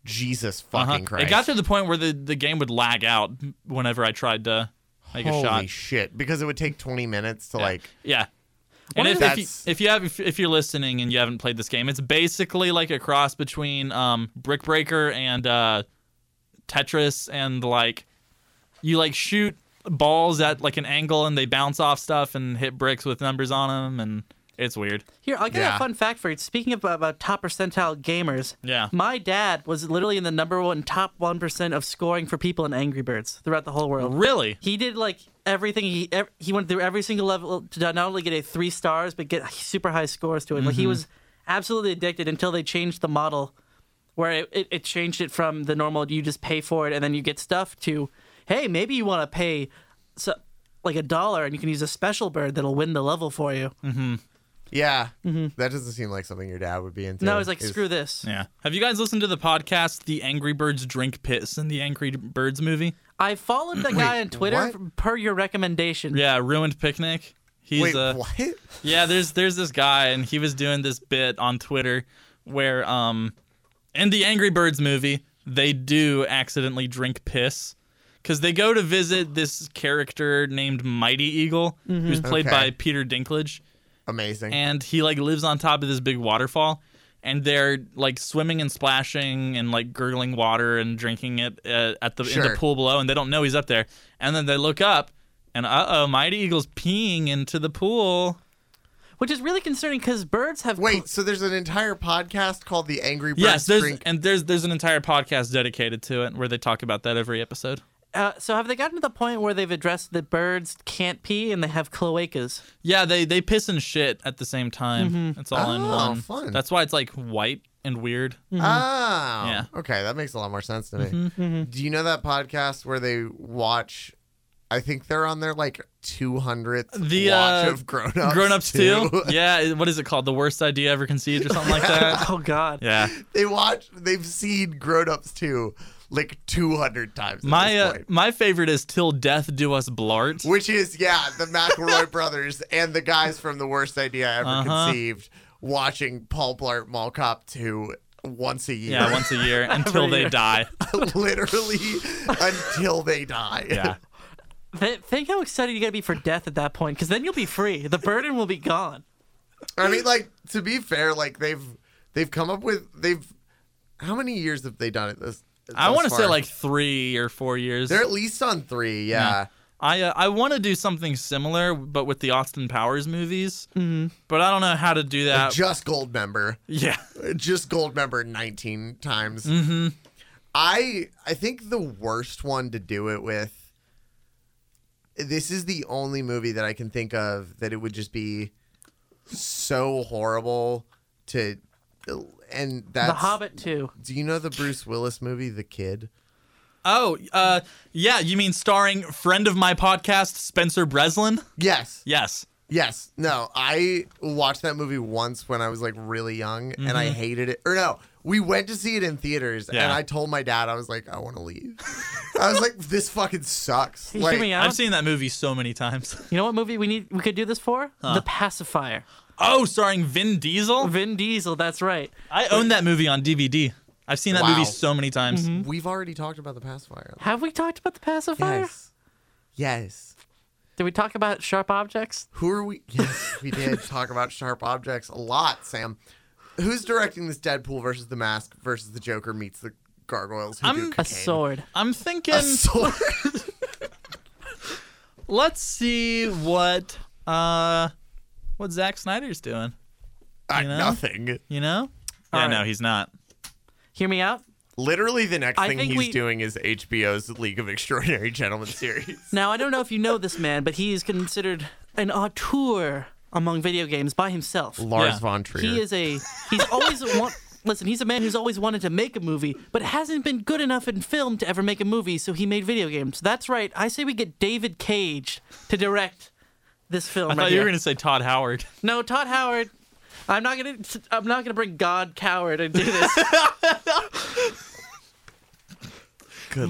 Speaker 2: Jesus
Speaker 3: Uh-huh.
Speaker 2: fucking Christ.
Speaker 3: It got to the point where the, the game would lag out whenever I tried to make a
Speaker 2: Holy
Speaker 3: shot.
Speaker 2: shit! Because it would take 20 minutes to like
Speaker 3: yeah. And
Speaker 1: One
Speaker 3: if,
Speaker 1: of
Speaker 2: the-
Speaker 3: if, you, if you have if, if you're listening and you haven't played this game, it's basically like a cross between um, Brick Breaker and uh, Tetris, and like you like shoot balls at like an angle and they bounce off stuff and hit bricks with numbers on them, and it's weird.
Speaker 1: Here, I got
Speaker 2: Yeah.
Speaker 1: a fun fact for you. Speaking of, about top percentile gamers,
Speaker 3: Yeah.
Speaker 2: Hmm.
Speaker 1: my dad was literally in the number one top one percent of scoring for people in Angry Birds throughout the whole world.
Speaker 3: Really?
Speaker 1: He did like everything. He ev- he went through every single level to not only get a three stars but get super high scores to it. Like he was absolutely addicted until they changed the model, where it, it, it changed it from the normal you just pay for it and then you get stuff to, hey maybe you want to pay, so, like a dollar and you can use a special bird that'll win the level for you.
Speaker 2: yeah. That doesn't seem like something your dad would be into.
Speaker 1: Mm-hmm. No, he's like
Speaker 2: Is-
Speaker 1: screw this.
Speaker 3: Yeah. Have you guys listened to the podcast The Angry Birds Drink Pits and the Angry Birds movie?
Speaker 1: I followed the guy on Twitter
Speaker 2: what?
Speaker 1: f- per your recommendation.
Speaker 3: Yeah, Ruined Picnic. He's
Speaker 2: Wait,
Speaker 3: uh,
Speaker 2: what?
Speaker 3: Yeah, there's there's this guy and he was doing this bit on Twitter where um in the Angry Birds movie, they do accidentally drink piss cuz they go to visit this character named Mighty Eagle who's played
Speaker 2: Mm-hmm. Okay.
Speaker 3: by Peter Dinklage
Speaker 2: Amazing.
Speaker 3: and he like lives on top of this big waterfall and they're like swimming and splashing and like gurgling water and drinking it uh, at the in
Speaker 2: Sure.
Speaker 3: the pool below and they don't know he's up there and then they look up and uh-oh, Mighty Eagle's peeing into the pool.
Speaker 1: Which is really concerning because birds have.
Speaker 2: Wait, so there's an entire podcast called The Angry Birds
Speaker 3: Yes, there's
Speaker 2: Drink.
Speaker 3: and there's there's an entire podcast dedicated to it where they talk about that every episode.
Speaker 1: Uh, so have they gotten to the point where they've addressed that birds can't pee and they have cloacas?
Speaker 3: Yeah, they they piss and shit at the same time. It's all in
Speaker 2: Oh,
Speaker 3: one.
Speaker 2: fun.
Speaker 3: That's why it's like white and weird.
Speaker 2: Oh,
Speaker 3: Mm-hmm. Yeah. Mm-hmm.
Speaker 2: Okay, that makes a lot more sense to me. Do you know that podcast where they watch I think they're on their like 200th
Speaker 3: The,
Speaker 2: watch
Speaker 3: uh,
Speaker 2: of Grown Ups.
Speaker 3: Grown Ups too. Yeah, it- what is it called? The worst idea ever conceived or something like that.
Speaker 1: Oh God.
Speaker 3: Yeah.
Speaker 2: they watch. They've seen Grown Ups too like 200 times. At
Speaker 3: My
Speaker 2: this
Speaker 3: uh,
Speaker 2: point.
Speaker 3: my favorite is Till Death Do Us Blart.
Speaker 2: which is yeah, the McElroy brothers and the guys from the worst idea I ever
Speaker 3: Uh-huh.
Speaker 2: conceived watching Paul Blart Mall Cop two once a year.
Speaker 3: Yeah, once a year until they
Speaker 1: year.
Speaker 3: die.
Speaker 2: literally until they die.
Speaker 3: Yeah.
Speaker 1: Th- think how excited you gotta be for death at that point, because then you'll be free. The burden will be gone.
Speaker 2: I mean, like to be fair, like they've they've come up with they've how many years have they done it this?
Speaker 3: I
Speaker 2: thus
Speaker 3: want to say
Speaker 2: far?
Speaker 3: like three or four years.
Speaker 2: they're at least on three. Yeah.
Speaker 3: I uh, I want to do something similar, but with the Austin Powers movies. Mm-hmm. But I don't know how to do that.
Speaker 2: Just gold member,
Speaker 3: yeah.
Speaker 2: just gold member, nineteen times. I I think the worst one to do it with. This is the only movie that I can think of that it would just be so horrible to, and that's
Speaker 1: the Hobbit too.
Speaker 2: Do you know the Bruce Willis movie, The Kid?
Speaker 3: Oh, uh, yeah. You mean starring friend of my podcast, Spencer Breslin?
Speaker 2: Yes.
Speaker 3: Yes.
Speaker 2: Yes. No, I watched that movie once when I was like really young and I hated it. Or no, we went to see it in theaters and
Speaker 3: Mm-hmm. Yeah.
Speaker 2: I told my dad, I was like, I want to leave. I was like, this fucking sucks.
Speaker 1: You
Speaker 2: Like,
Speaker 1: hear me out?
Speaker 3: I've seen that movie so many times.
Speaker 1: You know what movie we need? We could do this for the pacifier.
Speaker 3: Oh, starring Vin Diesel.
Speaker 1: Vin Diesel. That's right.
Speaker 3: I own that movie on DVD. I've seen that
Speaker 2: Wow. Mm-hmm.
Speaker 3: movie so many times.
Speaker 2: we've already talked about the pacifier.
Speaker 1: Have we talked about the pacifier?
Speaker 2: Yes. Yes.
Speaker 1: Did we talk about sharp objects?
Speaker 2: Who are we? Yes, we did talk about sharp objects a lot, Sam. Who's directing this Deadpool versus the Mask versus the Joker meets the Gargoyles? Who do
Speaker 3: I'm- A
Speaker 1: A
Speaker 2: cocaine?
Speaker 1: sword.
Speaker 3: I'm thinking.
Speaker 2: A sword.
Speaker 3: let's see what uh, what Zack Snyder's doing.
Speaker 2: Uh,
Speaker 3: You know?
Speaker 2: Nothing.
Speaker 3: You know?
Speaker 1: All
Speaker 3: yeah,
Speaker 1: right.
Speaker 3: no, he's not.
Speaker 1: Hear me out.
Speaker 2: Literally, the next
Speaker 1: I
Speaker 2: thing
Speaker 1: think
Speaker 2: he's
Speaker 1: we-
Speaker 2: doing is HBO's League of Extraordinary Gentlemen series.
Speaker 1: Now I don't know if you know this man, but he is considered an auteur among video games by himself.
Speaker 2: Lars
Speaker 3: Yeah.
Speaker 2: von Trier.
Speaker 1: He is a. He's always want. Listen, he's a man who's always wanted to make a movie, but hasn't been good enough in film to ever make a movie, so he made video games. That's right. I say we get David Cage to direct this film.
Speaker 3: I
Speaker 1: right
Speaker 3: thought you were
Speaker 1: here.
Speaker 3: gonna say Todd Howard.
Speaker 1: No, Todd Howard. I'm not gonna. I'm not gonna bring God Coward and do this.
Speaker 2: Good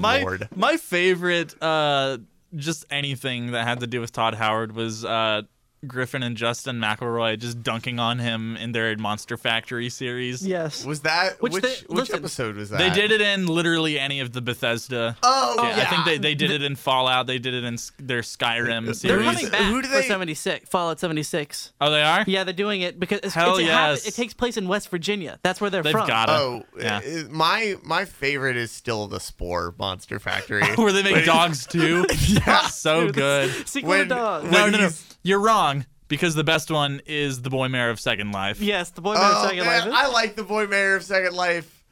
Speaker 3: my
Speaker 2: lord.
Speaker 3: my favorite, uh, just anything that had to do with Todd Howard was uh, Griffin and Justin McElroy just dunking on him in their Monster Factory series.
Speaker 1: yes.
Speaker 2: Was that which
Speaker 1: Which
Speaker 2: which,
Speaker 1: they- listen,
Speaker 2: episode was that?
Speaker 3: They did it in literally any of the Bethesda.
Speaker 2: Oh yeah.
Speaker 3: Yeah, I think they, they did it in Fallout. They did it in s- their Skyrim series.
Speaker 1: They're coming back
Speaker 2: Who do
Speaker 1: for
Speaker 2: they-
Speaker 1: 76, Fallout 76.
Speaker 3: Oh, they are.
Speaker 1: Yeah, they're doing it because it's,
Speaker 3: Hell
Speaker 1: it's, it, hap-
Speaker 3: yes.
Speaker 1: it takes place in West Virginia. That's where they're
Speaker 3: They've
Speaker 1: from.
Speaker 3: got it.
Speaker 2: Oh,
Speaker 3: yeah.
Speaker 2: uh, my my favorite is still the Spore Monster Factory.
Speaker 3: Where they make dogs too. yeah, so good.
Speaker 1: Sequel
Speaker 2: When-
Speaker 1: to Dogs.
Speaker 2: when-
Speaker 3: No, no, no.
Speaker 2: he's-
Speaker 3: You're wrong because the best one is the boy mayor of Second Life.
Speaker 1: Yes, the boy
Speaker 2: Oh,
Speaker 1: Bear Second
Speaker 2: man,
Speaker 1: Life.
Speaker 2: I like the boy mayor of Second Life.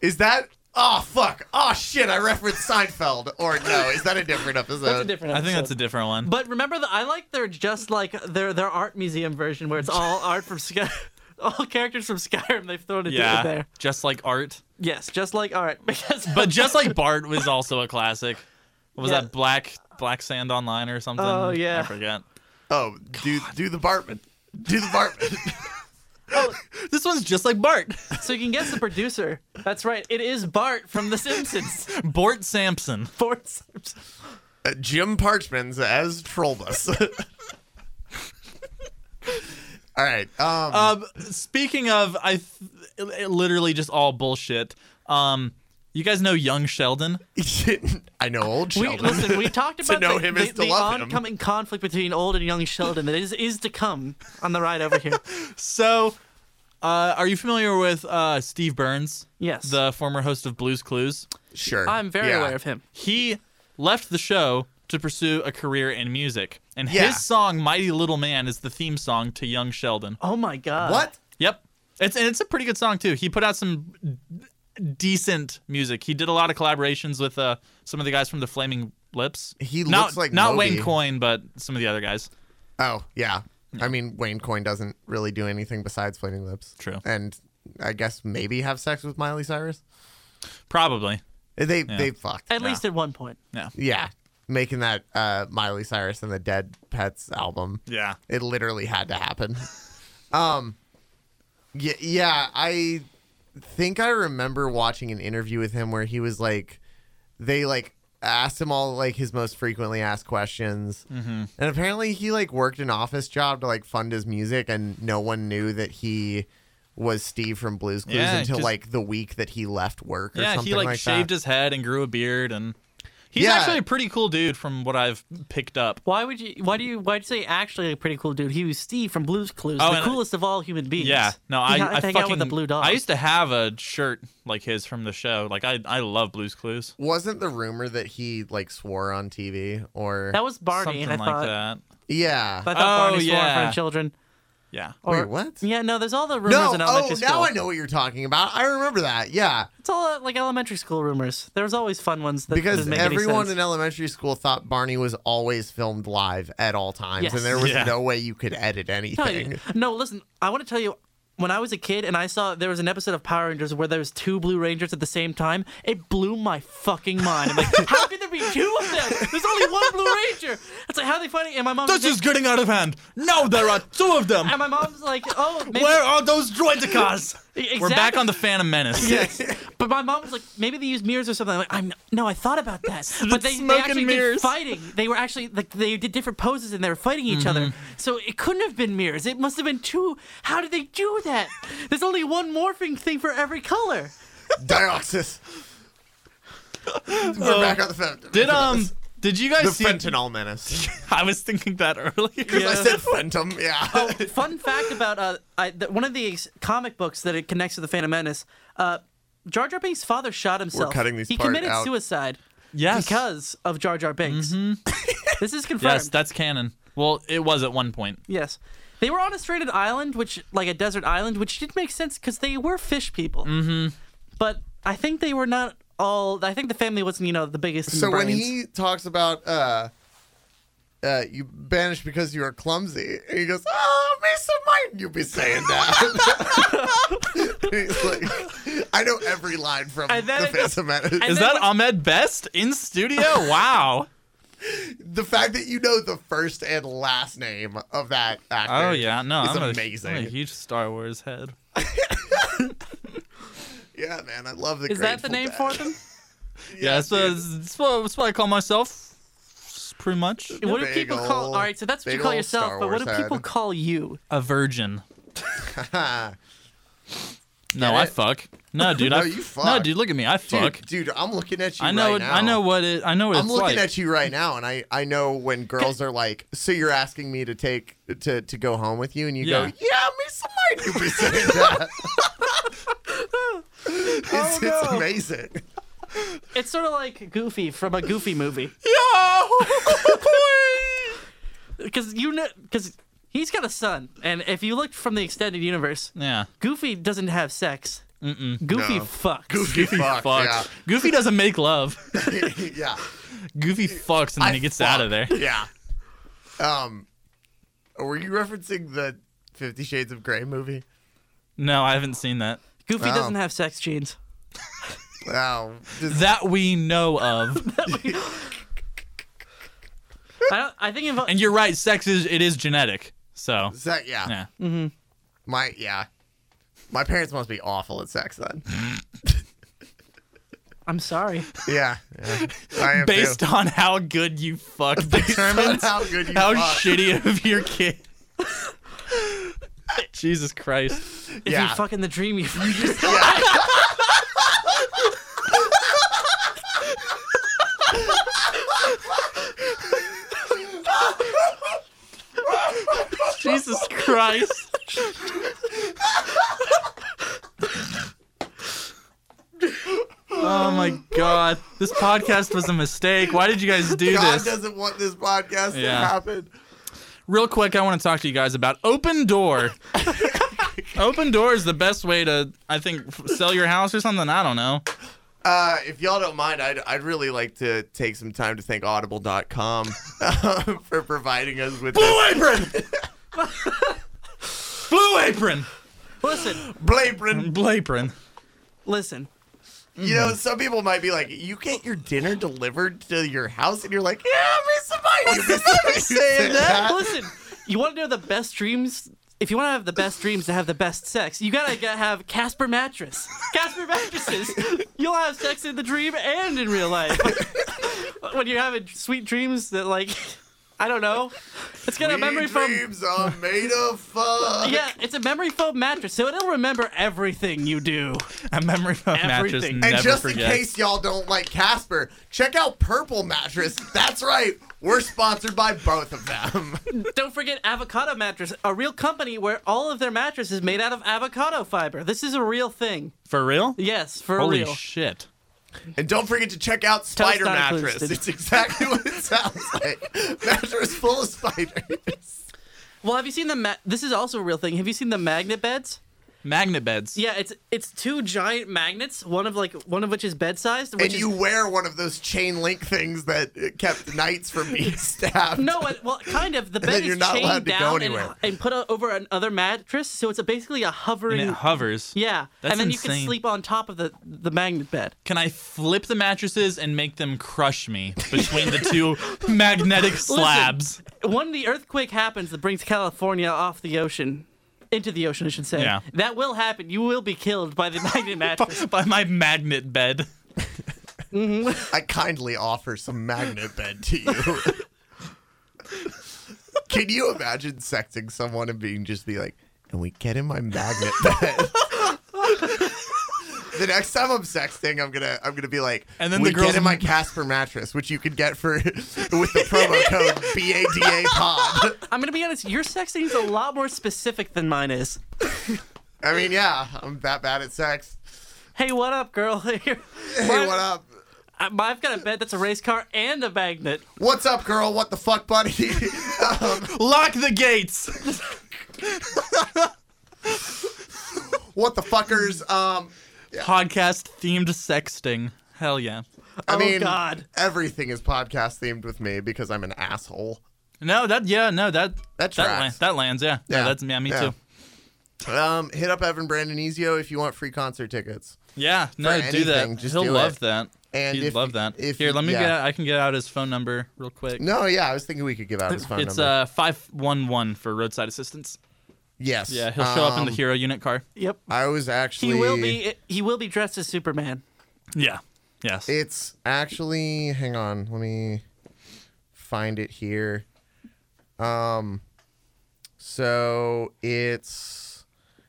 Speaker 2: Is that? Oh fuck! Oh shit! I referenced Seinfeld. Or no? Is that a different episode?
Speaker 1: That's a different.
Speaker 3: I think that's a
Speaker 1: episode.
Speaker 3: different one.
Speaker 1: But remember, the, I like their just like their their art museum version where it's all art from Sky, all characters from Skyrim. They've thrown it
Speaker 3: yeah,
Speaker 1: there.
Speaker 3: just like art.
Speaker 1: Yes, just like art because.
Speaker 3: But just like Bart was also a classic. What was
Speaker 1: Yeah.
Speaker 3: that Black Black Sand Online or something?
Speaker 1: Oh, yeah.
Speaker 3: I forget.
Speaker 2: Oh, do do the Bartman. Do the Bartman.
Speaker 3: This one's just like Bart.
Speaker 1: so you can guess the producer. That's right. It is Bart from The Simpsons.
Speaker 3: Bort Sampson.
Speaker 1: Bart Simpson.
Speaker 2: Uh, Jim Parchman's as Trollbus. All right. Um,
Speaker 1: Uh,
Speaker 3: Um, speaking of, I th- literally just all bullshit. Um, you guys know Young Sheldon?
Speaker 2: I know old
Speaker 1: We,
Speaker 2: Sheldon.
Speaker 1: listen, we talked about
Speaker 2: know
Speaker 1: the,
Speaker 2: him
Speaker 1: the,
Speaker 2: is to
Speaker 1: the
Speaker 2: love him.
Speaker 1: oncoming conflict between old and young Sheldon that is, is to come on the ride over here.
Speaker 3: So, uh, are you familiar with uh, Steve Burns,
Speaker 1: Yes.
Speaker 3: the former host of Blue's Clues?
Speaker 2: sure.
Speaker 1: I'm very
Speaker 2: Yeah.
Speaker 1: aware of him.
Speaker 3: He left the show to pursue a career in music, and
Speaker 2: Yeah.
Speaker 3: his song "Mighty Little Man" is the theme song to Young Sheldon.
Speaker 1: Oh my god.
Speaker 2: What?
Speaker 3: Yep, it's and it's a pretty good song too. He put out some d- decent music. He did a lot of collaborations with uh, some of the guys from the Flaming Lips.
Speaker 2: He
Speaker 3: not,
Speaker 2: looks like
Speaker 3: not
Speaker 2: Moby.
Speaker 3: Wayne Coyne, but some of the other guys.
Speaker 2: Oh, yeah. I mean, Wayne Coyne doesn't really do anything besides Flaming Lips.
Speaker 3: True.
Speaker 2: And I guess maybe have sex with Miley Cyrus. Eh,
Speaker 3: Probably.
Speaker 2: They they fucked.
Speaker 1: At least at one point.
Speaker 3: Yeah.
Speaker 2: yeah. making that uh, Miley Cyrus and the Dead Pets album.
Speaker 3: Yeah.
Speaker 2: It literally had to happen. um, yeah, yeah, I think I remember watching an interview with him where he was like, they like asked him all like his most frequently asked questions,
Speaker 3: Mm-hmm.
Speaker 2: and apparently he like worked an office job to like fund his music, and no one knew that he was Steve from Blues Clues
Speaker 3: Yeah,
Speaker 2: until
Speaker 3: 'cause-
Speaker 2: like the week that he left work or
Speaker 3: yeah,
Speaker 2: something
Speaker 3: he like,
Speaker 2: like
Speaker 3: shaved
Speaker 2: that.
Speaker 3: his head and grew a beard, and he's
Speaker 2: Yeah.
Speaker 3: actually a pretty cool dude from what I've picked up.
Speaker 1: Why would you? Why do you? Why would you say actually a pretty cool dude? He was Steve from Blue's Clues,
Speaker 3: Oh,
Speaker 1: the
Speaker 3: and-
Speaker 1: coolest of all human beings.
Speaker 3: Yeah, no,
Speaker 1: He
Speaker 3: I,
Speaker 1: hung-
Speaker 3: I
Speaker 1: hang
Speaker 3: fucking
Speaker 1: out with a blue dog.
Speaker 3: I used to have a shirt like his from the show. Like I, I love Blue's Clues.
Speaker 2: Wasn't the rumor that he like swore on TV or
Speaker 1: that was
Speaker 3: Something
Speaker 1: Barney, and I
Speaker 3: like
Speaker 1: thought
Speaker 3: that.
Speaker 2: yeah?
Speaker 1: I thought
Speaker 3: Oh,
Speaker 1: Barney swore in front
Speaker 3: yeah.
Speaker 1: of children.
Speaker 3: Yeah.
Speaker 1: Or
Speaker 2: Wait, what?
Speaker 1: Yeah, no, there's all the rumors
Speaker 2: No,
Speaker 1: in
Speaker 2: oh,
Speaker 1: elementary
Speaker 2: now
Speaker 1: school.
Speaker 2: I know what you're talking about. I remember that. Yeah,
Speaker 1: It's all uh, like elementary school rumors. There's always fun ones that
Speaker 2: because
Speaker 1: didn't make any
Speaker 2: everyone
Speaker 1: sense.
Speaker 2: in elementary school thought Barney was always filmed live at all times,
Speaker 1: Yes.
Speaker 2: and there was
Speaker 3: Yeah.
Speaker 2: no way you could edit
Speaker 1: No,
Speaker 2: anything.
Speaker 1: you- no, listen, I want to tell you. When I was a kid and I saw there was an episode of Power Rangers where there was two Blue Rangers at the same time, it blew my fucking mind. I'm like, how could there be two of them? There's only one Blue Ranger. It's like, how are they fighting? And my mom's
Speaker 3: This is getting out of hand. No, there are two of them.
Speaker 1: and my mom's like, oh, maybe,
Speaker 3: Where are those droidicas?
Speaker 1: E-, exactly.
Speaker 3: We're back on the Phantom Menace.
Speaker 1: Yes. but my mom was like, maybe they used mirrors or something. I'm like, I'm no, I thought about that. But they,
Speaker 3: smoke
Speaker 1: they
Speaker 3: and
Speaker 1: actually
Speaker 3: mirrors.
Speaker 1: did fighting. They were actually like they did different poses and they were fighting each other. So it couldn't have been mirrors. It must have been two. How did they do that? There's only one morphing thing for every color.
Speaker 2: Dioxys. We're
Speaker 1: Uh,
Speaker 2: back on the fent-
Speaker 3: Did um did you guys
Speaker 2: the
Speaker 3: see
Speaker 2: fentanyl menace.
Speaker 3: I was thinking that earlier.
Speaker 2: I said phantom. Yeah.
Speaker 1: Oh, Fun fact about uh, I, th- one of the ex- comic books that it connects to the Phantom Menace. Uh, Jar Jar Binks' father shot himself.
Speaker 2: cutting these
Speaker 1: he
Speaker 2: part
Speaker 1: committed
Speaker 2: out.
Speaker 1: suicide
Speaker 3: Yes.
Speaker 1: because of Jar Jar Binks. this is confirmed.
Speaker 3: Yes, that's canon. Well, it was at one point.
Speaker 1: Yes. They were on a stranded island, which, like a desert island, which did make sense because they were fish people. Mm-hmm. But I think they were not all. I think the family wasn't, you know, the biggest. in
Speaker 2: so when
Speaker 1: brains.
Speaker 2: he talks about uh, uh, you banished because you are clumsy, and he goes, "Oh, Mr. Martin, you be saying that." He's like, I know every line from
Speaker 1: And then
Speaker 2: the
Speaker 1: it just-
Speaker 2: Phantom Menace.
Speaker 1: and
Speaker 3: Is
Speaker 1: then
Speaker 3: that Ahmed Best in studio? Wow.
Speaker 2: the fact that you know the first and last name of that actor.
Speaker 3: Oh yeah, no,
Speaker 2: is
Speaker 3: I'm a-
Speaker 2: amazing.
Speaker 3: I'm a huge Star Wars head.
Speaker 2: yeah, man, I love the.
Speaker 1: Is that the
Speaker 2: Grateful
Speaker 1: name
Speaker 2: Dead.
Speaker 1: for them?
Speaker 3: Yeah, that's, what,
Speaker 2: dude.
Speaker 3: that's, what, that's what I call myself. Pretty much
Speaker 1: What do
Speaker 2: Big
Speaker 1: people
Speaker 2: ol'
Speaker 1: call? All right, so that's what you
Speaker 2: big
Speaker 1: call
Speaker 2: ol'
Speaker 1: yourself.
Speaker 2: Star
Speaker 1: But what do
Speaker 2: Wars
Speaker 1: people
Speaker 2: head.
Speaker 1: call you?
Speaker 3: a virgin.
Speaker 2: Ha.
Speaker 3: No,
Speaker 2: Get
Speaker 3: I
Speaker 2: it?
Speaker 3: fuck. No, dude,
Speaker 2: No,
Speaker 3: I
Speaker 2: you
Speaker 3: No,
Speaker 2: fuck.
Speaker 3: dude, look at me. I
Speaker 2: dude,
Speaker 3: fuck.
Speaker 2: dude, I'm looking at you.
Speaker 3: I know.
Speaker 2: Right
Speaker 3: it-
Speaker 2: now.
Speaker 3: I know what it. I know what
Speaker 2: I'm
Speaker 3: it's
Speaker 2: looking
Speaker 3: like.
Speaker 2: at you right now, and I, I know when girls are like, "So you're asking me to take to to go home with you?" And you go,
Speaker 3: Yeah.
Speaker 2: "Yeah, me some might you be saying that." it's,
Speaker 3: Oh,
Speaker 2: it's
Speaker 1: no.
Speaker 2: amazing.
Speaker 1: It's sort of like Goofy from a Goofy movie, because you know, because he's got a son, and if you looked from the extended universe,
Speaker 3: Yeah.
Speaker 1: Goofy doesn't have sex. Mm-mm. Goofy
Speaker 2: No.
Speaker 1: fucks.
Speaker 2: Goofy fuck.
Speaker 3: Fucks. Goofy doesn't make love.
Speaker 2: Yeah. yeah.
Speaker 3: Goofy fucks and then
Speaker 2: I
Speaker 3: he gets
Speaker 2: fuck.
Speaker 3: out of there.
Speaker 2: Yeah. Um, were you referencing the Fifty Shades of Grey movie?
Speaker 3: No, I haven't seen that.
Speaker 1: Goofy
Speaker 2: Oh.
Speaker 1: doesn't have sex genes.
Speaker 2: Wow. Just-
Speaker 3: That we know of.
Speaker 1: I, don't, I think if
Speaker 3: and you're right. Sex is it is genetic. So
Speaker 2: is that yeah.
Speaker 3: yeah.
Speaker 2: My yeah. My parents must be awful at sex then.
Speaker 1: I'm sorry.
Speaker 2: yeah. yeah. I am
Speaker 3: Based
Speaker 2: too.
Speaker 3: on how good you fuck determines
Speaker 2: how good you
Speaker 3: how
Speaker 2: fuck.
Speaker 3: shitty of your kid. Jesus Christ.
Speaker 1: If
Speaker 2: Yeah.
Speaker 1: you fuck in the dream, you fuck.
Speaker 2: Yeah.
Speaker 3: Jesus Christ. oh my god. This podcast was a mistake. Why did you guys do
Speaker 2: God
Speaker 3: this?
Speaker 2: doesn't want this podcast to
Speaker 3: Yeah.
Speaker 2: happen.
Speaker 3: Real quick, I want to talk to you guys about Open Door. open Door is the best way to, I think, f- sell your house or something. I don't know.
Speaker 2: Uh, if y'all don't mind, I'd, I'd really like to take some time to thank Audible.com um, for providing us with this.
Speaker 3: Apron! Blue Apron!
Speaker 1: Listen,
Speaker 2: Blabrin.
Speaker 3: Blue Apron.
Speaker 1: listen.
Speaker 2: You know, some people might be like, "You get your dinner delivered to your house," and you're like, "Yeah, I miss somebody." You miss somebody saying
Speaker 1: Listen, you want to know the best dreams? If you want to have the best dreams to have the best sex, you gotta get, have Casper mattress. Casper mattresses. You'll have sex in the dream and in real life. when you're having sweet dreams that like, I don't know, it's gonna
Speaker 2: Sweet
Speaker 1: memory foam.
Speaker 2: dreams are made of uh, fun.
Speaker 1: Yeah, it's a memory foam mattress, so it'll remember everything you do.
Speaker 3: A memory foam mattress
Speaker 1: Everything.
Speaker 3: never
Speaker 2: And just in
Speaker 3: forgets.
Speaker 2: case y'all don't like Casper, check out Purple Mattress. That's right. We're sponsored by both of them.
Speaker 1: Don't forget Avocado Mattress, a real company where all of their mattress is made out of avocado fiber. This is a real thing.
Speaker 3: For real?
Speaker 1: Yes, for
Speaker 3: Holy
Speaker 1: real.
Speaker 3: shit.
Speaker 2: And don't forget to check out Spider
Speaker 1: not
Speaker 2: Mattress.
Speaker 1: included.
Speaker 2: It's exactly what it sounds like. mattress full of spiders.
Speaker 1: Well, have you seen the ma- this is also a real thing. Have you seen the magnet beds?
Speaker 3: Magnet beds.
Speaker 1: Yeah, it's it's two giant magnets, one of like one of which is bed sized, which
Speaker 2: And
Speaker 1: is
Speaker 2: you wear one of those chain link things that kept knights from being stabbed.
Speaker 1: no, it- well, kind of. The
Speaker 2: then
Speaker 1: bed
Speaker 2: you're
Speaker 1: is
Speaker 2: not allowed
Speaker 1: chained
Speaker 2: to go
Speaker 1: down and,
Speaker 2: anywhere.
Speaker 1: and put o- over another mattress, so it's a, basically a
Speaker 3: And
Speaker 1: hovering.
Speaker 3: it hovers.
Speaker 1: yeah,
Speaker 3: That's
Speaker 1: and then you
Speaker 3: insane.
Speaker 1: can sleep on top of the the magnet bed.
Speaker 3: Can I flip the mattresses and make them crush me between the two magnetic slabs?
Speaker 1: When the earthquake happens that brings California off the ocean, into the ocean, I should say.
Speaker 3: Yeah.
Speaker 1: That will happen. You will be killed by the magnet mattress.
Speaker 3: By my magnet bed.
Speaker 2: I kindly offer some magnet bed to you. Can you imagine sexing someone and being just be like, and we get in my magnet bed? the next time I'm sexting, I'm gonna I'm gonna be like,
Speaker 3: And then
Speaker 2: we
Speaker 3: the
Speaker 2: get
Speaker 3: girls-
Speaker 2: in my Casper mattress, which you could get for with the promo code BADA pod.
Speaker 1: I'm gonna be honest. Your sexting is a lot more specific than mine is.
Speaker 2: I mean, yeah, I'm that bad at sex.
Speaker 1: Hey, what up, girl? Here-
Speaker 2: Hey, what up?
Speaker 1: I- I've got a bed that's a race car and a magnet.
Speaker 2: What's up, girl? What the fuck, buddy? um,
Speaker 3: Lock the gates.
Speaker 2: what the fuckers? Um,
Speaker 3: Podcast themed sexting. Hell yeah.
Speaker 2: I
Speaker 1: Oh,
Speaker 2: mean,
Speaker 1: God.
Speaker 2: everything is podcast themed with me because I'm an asshole.
Speaker 3: No, that yeah, no, that
Speaker 2: That
Speaker 3: that, la-
Speaker 2: tracks.
Speaker 3: that lands, yeah. Yeah,
Speaker 2: Yeah.
Speaker 3: that's yeah, me
Speaker 2: Yeah.
Speaker 3: too.
Speaker 2: Um, hit up Evan Brandonizio if you want free concert tickets.
Speaker 3: Yeah, no,
Speaker 2: For
Speaker 3: do
Speaker 2: anything,
Speaker 3: that.
Speaker 2: just
Speaker 3: He'll
Speaker 2: do
Speaker 3: love
Speaker 2: it.
Speaker 3: that.
Speaker 2: And
Speaker 3: He'd
Speaker 2: if-
Speaker 3: love that.
Speaker 2: if-
Speaker 3: Here, let me
Speaker 2: yeah.
Speaker 3: get out, I can get out his phone number real quick.
Speaker 2: No, yeah, I was thinking we could give out his phone
Speaker 3: it's
Speaker 2: number.
Speaker 3: uh five one one for roadside assistance.
Speaker 2: yes.
Speaker 3: Yeah, he'll show up in the
Speaker 2: Um,
Speaker 3: hero unit car.
Speaker 1: Yep.
Speaker 2: I was
Speaker 1: He
Speaker 2: actually.
Speaker 1: will be. He will be dressed as Superman.
Speaker 3: Yeah. Yes.
Speaker 2: It's actually. Hang on, let me find it here. Um, so it's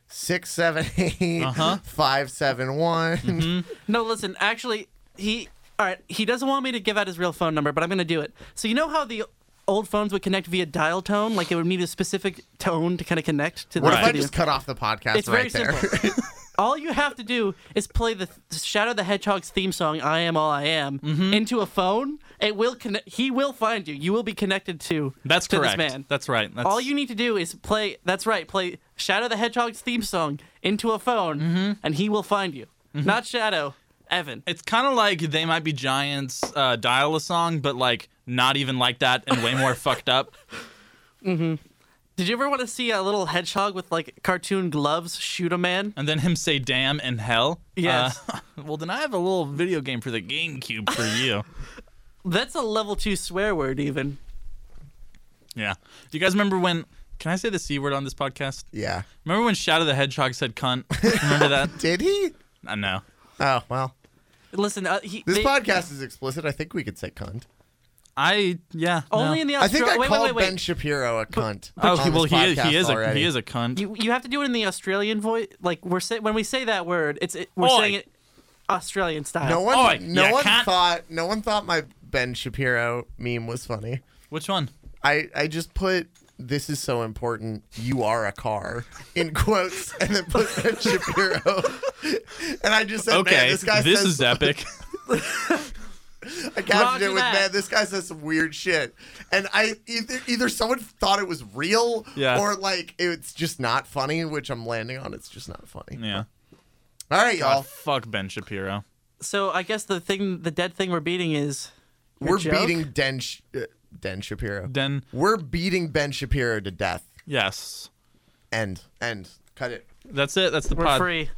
Speaker 2: six seven eight
Speaker 3: Uh-huh. Mm-hmm.
Speaker 2: five seven one.
Speaker 1: No, listen. Actually, he. All right. He doesn't want me to give out his real phone number, but I'm gonna do it. So you know how the old phones would connect via dial tone, like it would need a specific tone to kind of connect to the
Speaker 2: What if I
Speaker 1: video.
Speaker 2: just cut off the podcast
Speaker 1: it's
Speaker 2: right
Speaker 1: very
Speaker 2: there?
Speaker 1: simple. all you have to do is play the th- Shadow the Hedgehog's theme song "I Am All I Am"
Speaker 2: Mm-hmm.
Speaker 1: into a phone. It will connect. He will find you. You will be connected to.
Speaker 3: That's
Speaker 1: to
Speaker 3: correct.
Speaker 1: This man.
Speaker 3: That's right. That's,
Speaker 1: All you need to do is play. That's right. Play Shadow the Hedgehog's theme song into a phone,
Speaker 3: Mm-hmm.
Speaker 1: and he will find you. Not Shadow, Evan.
Speaker 3: It's kind of like they might be giants. Uh, dial a song, but like not even like that, and way more fucked up.
Speaker 1: Did you ever want to see a little hedgehog with like cartoon gloves shoot a man?
Speaker 3: And then him say "damn" and "hell."
Speaker 1: Yes.
Speaker 3: Uh, well, then I have a little video game for the GameCube for you.
Speaker 1: That's a level two swear word, even.
Speaker 3: yeah. Do you guys remember when? Can I say the c word on this podcast?
Speaker 2: yeah.
Speaker 3: Remember when Shadow the Hedgehog said "cunt"? Remember that? Uh,
Speaker 2: Did he?
Speaker 3: I know.
Speaker 2: Oh well.
Speaker 1: Listen, uh, he,
Speaker 2: This
Speaker 1: they-
Speaker 2: podcast is explicit. I think we could say cunt.
Speaker 3: I yeah.
Speaker 1: only
Speaker 3: no.
Speaker 1: in the
Speaker 2: I think
Speaker 1: Austra-
Speaker 2: I
Speaker 1: wait,
Speaker 2: called
Speaker 1: wait, wait,
Speaker 2: Ben
Speaker 1: wait.
Speaker 2: Shapiro a cunt.
Speaker 3: Oh,
Speaker 2: on
Speaker 3: he, well,
Speaker 2: this
Speaker 3: he is.
Speaker 2: podcast
Speaker 3: He is a
Speaker 2: already.
Speaker 3: he is a cunt.
Speaker 1: You you have to do it in the Australian voice. Like we're say- when we say that word, it's it, we're
Speaker 3: Oi.
Speaker 1: saying it Australian style.
Speaker 2: No one,
Speaker 3: Oi,
Speaker 2: no
Speaker 3: Oh, you
Speaker 2: one
Speaker 3: cunt.
Speaker 2: thought, no one thought my Ben Shapiro meme was funny.
Speaker 3: Which one?
Speaker 2: I, I just put this is so important. You are a car in quotes, and then put Ben Shapiro. and I just said, man,
Speaker 3: Okay,
Speaker 2: this guy
Speaker 3: this
Speaker 2: says.
Speaker 3: is epic.
Speaker 2: I captioned
Speaker 1: Roger
Speaker 2: it with
Speaker 1: that.
Speaker 2: man, this guy says some weird shit, and I either either someone thought it was real,
Speaker 3: Yeah.
Speaker 2: or like it's just not funny, which I'm landing on. It's just not funny.
Speaker 3: yeah.
Speaker 2: All right,
Speaker 3: Oh,
Speaker 2: y'all.
Speaker 3: fuck Ben Shapiro.
Speaker 1: So I guess the thing, the dead thing we're beating is your
Speaker 2: We're
Speaker 1: joke?
Speaker 2: beating Den Sh- uh, Den Shapiro.
Speaker 3: Then
Speaker 2: We're beating Ben Shapiro to death.
Speaker 3: yes,
Speaker 2: End. End. Cut it.
Speaker 3: that's it. That's the
Speaker 1: We're
Speaker 3: pod.
Speaker 1: free.